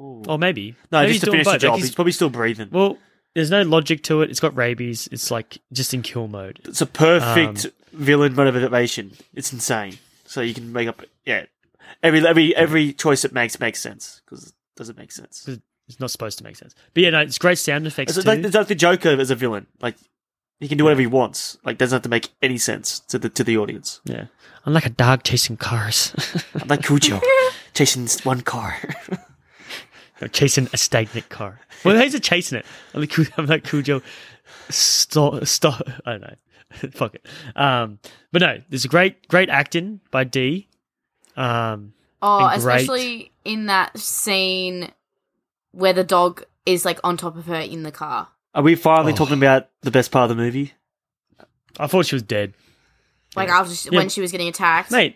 Speaker 5: Ooh.
Speaker 3: or maybe
Speaker 5: no,
Speaker 3: oh, Maybe
Speaker 5: just
Speaker 3: he's
Speaker 5: to
Speaker 3: doing
Speaker 5: finish the
Speaker 3: both. Like,
Speaker 5: job.
Speaker 3: he's-
Speaker 5: he's probably still breathing.
Speaker 3: well, there's no logic to it. It's got rabies. It's like just in kill mode.
Speaker 5: It's a perfect
Speaker 3: um,
Speaker 5: villain motivation. It's insane. So you can make up yeah. Every every every choice it makes makes sense because it doesn't make sense.
Speaker 3: It's not supposed to make sense. But yeah, no, it's great sound effects
Speaker 5: It's
Speaker 3: too.
Speaker 5: like, it's like the Joker as a villain. Like he can do whatever he wants. Like doesn't have to make any sense to the to the audience.
Speaker 3: yeah, I'm like a dog chasing cars,
Speaker 5: I'm like Cujo chasing this one car.
Speaker 3: I'm chasing a stagnant car. Well, he's a chasing it. I'm like, Cu- I'm like Cujo. Stop! Stop! I don't know. Fuck it. Um, but no, there's a great, great acting by D. Um,
Speaker 4: Oh,
Speaker 3: and great.
Speaker 4: especially in that scene where the dog is like on top of her in the car.
Speaker 5: Are we finally
Speaker 3: Oh.
Speaker 5: talking about the best part of the movie?
Speaker 3: I thought she was dead.
Speaker 4: Like after she,
Speaker 3: Yeah.
Speaker 4: when she was getting attacked.
Speaker 3: Mate,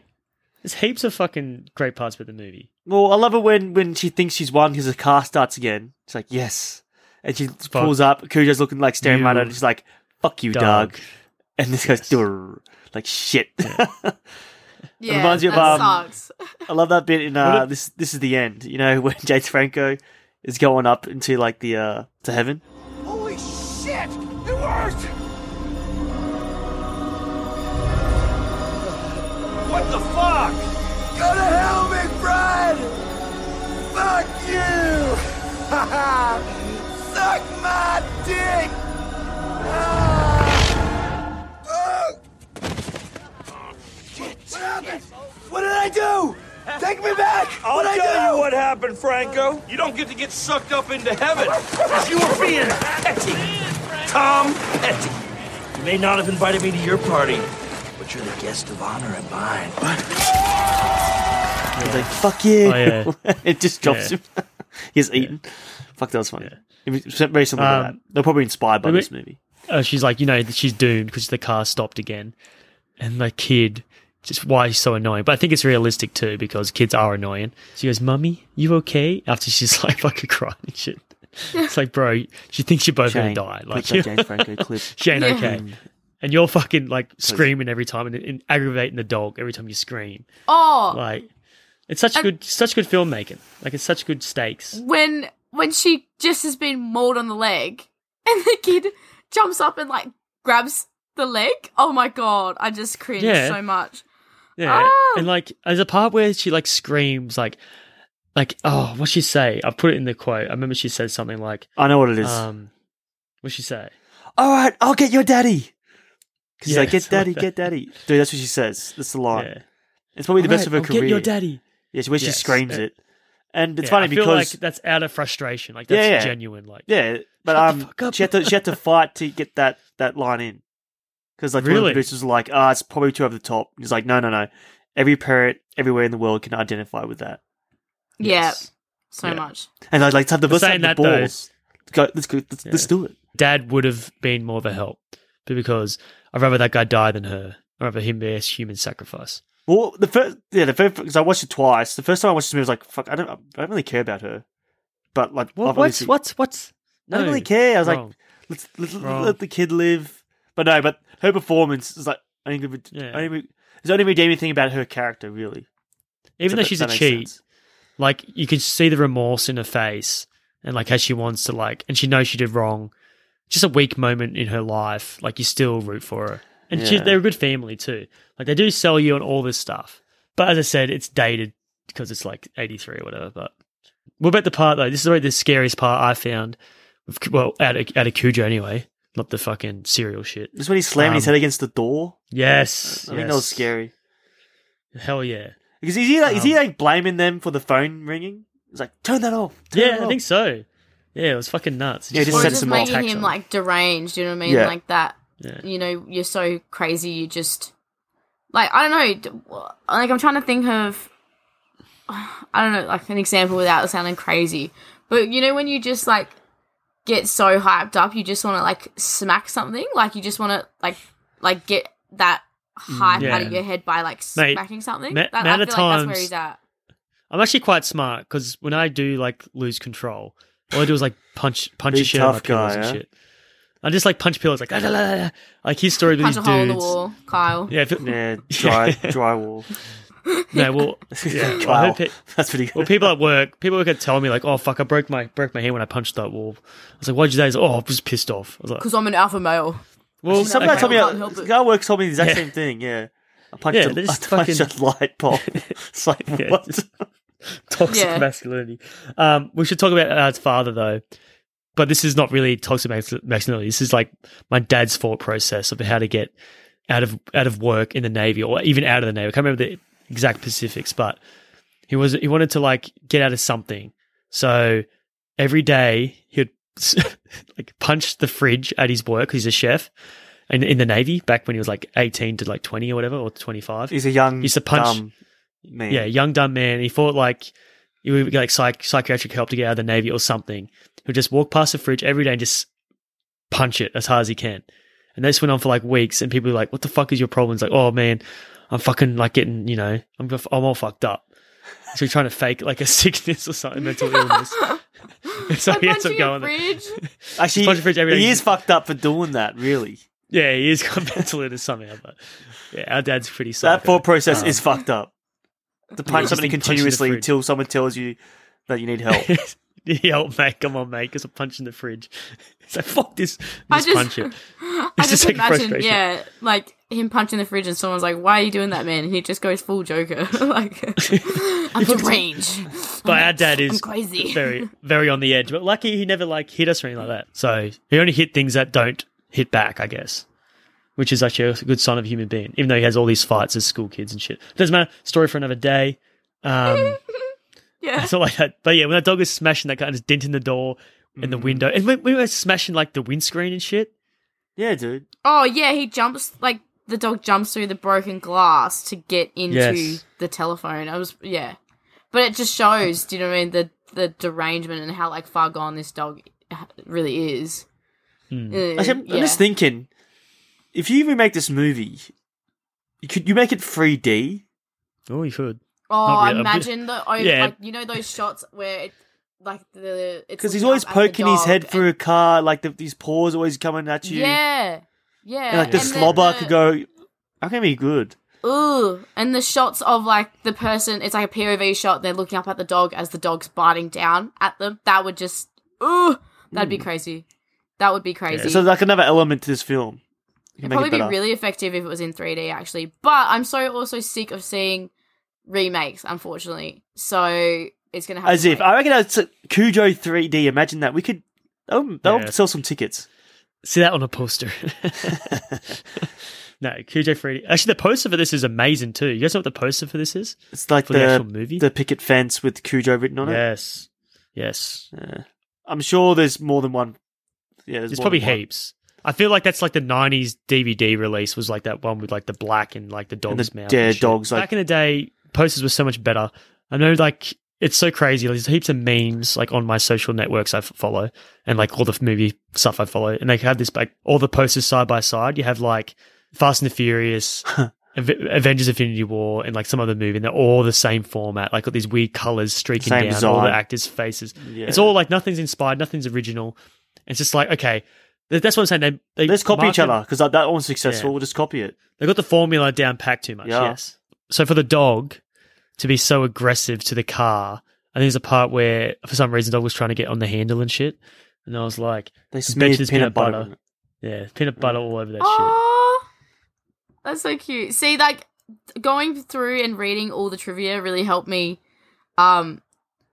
Speaker 3: there's heaps of fucking great parts about the movie.
Speaker 5: Well, I love it when, when she thinks she's won because the car starts again. She's like, yes. And she pulls up. Cujo's looking like staring
Speaker 3: You
Speaker 5: right at her. She's like, fuck you, dog.
Speaker 3: Dog.
Speaker 5: And this goes, "Durr," like shit.
Speaker 4: yeah,
Speaker 5: reminds you of,
Speaker 4: that
Speaker 5: um,
Speaker 4: sucks.
Speaker 5: I love that bit in uh,
Speaker 3: What a-
Speaker 5: this. This is the end. You know when James Franco is going up into like the uh, to heaven.
Speaker 8: Holy shit! It worked! What the fuck? Go to hell, McBride! Fuck you! Suck my dick! Ah! Oh! What happened? What did I do? Take me back! What did I do? what happened, Franco. You don't get to get sucked up into heaven. You were being petty. Tom Petty. You may not have invited me to your party, but you're the guest of honor at mine.
Speaker 5: He's like, fuck you.
Speaker 3: Oh,
Speaker 5: it just drops
Speaker 3: Yeah.
Speaker 5: him. He's eaten. Fuck, that was funny. It was very similar to that.
Speaker 3: Um,
Speaker 5: They're probably inspired by
Speaker 3: maybe-
Speaker 5: this movie.
Speaker 3: Uh, she's like, you know, she's doomed because the car stopped again. And the kid, just why he's so annoying. But I think it's realistic too because kids are annoying. She goes, Mummy, you okay? After she's like fucking crying and shit. It's like, bro, she thinks you're both
Speaker 5: Shane,
Speaker 3: gonna die. Like,
Speaker 5: clip that James Franco clip.
Speaker 3: Shane, okay. And you're fucking like screaming every time and, and aggravating the dog every time you scream.
Speaker 4: Oh,
Speaker 3: Like, it's such good, such good filmmaking. Like, it's such good stakes.
Speaker 4: when when she just has been mauled on the leg and the kid jumps up and like grabs the leg. Oh my god, I just cringe
Speaker 3: Yeah.
Speaker 4: so much.
Speaker 3: Yeah,
Speaker 4: Oh.
Speaker 3: and like there's a part where she like screams like, like oh, what she say? I put it in the quote. I remember she said something like,
Speaker 5: I know what it is.
Speaker 3: um, what she say?
Speaker 5: all right, I'll get your daddy. Because
Speaker 3: Yeah,
Speaker 5: like, get
Speaker 3: something like
Speaker 5: daddy,
Speaker 3: that.
Speaker 5: get daddy. Dude, that's what she says. That's the line.
Speaker 3: Yeah.
Speaker 5: It's probably the best of her
Speaker 3: Alright, I'll
Speaker 5: career.
Speaker 3: Get your daddy.
Speaker 5: Yeah, where she
Speaker 3: Yes.
Speaker 5: screams
Speaker 3: Uh,
Speaker 5: it. And it's
Speaker 3: Yeah,
Speaker 5: funny
Speaker 3: I feel
Speaker 5: because
Speaker 3: like that's out of frustration. Like that's
Speaker 5: Yeah, yeah.
Speaker 3: genuine. Like
Speaker 5: yeah, but
Speaker 3: Shut the
Speaker 5: um,
Speaker 3: fuck up.
Speaker 5: she had to she had to fight to get that that line in because like one of the
Speaker 3: Really?
Speaker 5: producers was like, ah, it's probably too over the top. He's like, no, no, no. Every parent everywhere in the world can identify with that.
Speaker 4: Yeah,
Speaker 3: yes.
Speaker 4: so
Speaker 5: Yeah.
Speaker 4: much.
Speaker 5: And I'd like to have the
Speaker 3: For
Speaker 5: let's have
Speaker 3: saying
Speaker 5: the
Speaker 3: that, though-
Speaker 5: balls. Go, let's go, let's, let's
Speaker 3: Yeah.
Speaker 5: do it.
Speaker 3: dad would have been more of a help, but because I'd rather that guy die than her. I'd rather him be a human sacrifice.
Speaker 5: Well, the first, yeah, the first because I watched it twice. The first time I watched this movie, I was like, "Fuck, I don't, I don't really care about her." But like,
Speaker 3: What?
Speaker 5: I've
Speaker 3: What's
Speaker 5: obviously-
Speaker 3: what's what's?
Speaker 5: I don't really care. I was
Speaker 3: wrong.
Speaker 5: like, let's, let's
Speaker 3: Wrong.
Speaker 5: let the kid live. But no, but her performance is like only, re-
Speaker 3: Yeah.
Speaker 5: only re- it's the only redeeming thing about her character, really.
Speaker 3: even though
Speaker 5: If that-
Speaker 3: she's a
Speaker 5: that makes
Speaker 3: cheat,
Speaker 5: sense.
Speaker 3: like you can see the remorse in her face and like how she wants to like, and she knows she did wrong. Just a weak moment in her life. Like you still root for her, and she,
Speaker 5: Yeah.
Speaker 3: they're a good family too. Like they do sell you on all this stuff, but as I said, it's dated because it's like eighty three or whatever. But what about the part though? This is already the scariest part I found. With, well, out of, out of Cujo anyway, not the fucking serial shit.
Speaker 5: Just when he's slamming his
Speaker 3: Um,
Speaker 5: head against the door,
Speaker 3: Yes,
Speaker 5: I think that was
Speaker 3: yes.
Speaker 5: scary.
Speaker 3: Hell yeah.
Speaker 5: Because is he like, is he
Speaker 3: Um,
Speaker 5: like blaming them for the phone ringing? He's like, turn that off. turn
Speaker 3: Yeah,
Speaker 5: that
Speaker 3: I
Speaker 5: off."
Speaker 3: think so. Yeah, it was fucking nuts.
Speaker 5: Yeah, it just
Speaker 4: Or
Speaker 5: sets
Speaker 4: just
Speaker 5: him off.
Speaker 4: making
Speaker 3: Attacks
Speaker 4: him
Speaker 3: on.
Speaker 4: like deranged. You know what I mean?
Speaker 5: Yeah.
Speaker 4: Like that.
Speaker 3: Yeah.
Speaker 4: You know, you're so crazy. You just like I don't know. d- wh- Like I'm trying to think of. I don't know, like an example without sounding crazy, but you know when you just like get so hyped up, you just want to like smack something, like you just want to like like get that hype out
Speaker 3: yeah.
Speaker 4: of your head by like
Speaker 3: Mate,
Speaker 4: smacking something.
Speaker 3: ma-
Speaker 4: that, I
Speaker 3: amount
Speaker 4: feel
Speaker 3: of
Speaker 4: like that's where
Speaker 3: times-
Speaker 4: he's at.
Speaker 3: I'm actually quite smart because when I do like lose control, all I do is like punch punch
Speaker 5: Be
Speaker 3: a shit out of my
Speaker 5: tough guy,
Speaker 3: pillows and
Speaker 5: huh?
Speaker 3: shit. I just like punch pillows like "Ah, la, la, la, la." like his story with
Speaker 4: Punch
Speaker 3: these
Speaker 4: a hole in the
Speaker 3: dudes.
Speaker 4: wall, Kyle.
Speaker 3: Yeah, if it,
Speaker 5: Yeah, dry drywall.
Speaker 3: no, well, yeah, well, I
Speaker 5: Wow.
Speaker 3: hope it-
Speaker 5: That's pretty good.
Speaker 3: well, people at work, people at work tell me like, "Oh fuck, I broke my broke my hand when I punched that wall." I was like, "Why'd you do that?" He's like, "Oh, I was pissed off." I was like,
Speaker 4: Because I'm an alpha male.
Speaker 3: "Well,
Speaker 5: Some guy
Speaker 3: okay."
Speaker 5: told me,
Speaker 4: Can't help
Speaker 5: the
Speaker 4: it.
Speaker 5: guy at work told me the exact
Speaker 3: Yeah.
Speaker 5: same thing. Yeah, I punched,
Speaker 3: Yeah,
Speaker 5: a,
Speaker 3: they're
Speaker 5: I
Speaker 3: just
Speaker 5: punched
Speaker 3: fucking-
Speaker 5: a light bulb. it's like
Speaker 3: Yeah,
Speaker 5: what?
Speaker 3: just- toxic
Speaker 4: Yeah.
Speaker 3: masculinity. Um, we should talk about dad's father though, but this is not really toxic mas- masculinity. This is like my dad's thought process of how to get out of out of work in the navy or even out of the navy. I can't remember the exact specifics, but he was he wanted to like get out of something. So every day he'd like punch the fridge at his work. He's a chef. In, in the Navy, back when he was like 18 to like 20 or whatever, or 25.
Speaker 5: He's a young,
Speaker 3: He's a punch-
Speaker 5: dumb man.
Speaker 3: Yeah, young dumb man. He thought like he would get like psych- psychiatric help to get out of the navy or something. He'd just walk past the fridge every day and just punch it as hard as he can. And this went on for like weeks, and people were like, "What the fuck is your problem?" It's like, "Oh man, I'm fucking like getting you know, I'm I'm all fucked up." So he's trying to fake like a sickness or something, mental illness. so he ends up
Speaker 4: punching a
Speaker 3: going. there.
Speaker 4: fridge.
Speaker 5: Actually,
Speaker 3: He's punching fridge every day.
Speaker 5: he is fucked up for doing that. Really,
Speaker 3: Yeah, he is got mental illness somehow, but yeah, our dad's pretty psycho.
Speaker 5: that thought process
Speaker 3: Um,
Speaker 5: is fucked up. To punch
Speaker 3: just think
Speaker 5: somebody
Speaker 3: punching the
Speaker 5: continuously
Speaker 3: fridge.
Speaker 5: until someone tells you that you need help.
Speaker 3: Yo, oh, mate, come on, mate, because I'm punching the fridge. It's like, fuck this.
Speaker 4: I
Speaker 3: Just,
Speaker 4: just-
Speaker 3: punch it.
Speaker 4: I
Speaker 3: It's just,
Speaker 4: just
Speaker 3: like,
Speaker 4: imagine,
Speaker 3: frustration.
Speaker 4: yeah, like him punching the fridge, and someone's like, "Why are you doing that, man?" And he just goes full Joker, like, "I'm deranged."
Speaker 3: But our dad is
Speaker 4: crazy.
Speaker 3: very, very on the edge. But lucky he never like hit us or anything like that. So he only hit things that don't hit back, I guess. Which is actually a good sign of a human being, even though he has all these fights as school kids and shit. Doesn't matter. Story for another day. Um,
Speaker 4: Yeah,
Speaker 3: it's not like that. But yeah, when that dog was smashing that guy and just denting the door and the window, and when we were smashing like the windscreen and shit.
Speaker 5: yeah, dude.
Speaker 4: Oh yeah, he jumps like the dog jumps through the broken glass to get into
Speaker 3: Yes.
Speaker 4: the telephone. I was yeah, but it just shows. Do you know what I mean? The the derangement and how like far gone this dog really is.
Speaker 3: hmm.
Speaker 4: Uh,
Speaker 5: Actually, I'm, I'm
Speaker 4: yeah.
Speaker 5: just thinking, if you remake this movie, you could you make it 3D?
Speaker 3: Oh, you could.
Speaker 4: Oh,
Speaker 3: Not really.
Speaker 4: imagine the oh,
Speaker 3: Yeah.
Speaker 4: like you know those shots where it, like the it's
Speaker 5: Because he's
Speaker 4: looking
Speaker 5: always
Speaker 4: up at the
Speaker 5: poking his
Speaker 4: dog
Speaker 5: head
Speaker 4: and-
Speaker 5: through a car, like the, his paws always coming at you.
Speaker 4: Yeah, yeah.
Speaker 5: And like the
Speaker 4: then
Speaker 5: slobber
Speaker 4: the-
Speaker 5: could go. I can be good.
Speaker 4: Ooh, and the shots of like the person. It's like a POV shot. They're looking up at the dog as the dog's biting down at them. That would just ooh, that'd be crazy. That would be crazy.
Speaker 5: Hmm. So like another element to this film. You can make
Speaker 4: It'd probably
Speaker 5: it
Speaker 4: be
Speaker 5: better.
Speaker 4: really effective if it was in 3D, actually. But I'm so also sick of seeing remakes, unfortunately. So it's gonna have
Speaker 5: As
Speaker 4: to
Speaker 5: if
Speaker 4: wait.
Speaker 5: I reckon that's Cujo 3D. Imagine that we could. Oh, they'll
Speaker 3: Yeah.
Speaker 5: sell some tickets.
Speaker 3: See that on a poster. no, Cujo Freddy. Actually, the poster for this is amazing too. You guys know what the poster for this is?
Speaker 5: It's like
Speaker 3: For
Speaker 5: the
Speaker 3: the actual movie?
Speaker 5: the picket fence with Cujo written on it.
Speaker 3: Yes. Yes.
Speaker 5: I'm sure there's more than one. Yeah, there's,
Speaker 3: There's
Speaker 5: more
Speaker 3: probably
Speaker 5: than one.
Speaker 3: heaps. I feel like that's like the '90s DVD release was like that one with like the black and like the
Speaker 5: And
Speaker 3: dog's
Speaker 5: the
Speaker 3: mouth.
Speaker 5: dead
Speaker 3: and shit.
Speaker 5: dogs, like-
Speaker 3: Back in the day, posters were so much better. I know, like it's so crazy. There's heaps of memes like on my social networks I f- follow, and like all the f- movie stuff I follow, and they have this like all the posters side by side. You have like Fast and the Furious. Ave- Avengers: Infinity War and like some other movie, and they're all the same format, like got these weird colors streaking
Speaker 5: Same
Speaker 3: down all the
Speaker 5: design.
Speaker 3: actors' faces.
Speaker 5: Yeah.
Speaker 3: It's all like nothing's inspired, nothing's original. It's just like okay, th- that's what I'm saying. They, they
Speaker 5: Let's copy
Speaker 3: market-
Speaker 5: each other because that, that one's successful.
Speaker 3: Yeah.
Speaker 5: We'll just copy it.
Speaker 3: They got the formula down packed too much.
Speaker 5: Yeah.
Speaker 3: Yes. So for the dog to be so aggressive to the car, I think there's a part where for some reason the dog was trying to get on the handle and shit, and I was like,
Speaker 5: They
Speaker 3: bet you
Speaker 5: smeared
Speaker 3: there's peanut
Speaker 5: peanut, butter.
Speaker 3: butter.
Speaker 5: on it.
Speaker 3: yeah, peanut butter all over that shit.
Speaker 4: Oh, that's so cute. See, like going through and reading all the trivia really helped me, um,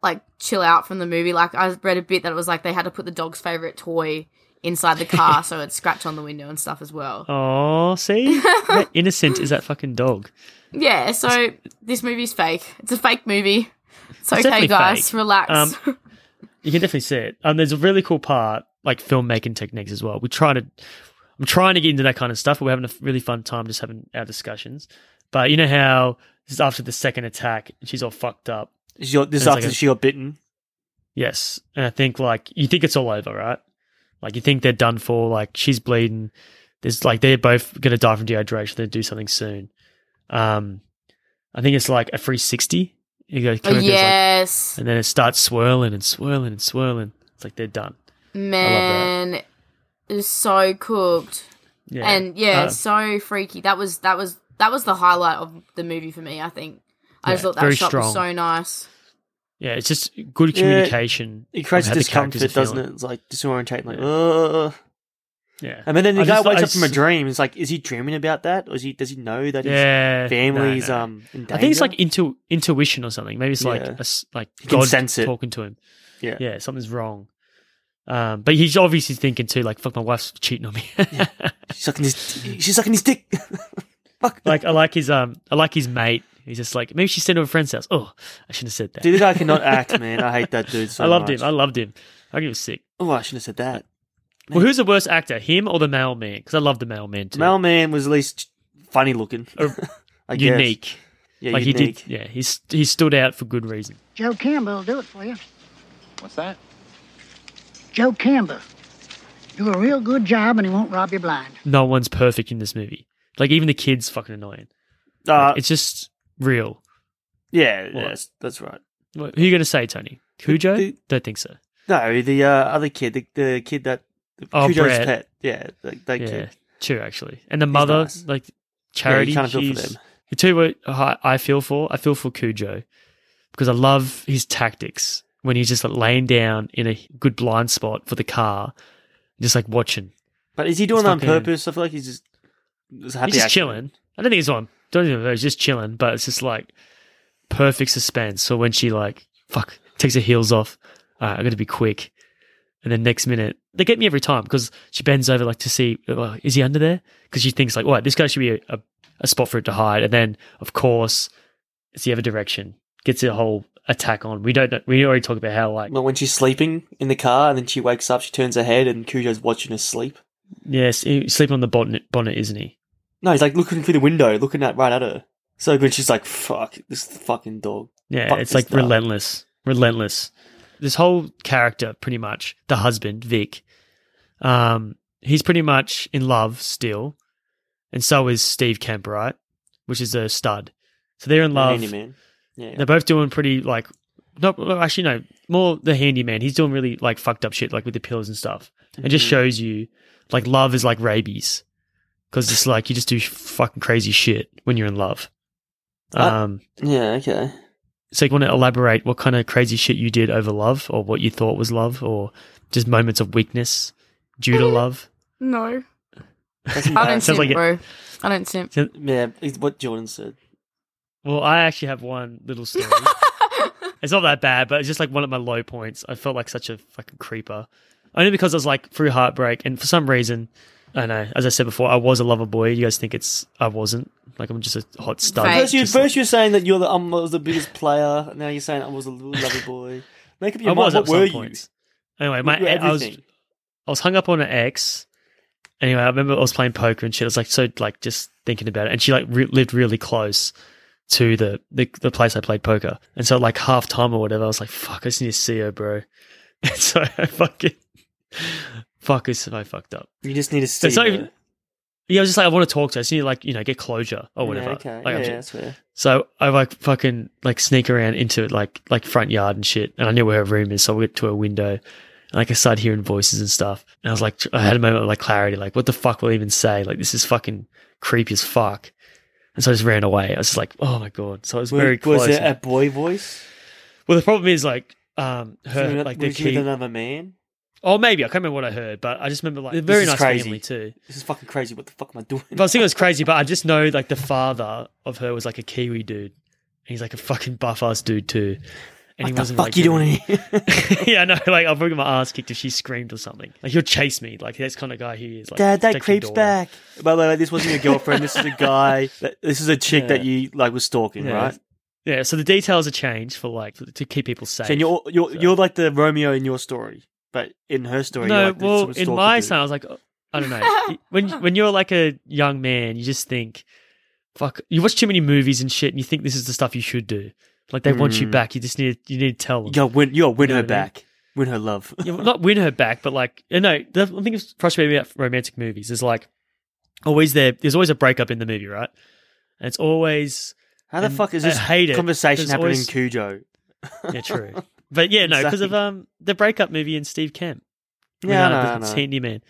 Speaker 4: like chill out from the movie. Like I read a bit that it was like they had to put the dog's favorite toy inside the car so it'd scratch on the window and stuff as well.
Speaker 3: Oh, see, How innocent is that fucking dog.
Speaker 4: Yeah, so this movie's fake. It's a fake movie. It's
Speaker 3: It's
Speaker 4: okay,
Speaker 3: definitely
Speaker 4: guys.
Speaker 3: fake.
Speaker 4: Relax.
Speaker 3: Um, You can definitely see it. Um, there's a really cool part, like filmmaking techniques as well. We try to, I'm trying to get into that kind of stuff. But we're having a really fun time just having our discussions. But you know how this is after the second attack, and she's all fucked up.
Speaker 5: She got- this
Speaker 3: It's like
Speaker 5: after
Speaker 3: a-
Speaker 5: she got bitten.
Speaker 3: Yes, and I think like you think it's all over, right? Like you think they're done for. Like she's bleeding. There's like they're both gonna die from dehydration. They do something soon. Um, I think it's like a free sixty. You go,
Speaker 4: Oh,
Speaker 3: kind of goes like-
Speaker 4: yes,
Speaker 3: and then it starts swirling and swirling and swirling. It's like they're done.
Speaker 4: man, it was so cooked.
Speaker 3: Yeah.
Speaker 4: and yeah,
Speaker 3: Uh,
Speaker 4: so freaky. That was that was that was the highlight of the movie for me. I think I just
Speaker 3: Yeah,
Speaker 4: thought that
Speaker 3: very
Speaker 4: shot was
Speaker 3: strong.
Speaker 4: so nice.
Speaker 3: Yeah, it's just good
Speaker 5: Yeah,
Speaker 3: communication.
Speaker 5: It creates
Speaker 3: of how the characters
Speaker 5: discomfort,
Speaker 3: are
Speaker 5: doesn't
Speaker 3: feeling.
Speaker 5: it? It's like disorientating, like,
Speaker 3: Yeah.
Speaker 5: uh.
Speaker 3: Yeah,
Speaker 5: And then then the
Speaker 3: I
Speaker 5: guy
Speaker 3: just-
Speaker 5: wakes
Speaker 3: I
Speaker 5: up from a
Speaker 3: just-
Speaker 5: dream. It's like, is he dreaming about that, or is he? Does he know that
Speaker 3: yeah,
Speaker 5: his family's
Speaker 3: no, no.
Speaker 5: um? In danger?
Speaker 3: I think it's like intu- intuition or something. Maybe it's like
Speaker 5: Yeah.
Speaker 3: a s like
Speaker 5: can
Speaker 3: God
Speaker 5: sense it.
Speaker 3: talking to him.
Speaker 5: Yeah.
Speaker 3: yeah, something's wrong. Um, but he's obviously thinking too, like, "Fuck, my wife's cheating on me."
Speaker 5: she's sucking his. She's sucking his dick. Fuck.
Speaker 3: like, I like his um, I like his mate. He's just like, maybe she's sent to a friend's house. Oh, I shouldn't have said that.
Speaker 5: Dude, the guy cannot act, man. I hate that dude so
Speaker 3: I loved
Speaker 5: much.
Speaker 3: him. I loved him. I give a sick.
Speaker 5: oh, I should have said that.
Speaker 3: Well, who's the worst actor, him or the mailman? Because I love the mailman too.
Speaker 5: Mailman was at least funny looking.
Speaker 3: Or
Speaker 5: I guess.
Speaker 3: unique.
Speaker 5: Yeah,
Speaker 3: like
Speaker 5: unique.
Speaker 3: he did. Yeah, he's he stood out for good reason.
Speaker 9: Joe Campbell will do it for you.
Speaker 6: What's that?
Speaker 9: Joe Campbell. Do a real good job and he won't rob you blind.
Speaker 3: no one's perfect in this movie. Like even the kids fucking annoying.
Speaker 5: Uh,
Speaker 3: it's just real.
Speaker 5: yeah,
Speaker 3: What?
Speaker 5: yes, that's right.
Speaker 3: What- Who are you going to say, Tony? Cujo?
Speaker 5: the-
Speaker 3: Don't think so.
Speaker 5: No, the uh, other kid, the, the kid that
Speaker 3: Oh,
Speaker 5: Cujo's
Speaker 3: Brett.
Speaker 5: pet. Yeah, that, that
Speaker 3: Yeah,
Speaker 5: kid.
Speaker 3: true actually. And the mother,
Speaker 5: nice.
Speaker 3: like Charity,
Speaker 5: kinda feel for
Speaker 3: she's-
Speaker 5: them.
Speaker 3: the two what I I feel for. I feel for Cujo because I love his tactics when he's just like laying down in a good blind spot for the car, just like watching.
Speaker 5: But is he doing
Speaker 3: He's
Speaker 5: that on
Speaker 3: fucking-
Speaker 5: purpose? I feel like he's just, just happy.
Speaker 3: He's just
Speaker 5: acting.
Speaker 3: chilling. I don't think he's on. Don't even know. He's just chilling, but it's just like perfect suspense. So when she like fuck takes her heels off, all right, I got to be quick. And then next minute, they get me every time because she bends over like to see well, is he under there? Because she thinks like, all right, this guy should be a, a, a spot for it to hide. And then of course, it's the other direction. Gets a whole attack on. We don't. know- We already talked about how like
Speaker 5: Like when she's sleeping in the car and then she wakes up, she turns her head and Cujo's watching her sleep.
Speaker 3: yes, he's sleeping on the bonnet, bonnet isn't he?
Speaker 5: No, he's like looking through the window, looking at right at her. So good. She's like, "Fuck this fucking dog."
Speaker 3: Yeah,
Speaker 5: Fuck
Speaker 3: it's
Speaker 5: this
Speaker 3: like
Speaker 5: guy.
Speaker 3: relentless, relentless. This whole character, pretty much the husband Vic, um, he's pretty much in love still, and so is Steve Kemp, right? Which is a stud. So they're in love.
Speaker 5: handyman. Yeah,
Speaker 3: They're both doing pretty like, not well, actually no, more the handyman. He's doing really like fucked up shit, like with the pills and stuff. It
Speaker 5: Mm-hmm.
Speaker 3: just shows you like love is like rabies, because it's like you just do fucking crazy shit when you're in love.
Speaker 5: That-
Speaker 3: Um,
Speaker 5: Mm. yeah, okay.
Speaker 3: so you want to elaborate what kind of crazy shit you did over love or what you thought was love or just moments of weakness due to love?
Speaker 4: No,
Speaker 5: That's
Speaker 4: I don't
Speaker 5: embarrassing.
Speaker 3: Uh,
Speaker 4: simp,
Speaker 3: sounds like it-
Speaker 4: bro. I don't simp.
Speaker 5: Yeah, it's what Jordan said.
Speaker 3: Well, I actually have one little story. it's not that bad, but it's just like one of my low points. I felt like such a fucking creeper. Only because I was like through heartbreak, and for some reason, I don't know. As I said before, I was a lover boy. You guys think it's I wasn't. Like I'm just a hot stud.
Speaker 4: Right.
Speaker 5: First, you,
Speaker 3: Just
Speaker 5: first you're saying that you're the um, was the biggest player. Now you're saying I was a little lovely boy. Make
Speaker 3: like-
Speaker 5: up
Speaker 3: I
Speaker 5: your
Speaker 3: was
Speaker 5: mind.
Speaker 3: at
Speaker 5: What
Speaker 3: some
Speaker 5: were you?
Speaker 3: points. Anyway, my
Speaker 5: You were
Speaker 3: I was
Speaker 5: everything.
Speaker 3: I was hung up on an ex. Anyway, I remember I was playing poker and shit. I was like so like just thinking about it, and she like re- lived really close to the, the the place I played poker, and so like half time or whatever, I was like, "Fuck, I just need to see her, bro." And so I fucking fuck is I fucked up.
Speaker 5: You just need to see.
Speaker 3: it's not
Speaker 5: her.
Speaker 3: even- Yeah, I was just like, I want to talk to her. I just need to like you know get closure or
Speaker 5: Yeah,
Speaker 3: whatever.
Speaker 5: okay.
Speaker 3: Like, I'm
Speaker 5: yeah,
Speaker 3: just-
Speaker 5: that's fair.
Speaker 3: so I like fucking like sneak around into it like like front yard and shit, and I knew where her room is, so I went to her window. And, like I started hearing voices and stuff, and I was like, I had a moment of like clarity, like what the fuck will I even say? Like this is fucking creepy as fuck. And so I just ran away. I was just like, oh my god. So I was
Speaker 5: Were-
Speaker 3: very close.
Speaker 5: Was it a boy voice?
Speaker 3: well, the problem is like um
Speaker 5: Was
Speaker 3: her
Speaker 5: it-
Speaker 3: like the
Speaker 5: was she with
Speaker 3: key.
Speaker 5: another man.
Speaker 3: Oh, maybe I can't remember what I heard, but I just remember like
Speaker 5: This
Speaker 3: very
Speaker 5: is
Speaker 3: nice
Speaker 5: crazy.
Speaker 3: family too.
Speaker 5: This is fucking crazy. What the fuck am I doing?
Speaker 3: But I was thinking it was crazy, but I just know like the father of her was like a Kiwi dude. And he's like a fucking buff ass dude too. And
Speaker 5: what the fuck
Speaker 3: like,
Speaker 5: you
Speaker 3: giving-
Speaker 5: doing here?
Speaker 3: yeah, I know. Like, I'll probably get my ass kicked if she screamed or something. Like, he'll chase me. Like, that's kind of guy he is. Like,
Speaker 5: Dad,
Speaker 3: protect
Speaker 5: that
Speaker 3: your
Speaker 5: creeps
Speaker 3: daughter.
Speaker 5: back. By the way, this wasn't your girlfriend. this is a guy. that- This is a chick that
Speaker 3: Yeah.
Speaker 5: you like was stalking,
Speaker 3: Yeah.
Speaker 5: right?
Speaker 3: Yeah, so the details are changed for like to keep people safe.
Speaker 5: So you're you're
Speaker 3: So-
Speaker 5: you're like the Romeo in your story, but in her story,
Speaker 3: no,
Speaker 5: you're like the
Speaker 3: well,
Speaker 5: sort of
Speaker 3: in
Speaker 5: stalker
Speaker 3: my
Speaker 5: dude.
Speaker 3: son, I was like, oh, I don't know. when when you're like a young man, you just think, fuck, you watch too many movies and shit, and you think this is the stuff you should do. Like, they want you
Speaker 5: Mm.
Speaker 3: back. You just need you need to tell them.
Speaker 5: you gotta win, you gotta win
Speaker 3: You know
Speaker 5: her
Speaker 3: what I mean?
Speaker 5: back, win her love.
Speaker 3: you know, not win her back, but like you know, the one thing that's frustrating about romantic movies is like always there. There's always a breakup in the movie, right? And it's always
Speaker 5: How the
Speaker 3: And
Speaker 5: fuck is
Speaker 3: I
Speaker 5: this
Speaker 3: hate it.
Speaker 5: conversation
Speaker 3: There's
Speaker 5: happening
Speaker 3: always-
Speaker 5: in Cujo?
Speaker 3: yeah, true. but yeah, no, because of
Speaker 5: Exactly.
Speaker 3: um the breakup movie and Steve Kemp. with,
Speaker 5: Yeah,
Speaker 3: uh,
Speaker 5: no,
Speaker 3: the-
Speaker 5: no.
Speaker 3: it's handyman.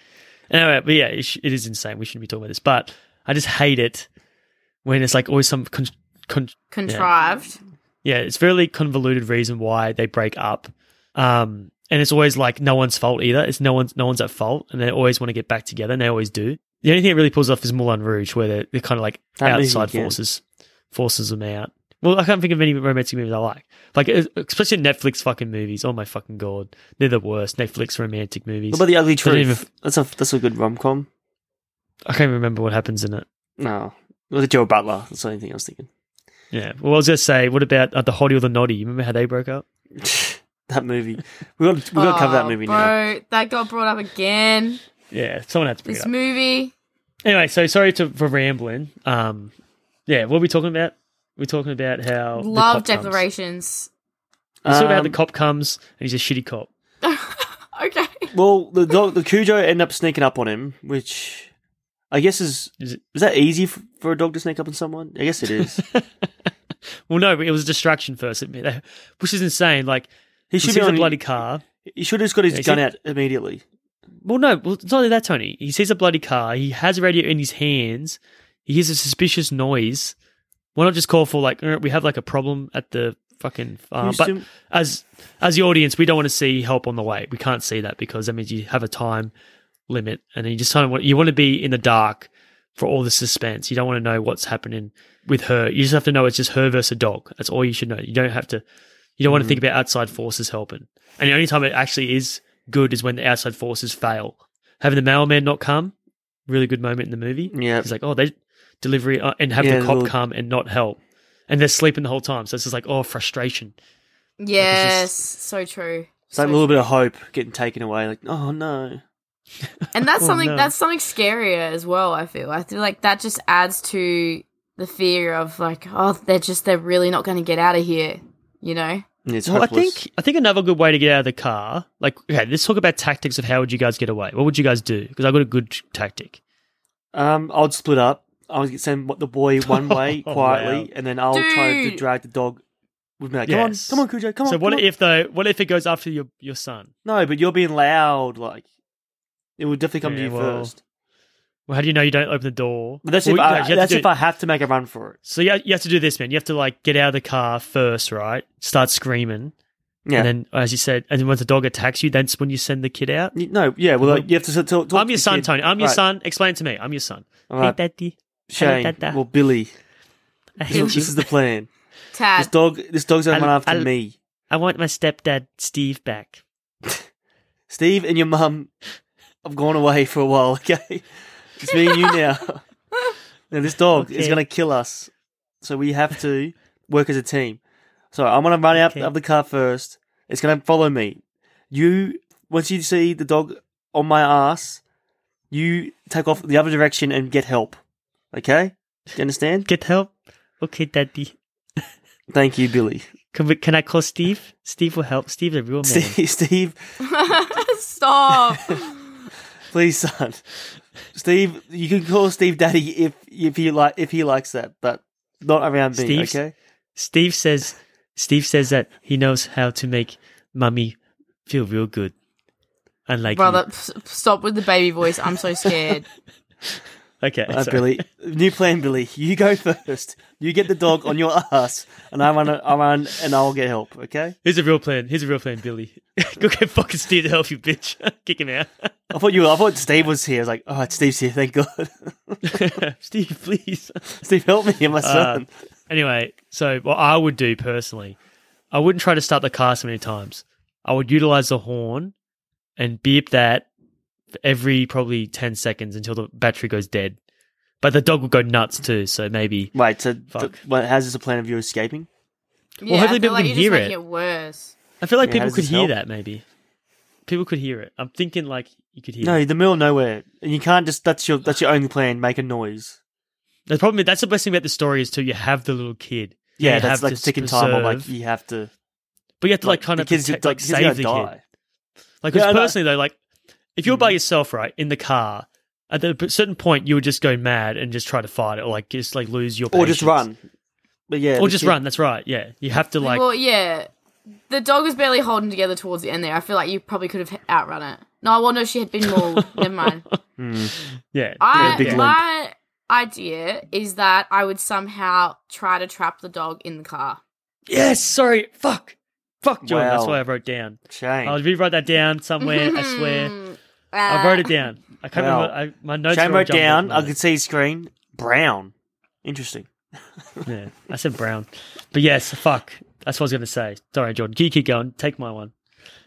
Speaker 3: Anyway, but yeah, it, sh- it is insane. We shouldn't be talking about this, but I just hate it when it's like always some con- con-
Speaker 4: Contrived.
Speaker 3: yeah, it's fairly convoluted reason why they break up. Um, and it's always like no one's fault either. It's no one's no one's at fault, and they always want to get back together, and they always do. The only thing it really pulls off is Moulin Rouge, where they're, they're kind of like
Speaker 5: That movie
Speaker 3: outside
Speaker 5: again.
Speaker 3: forces forces them out. Well, I can't think of any romantic movies I like, like es- especially Netflix fucking movies. Oh my fucking god, they're the worst Netflix romantic movies.
Speaker 5: What about the ugly
Speaker 3: They don't
Speaker 5: truth?
Speaker 3: even-
Speaker 5: That's a that's a good rom com.
Speaker 3: I can't remember what happens in it.
Speaker 5: No, look at Joe Butler. That's the only thing I was thinking.
Speaker 3: Yeah. Well, I was gonna say, what about uh, the hottie or the naughty? You remember how they broke up?
Speaker 5: that movie. We got we got to cover that
Speaker 4: Oh,
Speaker 5: movie
Speaker 4: bro,
Speaker 5: now.
Speaker 4: That got brought up again.
Speaker 3: Yeah, someone had to bring it
Speaker 4: This
Speaker 3: up.
Speaker 4: movie.
Speaker 3: anyway, so sorry to, for rambling. Um, yeah, what are we talking about? We're talking about how Oh, the
Speaker 4: Love
Speaker 3: cop comes.
Speaker 4: declarations.
Speaker 3: We're talking about how
Speaker 5: Um,
Speaker 3: the cop comes and he's a shitty cop.
Speaker 4: Okay.
Speaker 5: Well, the dog, the Cujo end up sneaking up on him, which I guess is
Speaker 3: Is
Speaker 5: is,
Speaker 3: it-
Speaker 5: that easy f- for a dog to sneak up on someone? I guess it is.
Speaker 3: Well, no, but it was a distraction first, it- they- which is insane. Like
Speaker 5: He
Speaker 3: he
Speaker 5: should be
Speaker 3: sees a
Speaker 5: on
Speaker 3: bloody car.
Speaker 5: He should have just got his
Speaker 3: Yeah, he
Speaker 5: gun
Speaker 3: should-
Speaker 5: out immediately.
Speaker 3: Well, no, well, it's not only that, Tony. He sees a bloody car. He has a radio in his hands. He hears a suspicious noise. Why not just call for like "Er, we have like a problem at the fucking farm?
Speaker 5: Who's
Speaker 3: Uh, But
Speaker 5: to-
Speaker 3: as as the audience, we don't want to see help on the way. We can't see that because that means you have a time limit, and you just kind of want you want to be in the dark for all the suspense. You don't want to know what's happening with her. You just have to know it's just her versus a dog. That's all you should know. You don't have to. You don't want to think
Speaker 5: Mm-hmm.
Speaker 3: about outside forces helping. And the only time it actually is good is when the outside forces fail. Having the mailman not come, really good moment in the movie.
Speaker 5: Yeah.
Speaker 3: It's like, oh, they delivery uh, and have
Speaker 5: Yeah,
Speaker 3: the
Speaker 5: the
Speaker 3: cop
Speaker 5: little-
Speaker 3: come and not help. And they're sleeping the whole time. So it's just like, oh, frustration.
Speaker 4: Yes. So true.
Speaker 5: It's like a little bit of hope getting taken away. Like, oh no.
Speaker 4: And that's
Speaker 3: Oh,
Speaker 4: something
Speaker 3: no.
Speaker 4: that's something scarier as well, I feel. I feel like that just adds to the fear of like, oh, they're just they're really not gonna get out of here, you know?
Speaker 5: And it's
Speaker 3: Well, I
Speaker 5: hopeless.
Speaker 3: think I think another good way to get out of the car, like, okay, let's talk about tactics of how would you guys get away. What would you guys do? Because I've got a good tactic.
Speaker 5: Um, I'd split up. I would send what- the boy one way
Speaker 3: Oh,
Speaker 5: quietly,
Speaker 3: wow.
Speaker 5: and then I'll try to
Speaker 4: Dude.
Speaker 5: drag the dog with me. Like,
Speaker 3: Yes.
Speaker 5: come on, come on, Cujo, come on.
Speaker 3: so what
Speaker 5: come on."
Speaker 3: if though? What if it goes after your your son?
Speaker 5: No, but you're being loud. Like, it would definitely come
Speaker 3: Yeah,
Speaker 5: to you
Speaker 3: well,
Speaker 5: first.
Speaker 3: Well, how do you know you don't open the door?
Speaker 5: But that's
Speaker 3: Well,
Speaker 5: if
Speaker 3: you-
Speaker 5: I,
Speaker 3: no, you have
Speaker 5: that's
Speaker 3: to do-
Speaker 5: if I have to make a run for it.
Speaker 3: So you you have to do this, man. You have to like get out of the car first, right? Start screaming,
Speaker 5: Yeah.
Speaker 3: and then as you said, and then once the dog attacks you, that's when you send the kid out.
Speaker 5: Y- no, yeah. Well, like, you have to s- talk. talk
Speaker 3: I'm
Speaker 5: to
Speaker 3: your
Speaker 5: the
Speaker 3: son,
Speaker 5: kid.
Speaker 3: Tony. I'm your
Speaker 5: Right.
Speaker 3: son. Explain to me. I'm your son.
Speaker 5: All right.
Speaker 3: Hey, daddy.
Speaker 5: Shane.
Speaker 3: Da-da-da-da.
Speaker 5: Well, Billy.
Speaker 3: I
Speaker 5: This is-
Speaker 3: hate you.
Speaker 5: this is the plan.
Speaker 4: Tad.
Speaker 5: This dog. This dog's going to
Speaker 3: I'll-
Speaker 5: run after
Speaker 3: I'll-
Speaker 5: me.
Speaker 3: I want my stepdad Steve back.
Speaker 5: Steve and your mum have gone away for a while, okay? It's me and you now. now, this dog is
Speaker 3: Okay.
Speaker 5: going to kill us. So we have to work as a team. So I'm going to run out
Speaker 3: Okay.
Speaker 5: of the car first. It's going to follow me. You, once you see the dog on my ass, you take off the other direction and get help. Okay? Do you understand?
Speaker 3: Get help. Okay, daddy.
Speaker 5: Thank you, Billy.
Speaker 3: Can we, can I call Steve? Steve will help. Steve's a real man.
Speaker 5: Steve, Steve,
Speaker 4: Stop.
Speaker 5: Please, son. Steve, you can call Steve Daddy if if he like if he likes that, but not around me.
Speaker 3: Steve's-
Speaker 5: Okay.
Speaker 3: Steve says Steve says that he knows how to make mummy feel real good. Unlike
Speaker 4: Brother, s- stop with the baby voice. I'm so scared.
Speaker 3: you. Okay,
Speaker 5: Uh,
Speaker 3: Oh, sorry.
Speaker 5: Billy, new plan, Billy. You go first. You get the dog on your ass, and I run. I run, and I'll get help. Okay.
Speaker 3: Here's a real plan. Here's a real plan, Billy. Go get fucking Steve to help you, bitch. Kick him out.
Speaker 5: I thought you. I thought Steve was here. I was like, oh, it's Steve's here. Thank God.
Speaker 3: Steve, please.
Speaker 5: Steve, help me,
Speaker 3: Uh,
Speaker 5: my son.
Speaker 3: Anyway, so what I would do personally, I wouldn't try to start the car so many times. I would utilize the horn and beep that for every probably 10 seconds until the battery goes dead. But the dog will go nuts too, so maybe.
Speaker 5: Wait. So,
Speaker 3: Fuck.
Speaker 5: th- what, how's this a plan of you escaping?
Speaker 4: Yeah,
Speaker 3: hopefully
Speaker 4: I feel
Speaker 3: people
Speaker 4: like
Speaker 3: can
Speaker 4: you're
Speaker 3: hear
Speaker 4: just making
Speaker 3: it.
Speaker 4: it worse.
Speaker 3: I feel like
Speaker 5: Yeah,
Speaker 3: people
Speaker 5: how does
Speaker 3: could
Speaker 5: this
Speaker 3: hear
Speaker 5: help?
Speaker 3: that maybe. People could hear it. I'm thinking like you could hear
Speaker 5: No,
Speaker 3: it.
Speaker 5: you're in the middle of nowhere, and you can't just. That's your. That's your only plan. Make a noise.
Speaker 3: The problem is that's the best thing about the story is too you have the little kid.
Speaker 5: Yeah,
Speaker 3: you
Speaker 5: that's
Speaker 3: have
Speaker 5: like
Speaker 3: to
Speaker 5: ticking time. Or like
Speaker 3: preserve-
Speaker 5: you have to.
Speaker 3: but you have to like, kind of
Speaker 5: the kids-
Speaker 3: protect,
Speaker 5: the
Speaker 3: like
Speaker 5: kids are gonna
Speaker 3: save the kid.
Speaker 5: die.
Speaker 3: Like, 'cause
Speaker 5: Yeah, I know. Mm-hmm.
Speaker 3: personally, though, like, if you're by yourself, right, in the car, at a p- certain point, you would just go mad and just try to fight it, or like just like lose your
Speaker 5: or just
Speaker 3: patience.
Speaker 5: run. But yeah,
Speaker 3: or
Speaker 5: the
Speaker 3: just
Speaker 5: kid-
Speaker 3: run. That's right. Yeah, you have to like.
Speaker 4: well, yeah. The dog was barely holding together towards the end there. I feel like you probably could have outrun it. No, well, no, she had been mauled. Never mind.
Speaker 3: yeah,
Speaker 4: I,
Speaker 5: big lump.
Speaker 4: my idea is that I would somehow try to trap the dog in the car.
Speaker 3: yes. Sorry. Fuck. Fuck, John. That's
Speaker 5: Wow.
Speaker 3: why I wrote down.
Speaker 5: Shame.
Speaker 3: I'll rewrite that down somewhere. I swear. I wrote it down. I can't
Speaker 5: Wow.
Speaker 3: remember. I, my notes.
Speaker 5: Shame
Speaker 3: are all
Speaker 5: wrote
Speaker 3: jumbled
Speaker 5: down.
Speaker 3: at
Speaker 5: I
Speaker 3: the
Speaker 5: could see his screen brown. Interesting.
Speaker 3: moment. Yeah, I said brown, but yes. Fuck. That's what I was gonna say. Sorry, Jordan. Keep keep going. Take my one.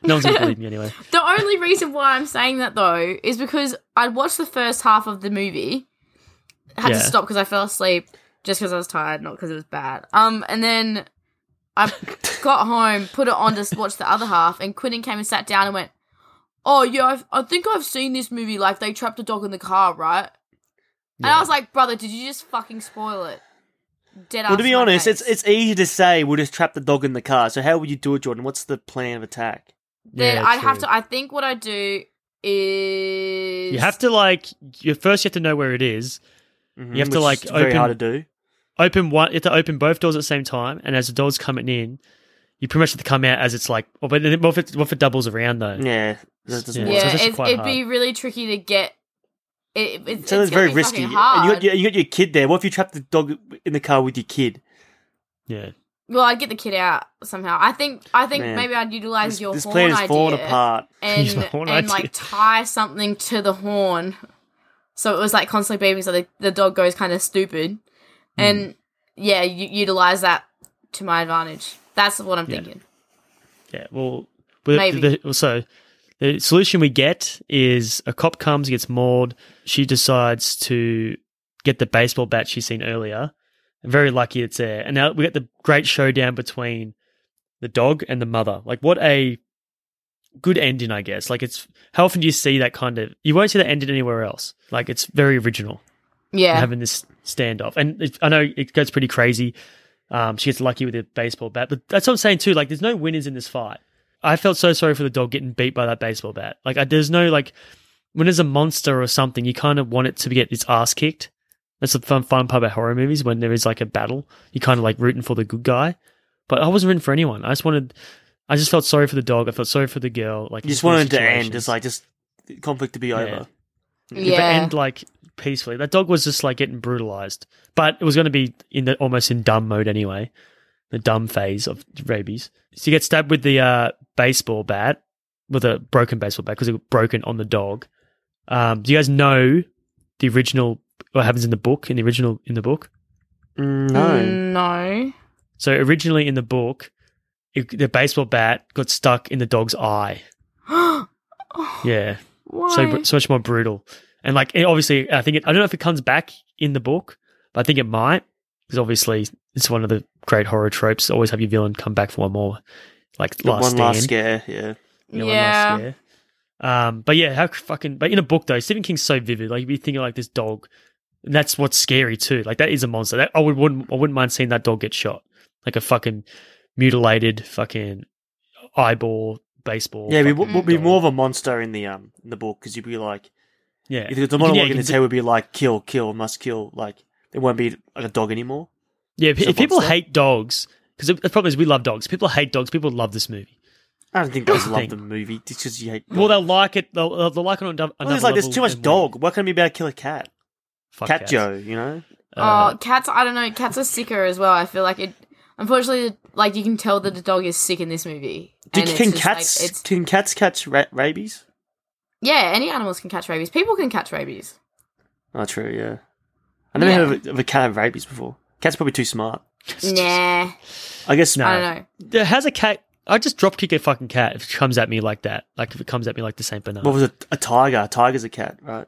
Speaker 3: No one's gonna believe me anyway.
Speaker 4: The only reason why I'm saying that though is because I watched the first half of the movie, had
Speaker 3: Yeah.
Speaker 4: to stop because I fell asleep just because I was tired, not because it was bad. Um, and then I got home, put it on to s- watch the other half, and Quentin came and sat down and went, "Oh yeah, I've, I think I've seen this movie. Like they trapped a dog in the car, right?" And I was like, "Brother, did you just fucking spoil it?" Dead
Speaker 5: Well, to
Speaker 4: ass
Speaker 5: be
Speaker 4: in my
Speaker 5: honest,
Speaker 4: face.
Speaker 5: it's it's easy to say we'll just trap the dog in the car. So how would you do it, Jordan? What's the plan of attack?
Speaker 4: then
Speaker 3: Yeah,
Speaker 4: I'd have
Speaker 3: true.
Speaker 4: to. I think what I do is
Speaker 3: You have to like you first you have to know where it is.
Speaker 5: Mhm,
Speaker 3: You have to,
Speaker 5: which is
Speaker 3: like,
Speaker 5: very
Speaker 3: open-
Speaker 5: hard to do.
Speaker 3: Open one you have to open both doors at the same time and as the door's coming in, you pretty much have to come out as it's like well but then what if it what if it doubles around though?
Speaker 5: Yeah, that doesn't
Speaker 3: Yeah. So
Speaker 5: work.
Speaker 4: Yeah,
Speaker 3: it's actually
Speaker 4: it's,
Speaker 3: quite
Speaker 4: it'd be really tricky to get. It, it,
Speaker 5: So
Speaker 4: it's
Speaker 5: that's very
Speaker 4: gonna be fucking
Speaker 5: risky. And you
Speaker 4: Hard.
Speaker 5: got your, you got your kid there. What if you trap the dog in the car with your kid?
Speaker 3: Yeah.
Speaker 4: well, I'd get the kid out somehow. I think. I think
Speaker 5: Man,
Speaker 4: maybe I'd utilize
Speaker 5: This,
Speaker 4: your
Speaker 5: this
Speaker 4: horn
Speaker 5: plan is
Speaker 4: idea
Speaker 5: falling apart.
Speaker 4: and
Speaker 3: Use my horn
Speaker 4: and
Speaker 3: idea.
Speaker 4: like tie something to the horn, so it was like constantly beeping, so the, the dog goes kind of stupid,
Speaker 5: Hmm.
Speaker 4: and yeah, you, utilize that to my advantage. That's what I'm
Speaker 3: Yeah.
Speaker 4: thinking.
Speaker 3: Yeah. Well with
Speaker 4: Maybe.
Speaker 3: The, so the solution we get is a cop comes, gets mauled, she decides to get the baseball bat she's seen earlier. Very lucky it's there. And now we get the great showdown between the dog and the mother. Like what a good ending, I guess. Like it's how often do you see that kind of you won't see that ending anywhere else. Like it's very original
Speaker 4: Yeah,
Speaker 3: having this standoff. And it, I know it goes pretty crazy. Um, she gets lucky with a baseball bat, but that's what I'm saying too. Like, there's no winners in this fight. I felt so sorry for the dog getting beat by that baseball bat. Like, I, there's no like when there's a monster or something, you kind of want it to get its ass kicked. That's the fun, fun part about horror movies when there is like a battle. You kind of like rooting for the good guy, but I wasn't rooting for anyone. I just wanted. I just felt sorry for the dog. I felt sorry for the girl. Like
Speaker 5: You just
Speaker 3: in these
Speaker 5: wanted to end.
Speaker 3: situations.
Speaker 5: Just like just conflict to be over.
Speaker 3: Yeah. But
Speaker 4: yeah.
Speaker 3: end like peacefully. That dog was just like getting brutalized, but it was going to be in the almost in dumb mode anyway, the dumb phase of rabies. So you get stabbed with the uh, baseball bat, with a broken baseball bat because it was broken on the dog. Um, do you guys know the original? What happens in the book? In the original in the book.
Speaker 5: Mm,
Speaker 4: Mm.
Speaker 5: No.
Speaker 4: no.
Speaker 3: So originally in the book, it, the baseball bat got stuck in the dog's eye. Yeah.
Speaker 4: Why?
Speaker 3: So, br- so much more brutal. And like, it obviously, I think it, I don't know if it comes back in the book, but I think it might because obviously it's one of the great horror tropes. Always have your villain come back for one more, like
Speaker 5: The
Speaker 3: last
Speaker 5: one
Speaker 3: stand.
Speaker 5: last scare. Yeah.
Speaker 3: you know, one last
Speaker 4: Yeah.
Speaker 3: year. Um, but yeah, how fucking. But in a book though, Stephen King's so vivid. Like you'd be thinking like this dog, and that's what's scary too. Like that is a monster. That I would wouldn't I wouldn't mind seeing that dog get shot, like a fucking mutilated fucking eyeball baseball.
Speaker 5: Yeah, we
Speaker 3: fucking
Speaker 5: would be
Speaker 3: dog.
Speaker 5: more of a monster in the um in the book because you'd be like,
Speaker 3: Yeah,
Speaker 5: if the
Speaker 3: You can-
Speaker 5: monologue
Speaker 3: yeah, you
Speaker 5: in
Speaker 3: can
Speaker 5: its
Speaker 3: do-
Speaker 5: head would be like, kill, kill, must kill. Like it won't be like a dog anymore.
Speaker 3: yeah, if,
Speaker 5: it's a
Speaker 3: if people
Speaker 5: monster.
Speaker 3: hate dogs, because the problem is we love dogs. People hate dogs. People love this movie.
Speaker 5: I don't think guys
Speaker 3: I
Speaker 5: love
Speaker 3: think-
Speaker 5: the movie because you hate.
Speaker 3: Well, they'll like it. They'll, they'll- they'll like it on another.
Speaker 5: Well, there's like there's
Speaker 3: level
Speaker 5: too much
Speaker 3: and more.
Speaker 5: dog. What can it be about kill a cat?
Speaker 3: Fuck
Speaker 5: cat
Speaker 3: cats.
Speaker 5: Joe, you know.
Speaker 3: Uh,
Speaker 4: oh, cats. I don't know. Cats are sicker as well. I feel like it. Unfortunately, like you can tell that the dog is sick in this movie.
Speaker 5: Do,
Speaker 4: And it's
Speaker 5: can
Speaker 4: just, like,
Speaker 5: cats
Speaker 4: it's-
Speaker 5: can cats catch ra- rabies?
Speaker 4: yeah, any animals can catch rabies. People can catch rabies.
Speaker 5: Oh, true. Yeah, I never
Speaker 4: Yeah.
Speaker 5: heard of a, of a cat have rabies before. Cat's probably too smart.
Speaker 4: Nah,
Speaker 5: I guess
Speaker 3: No.
Speaker 4: I don't know.
Speaker 3: Yeah, how's a cat? I just drop kick a fucking cat if it comes at me like that. Like if it comes at me like the Saint Bernard.
Speaker 5: What was it? A tiger. A tiger's a cat, right?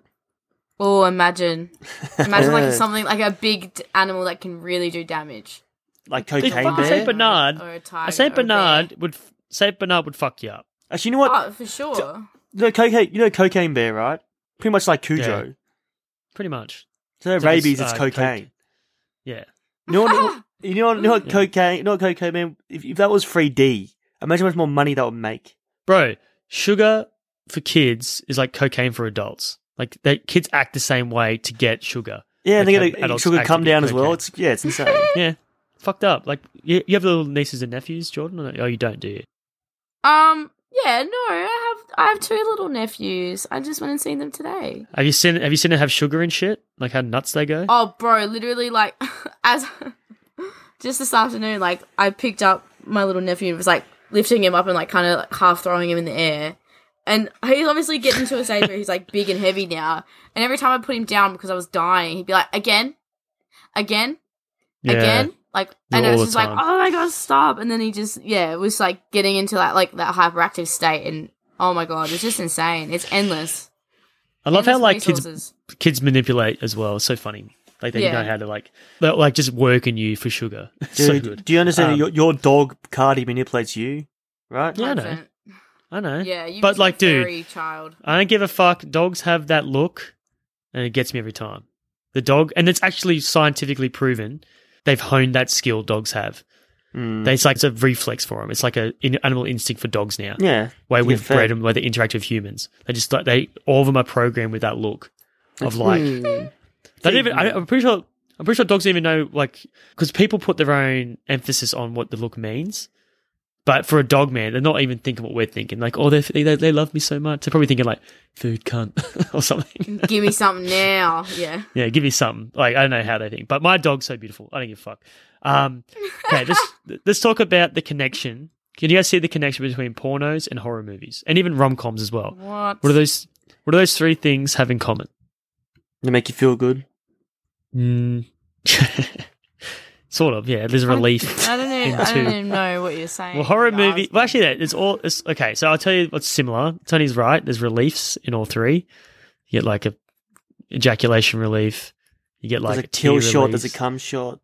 Speaker 4: Oh, imagine, imagine
Speaker 5: Yeah.
Speaker 4: like something like a big d- animal that can really do damage.
Speaker 5: Like
Speaker 3: Dude,
Speaker 5: cocaine
Speaker 3: fucking Saint
Speaker 5: bear.
Speaker 3: Bernard.
Speaker 4: Or a
Speaker 3: a
Speaker 4: tiger.
Speaker 3: Saint
Speaker 4: or a bear.
Speaker 3: Bernard would f- Saint Bernard would fuck you up.
Speaker 5: Actually, you know what?
Speaker 4: Oh, for sure.
Speaker 5: You know, cocaine. You know, cocaine bear, right? Pretty much like Cujo.
Speaker 3: Yeah. Pretty much.
Speaker 5: So
Speaker 3: So
Speaker 5: rabies,
Speaker 3: it's,
Speaker 5: it's
Speaker 3: uh,
Speaker 5: cocaine.
Speaker 3: coke. Yeah.
Speaker 5: You know what? you know what? You know what cocaine? You know what cocaine? Man, if, if that was free D, imagine how much more money that would make.
Speaker 3: Bro, sugar for kids is like cocaine for adults. Like they kids act the same way to get sugar.
Speaker 5: Yeah, and
Speaker 3: Like
Speaker 5: they
Speaker 3: how
Speaker 5: get a
Speaker 3: adults
Speaker 5: sugar
Speaker 3: act to
Speaker 5: come
Speaker 3: get
Speaker 5: down as well.
Speaker 3: cocaine.
Speaker 5: It's yeah, it's insane.
Speaker 3: yeah. Fucked up. Like you, you have little nieces and nephews, Jordan? Or no? Oh, you don't, do you?
Speaker 4: Um. Yeah. No, I have. I have two little nephews. I just went and seen them today.
Speaker 3: Have you seen Have you seen it have sugar and shit? Like how nuts they go.
Speaker 4: Oh, bro, literally, like, as just this afternoon, like, I picked up my little nephew and was like lifting him up and like kind of like, half throwing him in the air. And he's obviously getting to a stage where he's like big and heavy now. And every time I put him down because I was dying, he'd be like, again, again,
Speaker 3: yeah.
Speaker 4: again. Like,
Speaker 3: Yeah,
Speaker 4: and
Speaker 3: all
Speaker 4: it was
Speaker 3: the
Speaker 4: just
Speaker 3: time.
Speaker 4: like, oh my god, stop! And then he just, yeah, it was like getting into that like that hyperactive state, and oh my god, it's just insane. It's endless.
Speaker 3: I love how
Speaker 4: Endless
Speaker 3: like kids
Speaker 4: resources.
Speaker 3: kids manipulate as well. It's so funny. Like they
Speaker 4: Yeah.
Speaker 3: know how to like they'll like just work in you for sugar. It's so
Speaker 5: Dude,
Speaker 3: good.
Speaker 5: do you understand that
Speaker 3: Um,
Speaker 5: your, your dog Cardi manipulates you, right?
Speaker 3: Yeah, I know.
Speaker 4: Confident.
Speaker 3: I know.
Speaker 4: Yeah, you
Speaker 3: but like, dude,
Speaker 4: furry child.
Speaker 3: I don't give a fuck. Dogs have that look, and it gets me every time. The dog, and it's actually scientifically proven. They've honed that skill dogs have.
Speaker 5: Mm.
Speaker 3: They- It's like it's a reflex for them. It's like a in, animal instinct for dogs now.
Speaker 5: yeah,
Speaker 3: Way
Speaker 5: to get
Speaker 3: we've
Speaker 5: fed.
Speaker 3: bred them, where they interact with humans. They just like they all of them are programmed with that look of like
Speaker 5: Mm.
Speaker 3: They don't even. I, I'm pretty sure. I'm pretty sure dogs don't even know like because people put their own emphasis on what the look means. But for a dog, man, they're not even thinking what we're thinking. Like, oh, they they they love me so much. They're probably thinking like food cunt or something.
Speaker 4: Give me something now. Yeah.
Speaker 3: yeah, give me something. Like, I don't know how they think. But my dog's so beautiful. I don't give a fuck. Um, okay, let's let's talk about the connection. Can you guys see the connection between pornos and horror movies and even rom coms as well?
Speaker 4: What?
Speaker 3: What are those? What do those three things have in common?
Speaker 5: they make you feel good.
Speaker 3: Mm. sort of, yeah. There's a relief.
Speaker 4: I don't know. I
Speaker 3: Into-
Speaker 4: don't even know what you're saying.
Speaker 3: Well, horror
Speaker 4: You guys.
Speaker 3: movie. Well, actually, that it's all. It's, okay, so I'll tell you what's similar. Tony's right. There's reliefs in all three. You get like a ejaculation relief. You get like
Speaker 5: there's a kill
Speaker 3: tear
Speaker 5: shot. There's a
Speaker 3: release.
Speaker 5: cum shot.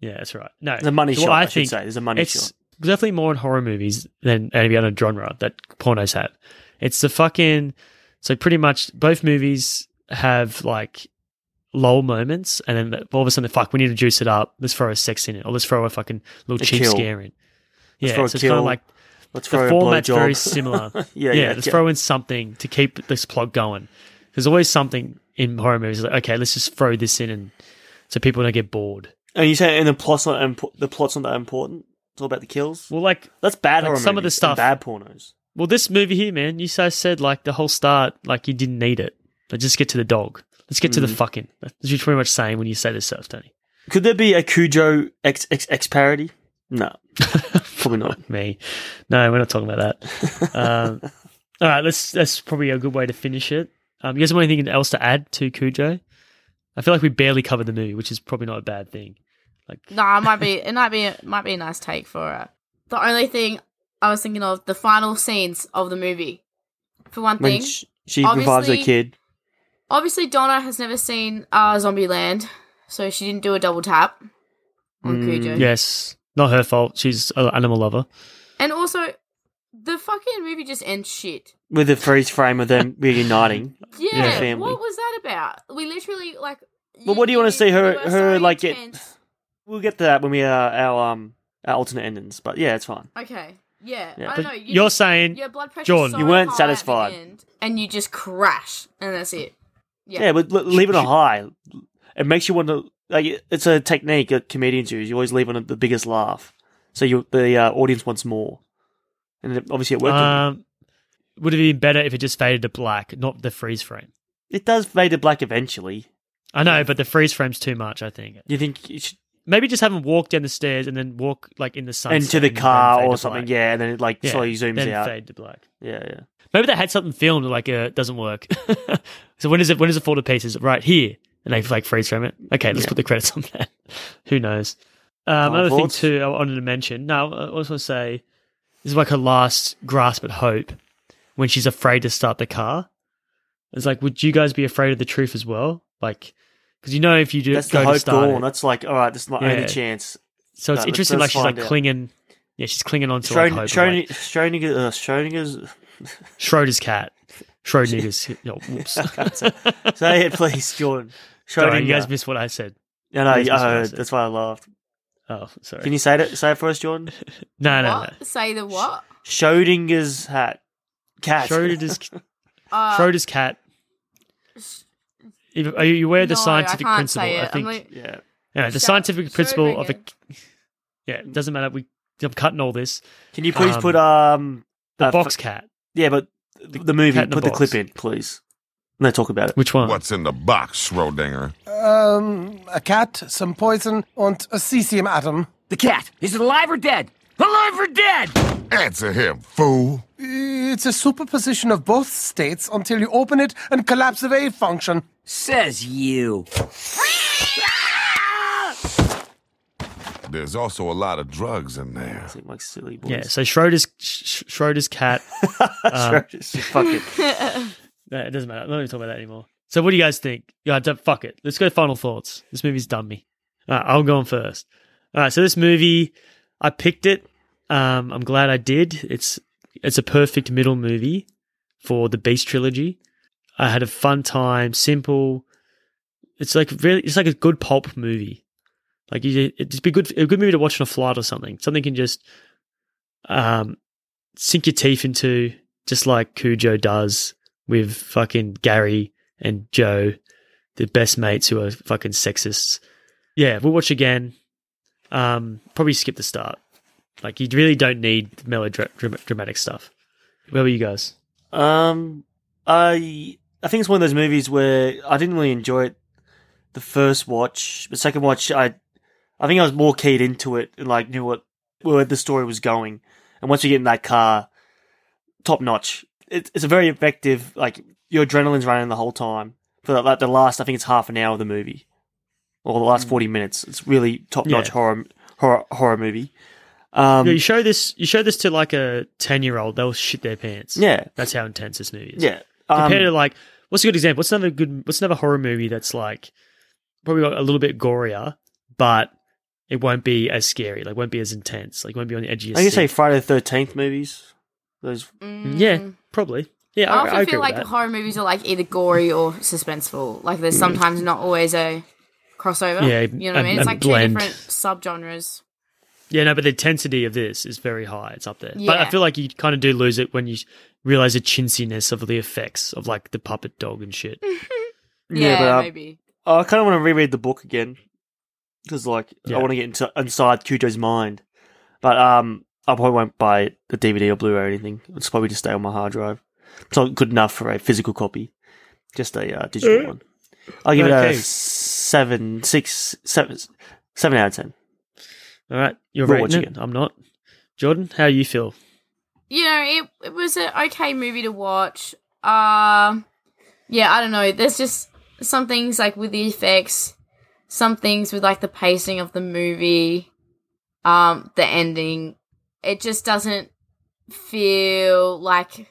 Speaker 3: Yeah, that's right. No,
Speaker 5: There's a money
Speaker 3: so
Speaker 5: shot.
Speaker 3: what
Speaker 5: I, should say. There's a money
Speaker 3: it's
Speaker 5: shot.
Speaker 3: definitely more in horror movies than any other genre that pornos have. It's the fucking so pretty much both movies have like lull moments, and then the- all of a sudden, fuck, we need to juice it up. Let's throw a sex in it, or let's throw a fucking little
Speaker 5: A
Speaker 3: cheap
Speaker 5: kill.
Speaker 3: scare in. Yeah,
Speaker 5: throw
Speaker 3: so
Speaker 5: a
Speaker 3: it's kind of
Speaker 5: kill.
Speaker 3: like
Speaker 5: Let's
Speaker 3: the
Speaker 5: throw
Speaker 3: format's
Speaker 5: a blowjob.
Speaker 3: very similar.
Speaker 5: yeah, yeah.
Speaker 3: Let's
Speaker 5: yeah.
Speaker 3: throw in something to keep this plot going. There's always something in horror movies like, okay, let's just throw this in, and so people don't get bored.
Speaker 5: and you say, and the plot's not impo- the plot's not that important. It's all about the kills.
Speaker 3: Well, like
Speaker 5: That's bad
Speaker 3: like
Speaker 5: horror
Speaker 3: some of the
Speaker 5: movies and
Speaker 3: stuff-
Speaker 5: Bad pornos.
Speaker 3: Well, this movie here, man, you guys said like the whole start, like you didn't need it. Let's just get to the dog. Let's get to the fucking. That's what you're pretty much saying when you say this stuff, Tony.
Speaker 5: Could there be a Cujo XXX parody? No, probably not.
Speaker 3: Me, no, we're not talking about that. um, all right, let's. That's probably a good way to finish it. Um, you guys want anything else to add to Cujo? I feel like we barely covered the movie, which is probably not a bad thing. Like,
Speaker 4: Nah, it might be. It might be. It might be a nice take for it. The only thing I was thinking of the final scenes of the movie. for one
Speaker 5: when
Speaker 4: thing.
Speaker 5: sh- she revives her
Speaker 4: Obviously-
Speaker 5: kid.
Speaker 4: Obviously, Donna has never seen uh, Zombieland, so she didn't do a double tap on
Speaker 5: Mm,
Speaker 4: Cujo.
Speaker 3: Yes, not her fault. She's an animal lover.
Speaker 4: And also, the fucking movie just ends shit.
Speaker 5: with the freeze frame of them reuniting.
Speaker 4: Yeah,
Speaker 5: family.
Speaker 4: what was that about? We literally like.
Speaker 5: Well, what do you wanna see her-
Speaker 4: we were
Speaker 5: her, like, get-
Speaker 4: intense.
Speaker 5: We'll get to that when we uh, our um our alternate endings, but yeah, it's fine.
Speaker 4: Okay, yeah,
Speaker 5: Yeah.
Speaker 3: But
Speaker 4: I don't know. You
Speaker 3: you're
Speaker 4: just-
Speaker 3: saying
Speaker 4: your blood pressure,
Speaker 3: John,
Speaker 4: so
Speaker 5: you weren't
Speaker 4: high at the
Speaker 5: satisfied.
Speaker 4: end, and you just crash, and that's it. Yeah.
Speaker 5: Yeah, but l- leave it a high. It makes you want to like. it- It's a technique that comedians use. You always leave on the biggest laugh, so you the uh, audience wants more. And it, obviously, it worked. on
Speaker 3: um, would it have been better if it just faded to black, not the freeze frame?
Speaker 5: you. It does fade to black eventually.
Speaker 3: I know, but the freeze frame's too much. I think
Speaker 5: You think you should,
Speaker 3: maybe just have him walk down the stairs and then walk like in the sun
Speaker 5: into the car or something? Yeah, and then it like
Speaker 3: Yeah,
Speaker 5: slowly zooms
Speaker 3: then
Speaker 5: out.
Speaker 3: fade to black.
Speaker 5: Yeah, yeah.
Speaker 3: Maybe they had something filmed like uh, it doesn't work. so when does it when does it fall to pieces? Right here, and they like freeze frame it. Okay, let's
Speaker 5: Yeah.
Speaker 3: put the credits on that. Who knows? Um,
Speaker 5: Final
Speaker 3: another thing
Speaker 5: thoughts?
Speaker 3: too, I wanted to mention. No, I also want to say this is like her last grasp at hope when she's afraid to start the car. It's like, would you guys be afraid of the truth as well? Like, because you know if you do
Speaker 5: That's
Speaker 3: go
Speaker 5: the
Speaker 3: to
Speaker 5: hope
Speaker 3: start,
Speaker 5: dawn.
Speaker 3: it,
Speaker 5: That's like all right. This is my
Speaker 3: Yeah.
Speaker 5: only chance.
Speaker 3: so it's
Speaker 5: no, let's-
Speaker 3: interesting. like
Speaker 5: let's
Speaker 3: she's like
Speaker 5: find out.
Speaker 3: clinging. Yeah, she's clinging on to like
Speaker 5: Schroding-
Speaker 3: hope. of, like,
Speaker 5: Schroding- Schrodinger, uh, Schrodinger's
Speaker 3: Schroeder's cat. Schrodinger's. oh, whoops.
Speaker 5: Say it, please, Jordan. Schrodinger.
Speaker 3: Sorry, you guys missed what I said.
Speaker 5: no, no,
Speaker 3: you guys missed
Speaker 5: I
Speaker 3: what I
Speaker 5: heard.
Speaker 3: said.
Speaker 5: That's why I laughed.
Speaker 3: Oh, sorry.
Speaker 5: Can you say it? Say it for us, Jordan.
Speaker 3: no, no, no.
Speaker 4: What? Say the what?
Speaker 5: Schrodinger's hat. Cat.
Speaker 3: Schroeder's,
Speaker 4: Uh,
Speaker 3: Schroeder's cat. If- Are you aware of the
Speaker 4: No, I
Speaker 3: scientific
Speaker 4: can't
Speaker 3: principle?
Speaker 4: say it.
Speaker 3: I
Speaker 4: I'm
Speaker 3: think
Speaker 4: like-
Speaker 5: Yeah.
Speaker 3: yeah, the
Speaker 4: Shout-
Speaker 3: scientific principle of a
Speaker 4: Schrodinger.
Speaker 3: yeah. It doesn't matter. We I'm cutting all this.
Speaker 5: Can you please
Speaker 3: Um,
Speaker 5: put um
Speaker 3: The
Speaker 5: uh,
Speaker 3: box
Speaker 5: fu-
Speaker 3: cat.
Speaker 5: yeah, but the, the movie.
Speaker 3: cat in
Speaker 5: Put
Speaker 3: the
Speaker 5: the,
Speaker 3: box.
Speaker 5: clip in, please. No, talk about it.
Speaker 3: Which one?
Speaker 10: in the box, Schrodinger?
Speaker 11: Um, a cat, some poison, and a cesium atom.
Speaker 8: The cat. Is it alive or dead? Alive or dead?
Speaker 10: Answer him, fool.
Speaker 11: It's a superposition of both states until you open it and collapse the wave function.
Speaker 8: Says you.
Speaker 10: There's also a lot of drugs in there.
Speaker 5: Seem like silly boys.
Speaker 3: Yeah. So Schroeder's Sch- Schroeder's cat. um,
Speaker 5: Schrodinger's- fuck it.
Speaker 3: No, it doesn't matter. I'm not even talking about that anymore. So what do you guys think? Yeah, d- fuck it. Let's go final thoughts. This movie's done me. All right, I'll go on first. All right, so this movie, I picked it. Um, I'm glad I did. It's it's a perfect middle movie for the Beast trilogy. I had a fun time. Simple. It's like really, it's like a good pulp movie. Like you, it'd just be good, a good movie to watch on a flight or something. Something you can just um, sink your teeth into, just like Cujo does with fucking Gary and Joe, the best mates who are fucking sexists. Yeah, we'll watch again. Um, probably skip the start. Like you really don't need melodramatic stuff. Where were you guys?
Speaker 5: Um, I I think it's one of those movies where I didn't really enjoy it the first watch, but second watch I I think I was more keyed into it and like knew what where the story was going. And once you get in that car, top notch. It, it's a very effective like your adrenaline's running the whole time for like the last I think it's half an hour of the movie or the last forty minutes. It's really top notch
Speaker 3: Hmm. Yeah.
Speaker 5: horror, horror horror movie. Um,
Speaker 3: you show this. You show this to like a ten-year-old, they'll shit their pants.
Speaker 5: yeah,
Speaker 3: that's how intense this movie is.
Speaker 5: yeah. Um,
Speaker 3: compared to like, what's a good example? What's another good? What's another horror movie that's like probably a little bit gorier, but it won't be as scary. Like, won't be as intense. Like, won't be on the edge of your
Speaker 5: I guess
Speaker 3: seat.
Speaker 5: say Friday the Thirteenth movies. Those
Speaker 4: mm.
Speaker 3: Yeah, probably. Yeah,
Speaker 4: I
Speaker 3: I,
Speaker 4: often
Speaker 3: I agree
Speaker 4: feel
Speaker 3: with
Speaker 4: like
Speaker 3: that.
Speaker 4: horror movies are like either gory or suspenseful. Like there's sometimes not always a crossover.
Speaker 3: Yeah,
Speaker 4: you know what I
Speaker 3: a-
Speaker 4: mean. It's
Speaker 3: a
Speaker 4: like
Speaker 3: blend.
Speaker 4: two different subgenres.
Speaker 3: yeah, no, but the intensity of this is very high. It's up there. But I
Speaker 4: Yeah.
Speaker 3: feel like you kind of do lose it when you realize the chintziness of the effects of like the puppet dog and shit.
Speaker 4: Mm. Yeah,
Speaker 5: but uh,
Speaker 4: maybe.
Speaker 5: I kind of want to reread the book again because, like,
Speaker 3: Yeah.
Speaker 5: I want to get into, inside Cujo's mind. But um, I probably won't buy the DVD or Blu-ray or anything. It's probably just stay on my hard drive. It's not good enough for a physical copy, just a uh, digital one. I'll give it
Speaker 3: Okay.
Speaker 5: a seven, six, seven, seven out of ten.
Speaker 3: All right, you're
Speaker 5: We'll
Speaker 3: right.
Speaker 5: watch again.
Speaker 3: I'm not. Jordan, how you feel?
Speaker 4: You know, it it was an okay movie to watch. Um, yeah, I don't know. There's just some things like with the effects, some things with like the pacing of the movie, um, the ending. It just doesn't feel like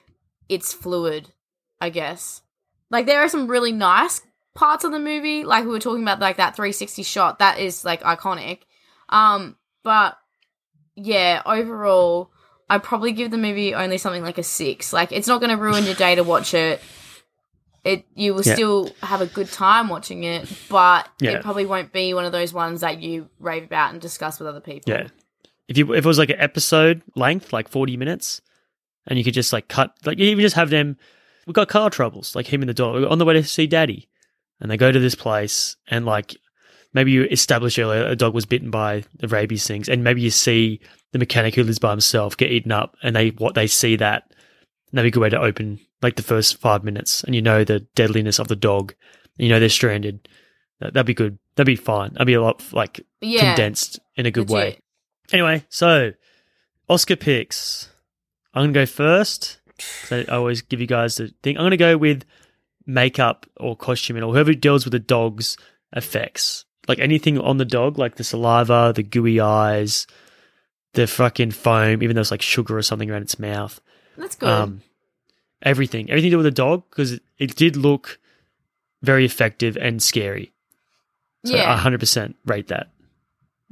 Speaker 4: it's fluid, I guess. Like there are some really nice parts of the movie, like we were talking about like that 360 shot that is like iconic. Um but yeah, overall I probably give the movie only something like a 6. Like it's not going to ruin your day to watch it. It you will
Speaker 3: Yeah.
Speaker 4: still have a good time watching it, but
Speaker 3: Yeah.
Speaker 4: it probably won't be one of those ones that you rave about and discuss with other people.
Speaker 3: Yeah. If you if it was like an episode length, like forty minutes, and you could just like cut like you even just have them we've got car troubles, like him and the dog. We're on the way to see daddy. And they go to this place and like maybe you establish earlier a dog was bitten by the rabies things, and maybe you see the mechanic who lives by himself get eaten up and they what they see that and that'd be a good way to open like the first five minutes and you know the deadliness of the dog and you know they're stranded. That- That'd be good. That'd be fine. That'd be a lot like
Speaker 4: Yeah.
Speaker 3: condensed in a good way.
Speaker 4: Legit.
Speaker 3: Anyway, so Oscar picks. I'm gonna go first. 'cause I always give you guys the thing. I'm gonna go with makeup or costuming or whoever deals with the dog's effects, like anything on the dog, like the saliva, the gooey eyes, the fucking foam, even though it's like sugar or something around its mouth. Um,
Speaker 4: That's good.
Speaker 5: Um,
Speaker 3: everything, everything to do with the dog because it, it did look very effective and scary. So
Speaker 4: Yeah.
Speaker 3: I
Speaker 5: uh,
Speaker 3: 100% rate that.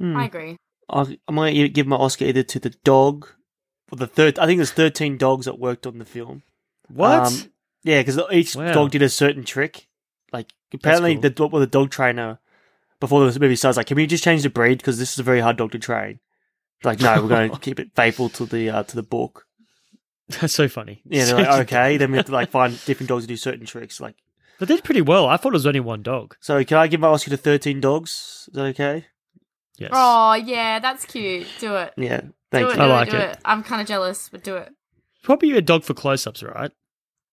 Speaker 4: I agree.
Speaker 5: Hmm. I- I'm going to give my Oscar either to the dog or the third. I think there's 13 dogs that worked on the film.
Speaker 3: What?
Speaker 5: yeah, because each
Speaker 3: Wow.
Speaker 5: dog did a certain trick. Like apparently
Speaker 3: cool.
Speaker 5: the dog, well, the dog trainer before the movie starts, like, can we just change the breed because this is a very hard dog to train? Like, no, we're going to keep it faithful to the uh, to the book.
Speaker 3: That's so funny.
Speaker 5: Yeah, they're like, okay. Then we have to like find different dogs to do certain tricks. Like,
Speaker 3: They did pretty well. I thought it was only one dog.
Speaker 5: so can I give my Oscar to 13 dogs? Is that okay?
Speaker 3: Yes.
Speaker 4: Oh yeah, that's cute. Do it.
Speaker 5: Yeah,
Speaker 4: Do
Speaker 5: thank
Speaker 4: it,
Speaker 5: you.
Speaker 4: do
Speaker 3: I
Speaker 4: it,
Speaker 3: like
Speaker 4: do
Speaker 3: it.
Speaker 4: it. I'm kind of jealous, but do it.
Speaker 3: Probably a dog for close ups, right?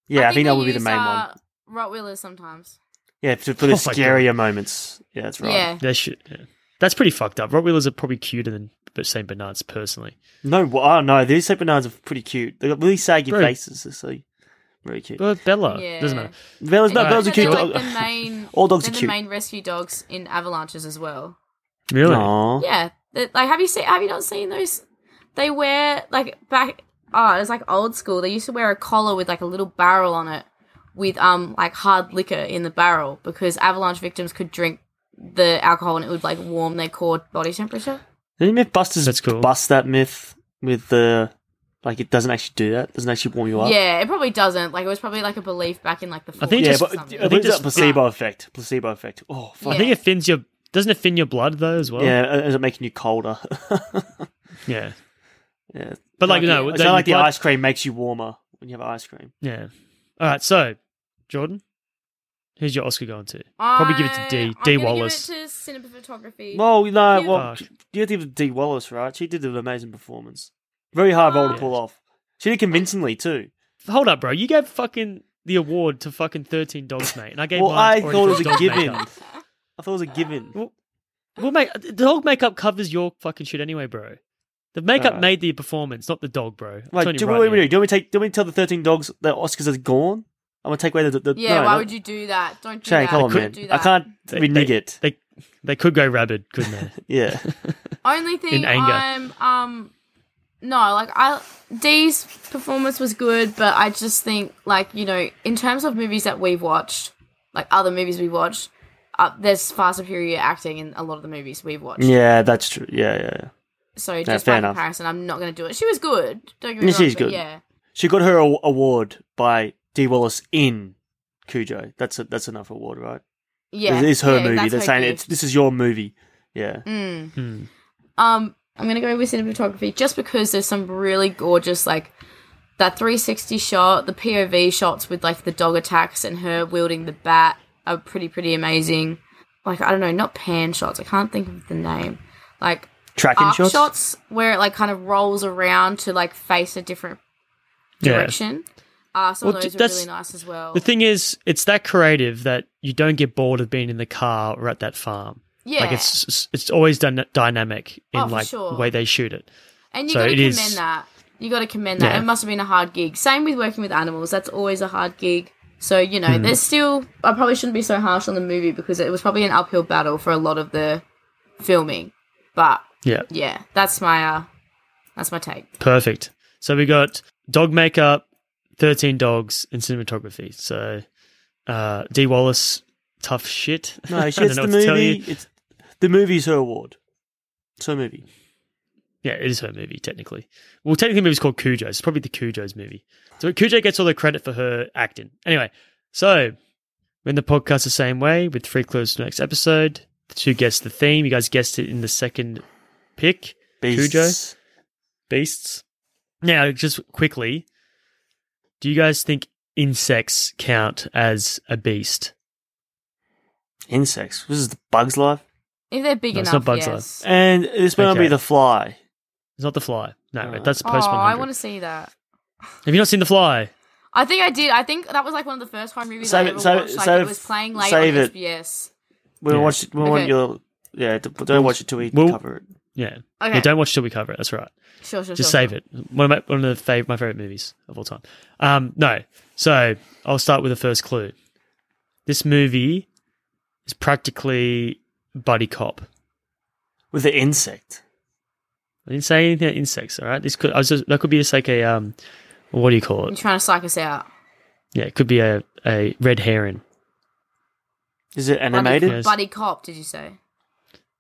Speaker 5: Yeah, I, think that would be the main one.
Speaker 4: uh, one. Rottweilers sometimes.
Speaker 5: Yeah, for, for the
Speaker 3: Oh my
Speaker 5: scarier moments. Yeah, that's right.
Speaker 4: Yeah.
Speaker 3: That shit. Yeah. That's pretty fucked up. Rottweilers are probably cuter than St. Bernards, personally.
Speaker 5: No, well, I don't know. These Saint Bernards are pretty cute. They got really saggy
Speaker 3: Very-
Speaker 5: faces. They're so very cute.
Speaker 3: But
Speaker 5: Oh,
Speaker 3: Bella,
Speaker 4: Yeah.
Speaker 3: doesn't matter.
Speaker 5: Bella's no,
Speaker 4: And
Speaker 5: Bella's a
Speaker 4: they're
Speaker 5: cute dog.
Speaker 4: like the main,
Speaker 5: All dogs
Speaker 4: they're
Speaker 5: are
Speaker 4: the
Speaker 5: cute.
Speaker 4: main rescue dogs in avalanches as well.
Speaker 3: Really?
Speaker 5: Aw.
Speaker 4: Yeah. They're- Like, have you seen? Have you not seen those? They wear like back. Oh, it was like old school. They used to wear a collar with like a little barrel on it, with um like hard liquor in the barrel because avalanche victims could drink the alcohol and it would like warm their core body temperature.
Speaker 5: Didn't MythBusters
Speaker 3: That's cool.
Speaker 5: bust that myth with the like it doesn't actually do that? Doesn't actually warm you up.
Speaker 4: Yeah, it probably doesn't. Like it was probably like a belief back in like the 40s.
Speaker 3: I think
Speaker 5: yeah,
Speaker 3: just- uh,
Speaker 5: but
Speaker 4: or something.
Speaker 5: I think it's
Speaker 3: just- ah.
Speaker 5: a placebo effect. Placebo effect. Oh, fuck.
Speaker 3: I think
Speaker 4: Yeah.
Speaker 3: it thins your. Doesn't it thin your blood, though, as well?
Speaker 5: yeah. Is it making you colder?
Speaker 3: Yeah.
Speaker 5: yeah,
Speaker 3: But, like,
Speaker 5: It's
Speaker 3: no,
Speaker 5: it's
Speaker 3: the-
Speaker 5: not like the
Speaker 3: blood-
Speaker 5: ice cream makes you warmer when you have ice cream.
Speaker 3: Yeah. All right. So, Jordan, who's your Oscar going to? Probably give it to
Speaker 4: I-
Speaker 3: D.
Speaker 4: I'm
Speaker 3: D.
Speaker 4: gonna
Speaker 3: Wallace.
Speaker 4: Give it to cinematography.
Speaker 5: Well, no,
Speaker 4: Cute.
Speaker 5: well,
Speaker 3: Fuck.
Speaker 5: you have to give it to D. Wallace, right? She did an amazing performance. Very hard role to
Speaker 3: Ah.
Speaker 5: pull off. She did convincingly too.
Speaker 3: Hold up, bro. You gave fucking the award to fucking 13 dogs, mate. And I gave
Speaker 5: Well,
Speaker 3: mine
Speaker 5: I
Speaker 3: to
Speaker 5: thought it was a
Speaker 3: dog
Speaker 5: given. I
Speaker 3: makeup.
Speaker 5: thought it was a given.
Speaker 3: Well, well, mate, uh, the dog makeup covers your fucking shit anyway, bro. The makeup
Speaker 5: Alright.
Speaker 3: made the performance, not the dog, bro. I'm telling
Speaker 5: Like,
Speaker 3: you
Speaker 5: do,
Speaker 3: right
Speaker 5: what do we
Speaker 3: now.
Speaker 5: do? Do we take? Do we tell the thirteen dogs that Oscars is gone? I'm gonna take away the. the
Speaker 4: yeah,
Speaker 5: no,
Speaker 4: why
Speaker 5: no.
Speaker 4: would you do that? Don't do
Speaker 5: Shane,
Speaker 4: that.
Speaker 5: come on,
Speaker 4: Don't
Speaker 5: man.
Speaker 4: do
Speaker 5: I
Speaker 4: that.
Speaker 5: can't
Speaker 3: They-
Speaker 5: renege
Speaker 3: they-
Speaker 5: it.
Speaker 3: They they could go rabid, couldn't they?
Speaker 5: Yeah,
Speaker 4: Only thing
Speaker 3: in anger.
Speaker 4: I'm um no, like I Dee's performance was good, but I just think like, you know, in terms of movies that we've watched, like other movies we watched, uh, there's far superior acting in a lot of the movies we've watched.
Speaker 5: yeah, that's true. Yeah, yeah, yeah.
Speaker 4: So just
Speaker 5: fair
Speaker 4: by
Speaker 5: enough.
Speaker 4: comparison, I'm not going to do it. She was good. Don't get me
Speaker 5: Yeah,
Speaker 4: wrong.
Speaker 5: she's
Speaker 4: but
Speaker 5: good.
Speaker 4: Yeah.
Speaker 5: She got her a- award by D. Wallace in Cujo. That's a, that's enough award, right?
Speaker 4: Yeah.
Speaker 5: it is her
Speaker 4: yeah,
Speaker 5: movie.
Speaker 4: that's
Speaker 5: They're
Speaker 4: her
Speaker 5: saying
Speaker 4: gift.
Speaker 5: it's this is your movie. Yeah,
Speaker 4: Mm.
Speaker 3: Hmm.
Speaker 4: Um, I'm gonna go with cinematography just because there's some really gorgeous like that 360 shot, the POV shots with like the dog attacks and her wielding the bat are pretty pretty amazing. Like I don't know, not pan shots. I can't think of the name. Like
Speaker 5: tracking
Speaker 4: arc
Speaker 5: shots.
Speaker 4: shots? where it like kind of rolls around to like face a different
Speaker 3: Yeah.
Speaker 4: direction. Uh, some
Speaker 3: Well,
Speaker 4: of
Speaker 3: d-
Speaker 4: those are
Speaker 3: that's-
Speaker 4: really nice as well.
Speaker 3: The thing is, it's that creative that you don't get bored of being in the car or at that farm.
Speaker 4: yeah,
Speaker 3: Like it's it's always done dynamic in
Speaker 4: Oh, for
Speaker 3: like
Speaker 4: sure.
Speaker 3: the way they shoot it.
Speaker 4: And you
Speaker 3: So
Speaker 4: got to
Speaker 3: it
Speaker 4: commend
Speaker 3: is-
Speaker 4: that. You got to commend that.
Speaker 3: Yeah.
Speaker 4: It must have been a hard gig. Same with working with animals. That's always a hard gig. So you know,
Speaker 3: Mm.
Speaker 4: there's still. I probably shouldn't be so harsh on the movie because it was probably an uphill battle for a lot of the filming. But
Speaker 3: Yeah.
Speaker 4: yeah, that's my uh, that's my take.
Speaker 3: Perfect. So we got dog makeup, 13 Dogs, and cinematography. So uh, D. Wallace, tough shit. I
Speaker 5: No,
Speaker 3: don't
Speaker 5: she gets
Speaker 3: know
Speaker 5: the
Speaker 3: what to tell you.
Speaker 5: movie. It's the movie's her award. It's her movie.
Speaker 3: Yeah, it is her movie, technically. Well, technically, the movie's called Cujo. It's probably the Cujo's movie. So Cujo gets all the credit for her acting. Anyway, so we're in the podcast the same way with three clues to the next episode. The two guessed the theme. You guys guessed it in the second pick.
Speaker 5: Beasts.
Speaker 3: Cujo. Beasts. Now, just quickly, do you guys think insects count as a beast?
Speaker 5: Insects. This is the Bugs Life.
Speaker 4: If they're big
Speaker 3: No, it's not
Speaker 4: enough,
Speaker 3: Bugs
Speaker 4: yes.
Speaker 3: Life.
Speaker 5: And this might
Speaker 3: Okay.
Speaker 5: be The Fly.
Speaker 3: It's not the fly. No,
Speaker 5: Alright.
Speaker 3: that's
Speaker 4: Oh,
Speaker 3: post
Speaker 4: I
Speaker 3: 100.
Speaker 4: want to see that.
Speaker 3: Have you not seen the fly?
Speaker 4: I think I did. I think that was like one of the first horror movies
Speaker 5: Save
Speaker 4: I
Speaker 5: it,
Speaker 4: ever
Speaker 5: save it,
Speaker 4: watched. Like
Speaker 5: save
Speaker 4: it was playing late
Speaker 5: save
Speaker 4: on
Speaker 5: it.
Speaker 4: SBS.
Speaker 5: We
Speaker 3: Yeah.
Speaker 5: watch. We want
Speaker 4: Okay.
Speaker 5: your. Yeah, d- don't watch it till we
Speaker 3: Well-
Speaker 5: cover it.
Speaker 3: Yeah.
Speaker 4: Okay.
Speaker 3: Yeah, don't watch till we cover it. That's right.
Speaker 4: Sure, sure,
Speaker 3: Just
Speaker 4: sure,
Speaker 3: save
Speaker 4: sure.
Speaker 3: it. One of my, one of the fav- my favorite movies of all time. Um, no. So I'll start with the first clue. This movie is practically buddy cop.
Speaker 5: With the insect.
Speaker 3: I didn't say anything about insects. All right. This could I was just, that could be just like a um, what do you call
Speaker 4: You're
Speaker 3: it?
Speaker 4: trying to psych us out.
Speaker 3: Yeah, it could be a, a red heron.
Speaker 5: Is it
Speaker 4: Buddy,
Speaker 5: animated?
Speaker 4: Buddy Cop, did you say?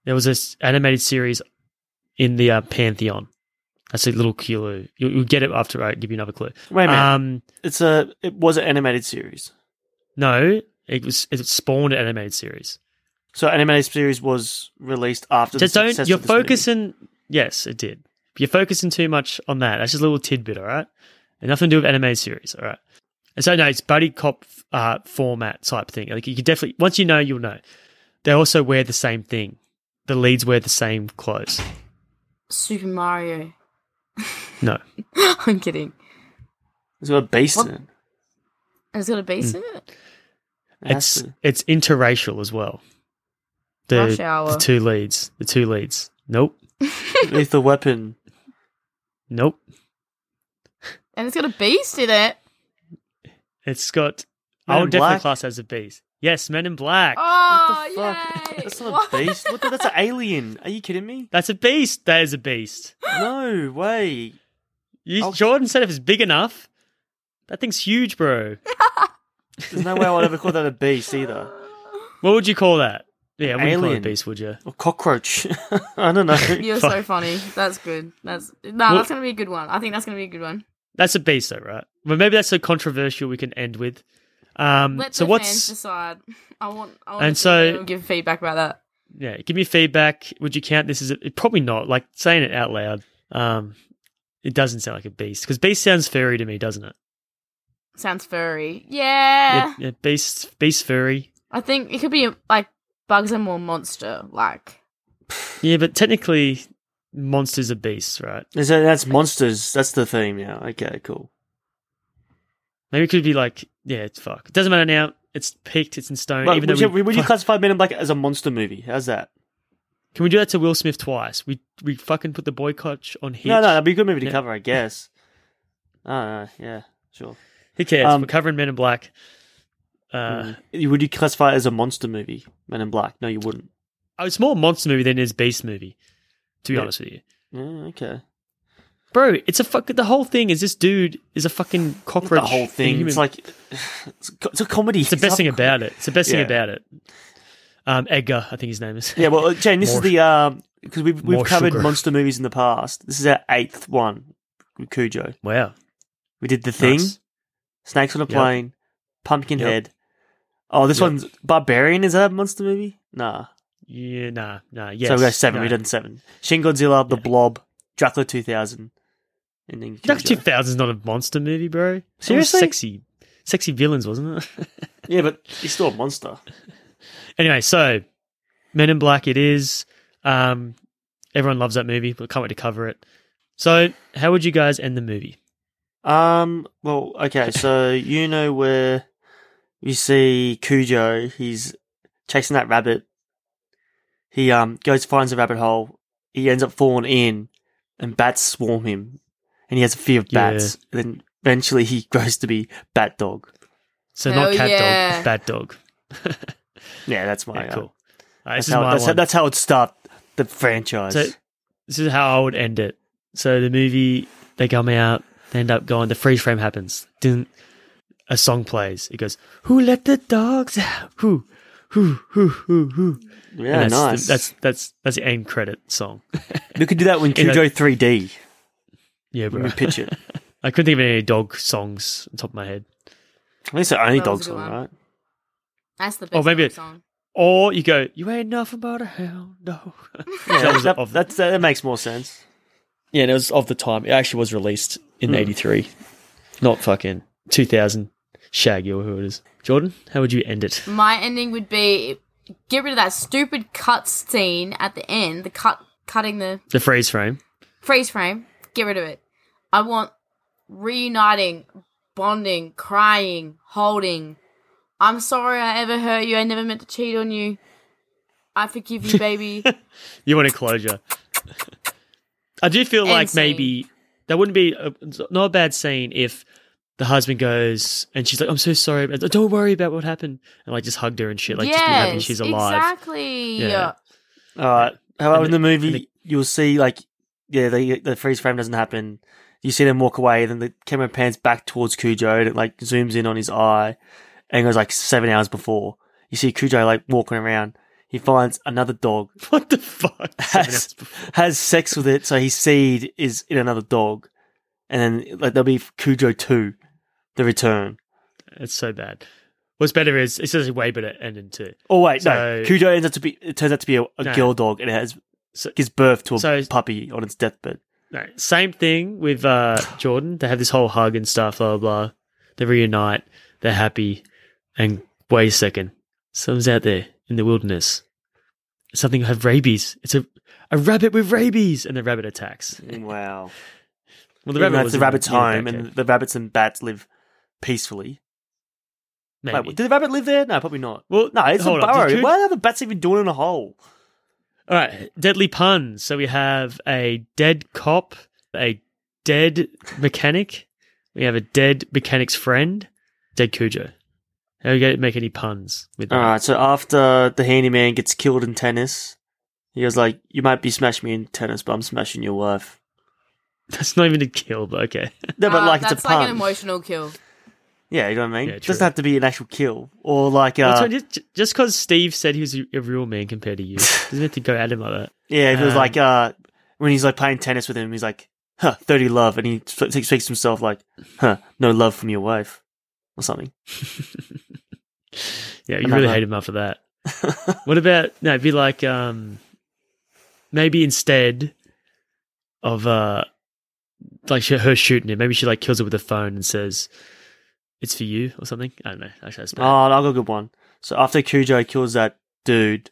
Speaker 3: There was this animated series in the uh, Pantheon. That's a little clue. You'll, you'll get it after I give you another clue.
Speaker 5: Wait a minute.
Speaker 3: Um,
Speaker 5: it's a. It was an animated series.
Speaker 3: no, it was it spawned an animated series.
Speaker 5: So animated series was released after.
Speaker 3: Just
Speaker 5: the
Speaker 3: don't.
Speaker 5: success
Speaker 3: You're
Speaker 5: of this movie.
Speaker 3: focusing. Yes, it did. You're focusing too much on that. That's just a little tidbit. All right, and nothing to do with animated series. All right. And so no, it's buddy cop uh, format type thing. Like you could definitely once you know, you'll know. They also wear the same thing. The leads wear the same clothes.
Speaker 4: Super Mario.
Speaker 3: No,
Speaker 4: I'm kidding.
Speaker 5: It's got a beast in it.
Speaker 4: And It's got a beast
Speaker 3: Hmm.
Speaker 4: in it?
Speaker 5: It has
Speaker 3: it's
Speaker 5: to.
Speaker 3: it's interracial as well. The,
Speaker 4: Rush Hour.
Speaker 3: the two leads. The two leads. Nope.
Speaker 5: Lethal Weapon.
Speaker 3: Nope.
Speaker 4: And it's got a beast in it.
Speaker 3: It's got.
Speaker 5: Men
Speaker 3: I would
Speaker 5: in
Speaker 3: definitely
Speaker 5: Black?
Speaker 3: class it as a beast. Yes, Men in Black.
Speaker 4: Oh, yay!
Speaker 5: That's not a beast. What the, that's an alien. Are you kidding me?
Speaker 3: That's a beast. That is a beast.
Speaker 5: No way.
Speaker 3: You, Jordan said if it's big enough, that thing's huge, bro.
Speaker 5: There's no way I would ever call that a beast either.
Speaker 3: What would you call that? Yeah, I wouldn't call it a
Speaker 5: Alien.
Speaker 3: beast, would you?
Speaker 5: Or cockroach. I don't know.
Speaker 4: You're so funny. That's good. That's no, that's gonna be a good one. I think that's gonna be a good one.
Speaker 3: That's a beast, though, right? Well, maybe that's so controversial we can end with. Um,
Speaker 4: Let
Speaker 3: so
Speaker 4: the
Speaker 3: what's
Speaker 4: fans decide. I want. I want
Speaker 3: And
Speaker 4: to see
Speaker 3: so-
Speaker 4: them give feedback about that.
Speaker 3: yeah? Give me feedback. Would you count this as a, probably not? Like saying it out loud, um, it doesn't sound like a beast because beast sounds furry to me, doesn't it?
Speaker 4: Sounds furry. Yeah.
Speaker 3: Yeah, yeah, beast, beast furry.
Speaker 4: I think it could be like bugs are more monster like.
Speaker 3: Yeah, but technically, monsters are beasts, right?
Speaker 5: Is that, that's monsters. That's the theme now. Okay, cool.
Speaker 3: Maybe it could be like, yeah, it's fuck. It doesn't matter now. It's peaked. It's in stone.
Speaker 5: But
Speaker 3: even
Speaker 5: would,
Speaker 3: though
Speaker 5: you,
Speaker 3: we,
Speaker 5: would you classify Men in Black as a monster movie? How's that?
Speaker 3: can we do that to Will Smith twice? We we fucking put the boycott on Hitch.
Speaker 5: No, no, that'd be a good movie to
Speaker 3: Yeah.
Speaker 5: cover, I guess. I don't know. Yeah, sure.
Speaker 3: Who cares?
Speaker 5: Um,
Speaker 3: We're covering Men in Black. Uh,
Speaker 5: Mm. Would you classify it as a monster movie, Men in Black? No, you wouldn't.
Speaker 3: oh, It's more monster movie than it is beast movie. To be
Speaker 5: Hmm. Yeah.
Speaker 3: honest with you,
Speaker 5: Yeah, okay.
Speaker 3: bro, it's a fuck. The whole thing is this dude is a fucking
Speaker 5: Not
Speaker 3: cockroach.
Speaker 5: the whole
Speaker 3: and
Speaker 5: thing.
Speaker 3: human-
Speaker 5: It's like it's, a co- it's a comedy.
Speaker 3: it's the best thing
Speaker 5: half a comedy.
Speaker 3: about it. It's the best
Speaker 5: Yeah.
Speaker 3: thing about it. Um, Edgar, I think his name is.
Speaker 5: Yeah, well, uh, Jane, this
Speaker 3: More-
Speaker 5: is the um because we've we've
Speaker 3: more
Speaker 5: covered
Speaker 3: sugar.
Speaker 5: monster movies in the past. This is our eighth one. with Cujo.
Speaker 3: wow.
Speaker 5: We did the thing,
Speaker 3: Nice.
Speaker 5: snakes on a
Speaker 3: Yep.
Speaker 5: plane, Pumpkinhead. Oh, this
Speaker 3: Yep.
Speaker 5: one's Barbarian. Is that a monster movie? Nah.
Speaker 3: Yeah, nah, nah. Yes.
Speaker 5: so we go seven.
Speaker 3: no.
Speaker 5: We done seven. Shin Godzilla, The Blob, Dracula two thousand, and then
Speaker 3: Duck
Speaker 5: Cujo.
Speaker 3: 2000 is not a monster movie, bro. It's all
Speaker 5: Seriously?
Speaker 3: Sexy, sexy villains, wasn't it?
Speaker 5: Yeah, but he's still a monster.
Speaker 3: anyway, so Men in Black it is. Um, everyone loves that movie. but can't wait to cover it. So, how would you guys end the movie?
Speaker 5: Um. Well, okay. So you know where you see Cujo. He's chasing that rabbit. He um goes finds a rabbit hole. He ends up falling in, and bats swarm him, and he has a fear of bats. And then eventually he grows to be Bat Dog.
Speaker 3: So,
Speaker 4: Hell
Speaker 3: not cat
Speaker 4: yeah.
Speaker 3: dog, bad dog.
Speaker 5: Yeah, that's my
Speaker 3: Yeah,
Speaker 5: uh,
Speaker 3: cool. All right, this
Speaker 5: That's
Speaker 3: is
Speaker 5: how,
Speaker 3: my
Speaker 5: that's, how,
Speaker 3: one.
Speaker 5: that's how it started the franchise.
Speaker 3: So, this is how I would end it. So, the movie, they come out, they They end up going. The freeze frame happens. Didn't a song plays? It goes. Who let the dogs out? Who? Who? Who? Who? Who?
Speaker 5: Yeah,
Speaker 3: And that's the-
Speaker 5: nice.
Speaker 3: that's that's that's the end credit song.
Speaker 5: We could do that when
Speaker 3: In a-
Speaker 5: Cujo 3D.
Speaker 3: Yeah,
Speaker 5: Let
Speaker 3: bro.
Speaker 5: me pitch it.
Speaker 3: I couldn't think of any dog songs on top of my head.
Speaker 5: At least the only
Speaker 4: That was
Speaker 5: dog
Speaker 4: a good
Speaker 5: song,
Speaker 4: one.
Speaker 5: right?
Speaker 4: That's the
Speaker 3: Or
Speaker 4: best
Speaker 3: maybe,
Speaker 4: song.
Speaker 3: or you go, you ain't nothing but a hound dog.
Speaker 5: Yeah,
Speaker 3: that was
Speaker 5: that,
Speaker 3: of-
Speaker 5: that's- that makes more sense.
Speaker 3: Yeah, and it was of the time. It actually was released in
Speaker 5: Hmm.
Speaker 3: '83, not fucking 2000. Shaggy or who it is. Jordan, how would you end it?
Speaker 4: My ending would be get rid of that stupid cut scene at the end, the cut cutting the
Speaker 3: The freeze frame.
Speaker 4: freeze frame. Get rid of it. I want reuniting, bonding, crying, holding. I'm sorry I ever hurt you. I never meant to cheat on you. I forgive you, baby.
Speaker 3: You want a closure. I do feel
Speaker 4: End
Speaker 3: like
Speaker 4: scene.
Speaker 3: maybe that wouldn't be a, not a bad scene if the husband goes and she's like, "I'm so sorry, but don't worry about what happened," and like just hugged her and shit, like just be happy
Speaker 4: Yes,
Speaker 3: she's alive.
Speaker 4: Exactly.
Speaker 3: Yeah.
Speaker 5: All right. How
Speaker 3: And
Speaker 5: about in
Speaker 3: the-
Speaker 5: the movie, you'll see, like, yeah, the, the freeze frame doesn't happen. You see them walk away, then the camera pans back towards Cujo and it, like, zooms in on his eye and goes, like, seven hours before. You see Cujo, like, walking around. He finds another dog,
Speaker 3: What the fuck? Seven
Speaker 5: has,
Speaker 3: hours before.
Speaker 5: has sex with it, so his seed is in another dog. And then, like, there'll be Cujo 2, The Return.
Speaker 3: It's so bad. What's better is it's just a way better ending too.
Speaker 5: Oh wait,
Speaker 3: So-
Speaker 5: no. Cujo ends up to be it turns out to be a, a
Speaker 3: No.
Speaker 5: girl dog and it has
Speaker 3: So-
Speaker 5: gives birth to a
Speaker 3: so-
Speaker 5: puppy on its deathbed.
Speaker 3: No, same thing with uh, Jordan. They have this whole hug and stuff, blah, blah, blah. They reunite. They're happy. And wait a second. Someone's out there in the wilderness. Something have rabies. It's a, a rabbit with rabies. And the rabbit attacks.
Speaker 5: Wow.
Speaker 3: Well,
Speaker 5: the rabbit
Speaker 3: was
Speaker 5: the
Speaker 3: in-
Speaker 5: rabbit's
Speaker 3: in the
Speaker 5: home and
Speaker 3: backyard.
Speaker 5: the rabbits and bats live peacefully.
Speaker 3: Maybe.
Speaker 5: Wait, did the rabbit live there? No, probably not.
Speaker 3: Well,
Speaker 5: no, it's a
Speaker 3: hold on,
Speaker 5: burrow.
Speaker 3: did Cujo-
Speaker 5: Why are the bats even doing in a hole?
Speaker 3: All right, deadly puns. So we have a dead cop, a dead mechanic, we have a dead mechanic's friend, dead Cujo. How you gonna make any puns with that?
Speaker 5: All right, so after the handyman gets killed in tennis, he goes like, "You might be smashing me in tennis, but I'm smashing your wife."
Speaker 3: That's not even a kill, but okay.
Speaker 5: No, but
Speaker 4: Uh,
Speaker 5: like it's
Speaker 4: that's
Speaker 5: a pun.
Speaker 4: like an emotional kill.
Speaker 5: yeah, you know what I mean.
Speaker 3: Yeah,
Speaker 5: it
Speaker 3: true.
Speaker 5: doesn't have to be an actual kill or like
Speaker 3: That's
Speaker 5: uh,
Speaker 3: why just just because Steve said he was a, a real man compared to you, doesn't have to go at him like that.
Speaker 5: Yeah, if it was
Speaker 3: Um,
Speaker 5: like uh, when he's like playing tennis with him, he's like, "Huh, thirty love," and he sp- speaks to himself like, "Huh, no love from your wife," or something.
Speaker 3: Yeah, you
Speaker 5: Another-
Speaker 3: really hate him after that. what about no? It'd be like um, maybe instead of uh, like she, her shooting it, maybe she like kills it with a phone and says, "It's for you" or something. I don't know. Actually, that's
Speaker 5: Oh,
Speaker 3: bad.
Speaker 5: I'll go good one. So after Cujo kills that dude,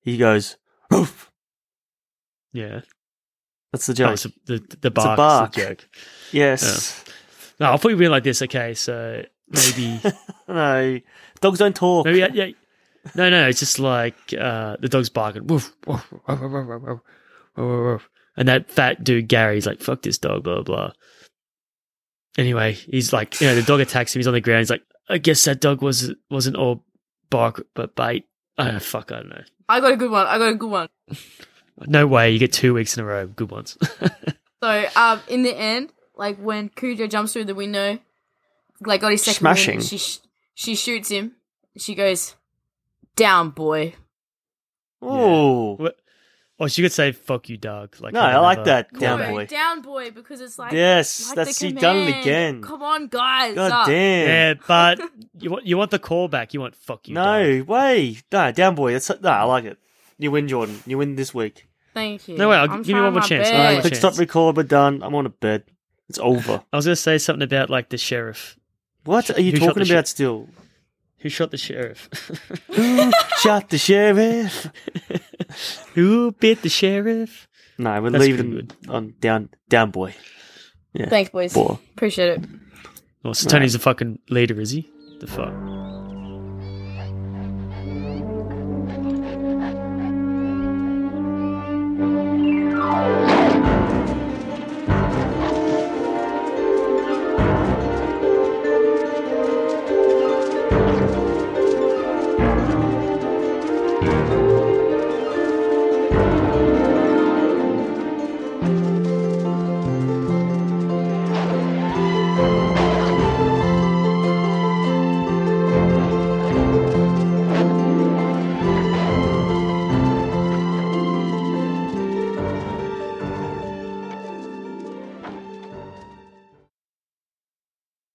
Speaker 5: he goes, "Roof."
Speaker 3: yeah.
Speaker 5: That's the
Speaker 3: Oh,
Speaker 5: joke.
Speaker 3: it's a- the the
Speaker 5: a
Speaker 3: bark.
Speaker 5: bark.
Speaker 3: joke.
Speaker 5: yes.
Speaker 3: No, I thought you were like this. Okay, so maybe
Speaker 5: no, dogs don't talk.
Speaker 3: maybe yeah. No, no, it's just like uh, the dog's barking, woof, woof, woof, woof, woof, woof, woof, woof, woof. and that fat dude Gary's like, "Fuck this dog," blah blah. blah. Anyway, he's like, you know, the dog attacks him. He's on the ground. He's like, "I guess that dog was wasn't all bark but bite." Oh, fuck, I don't know.
Speaker 4: I got a good one. I got a good one.
Speaker 3: No way, you get two weeks in a row, of good ones.
Speaker 4: So, um, in the end, like when Cujo jumps through the window, like got his second
Speaker 5: Smashing.
Speaker 4: win, she sh- she shoots him. She goes, "Down, boy."
Speaker 5: Oh,
Speaker 3: What- or she could say, "Fuck you, dog." Like,
Speaker 5: No, I like
Speaker 3: another
Speaker 5: that. Down,
Speaker 4: No,
Speaker 3: callback.
Speaker 5: boy.
Speaker 4: Down, boy, because it's like
Speaker 5: Yes,
Speaker 4: like
Speaker 5: that's-
Speaker 4: the
Speaker 5: he done it
Speaker 4: command.
Speaker 5: again.
Speaker 4: Come on, guys.
Speaker 5: god
Speaker 4: up.
Speaker 5: damn.
Speaker 3: Yeah, but you want you want the callback. You want "fuck you." dog.
Speaker 5: no way. No, down boy. That's no. I like it. You win, Jordan. You win this week.
Speaker 4: Thank you.
Speaker 3: No, wait, I'll
Speaker 4: I'm
Speaker 3: give you one
Speaker 4: trying
Speaker 3: more
Speaker 4: my
Speaker 3: chance.
Speaker 5: All right,
Speaker 3: Oh, Yeah.
Speaker 4: best.
Speaker 5: click stop record. We're done. I'm on a bed. It's over.
Speaker 3: I was going to say something about like the sheriff.
Speaker 5: What are you
Speaker 3: Who shot
Speaker 5: talking
Speaker 3: the
Speaker 5: about still?
Speaker 3: Who shot the sheriff?
Speaker 5: Who shot the sheriff?
Speaker 3: Who bit the sheriff?
Speaker 5: No, we're
Speaker 3: That's
Speaker 5: leaving
Speaker 3: pretty
Speaker 5: on down down boy.
Speaker 4: Thanks, boys.
Speaker 5: Boy.
Speaker 4: Appreciate it.
Speaker 3: Well, so Tony's a fucking leader, is he? The fuck?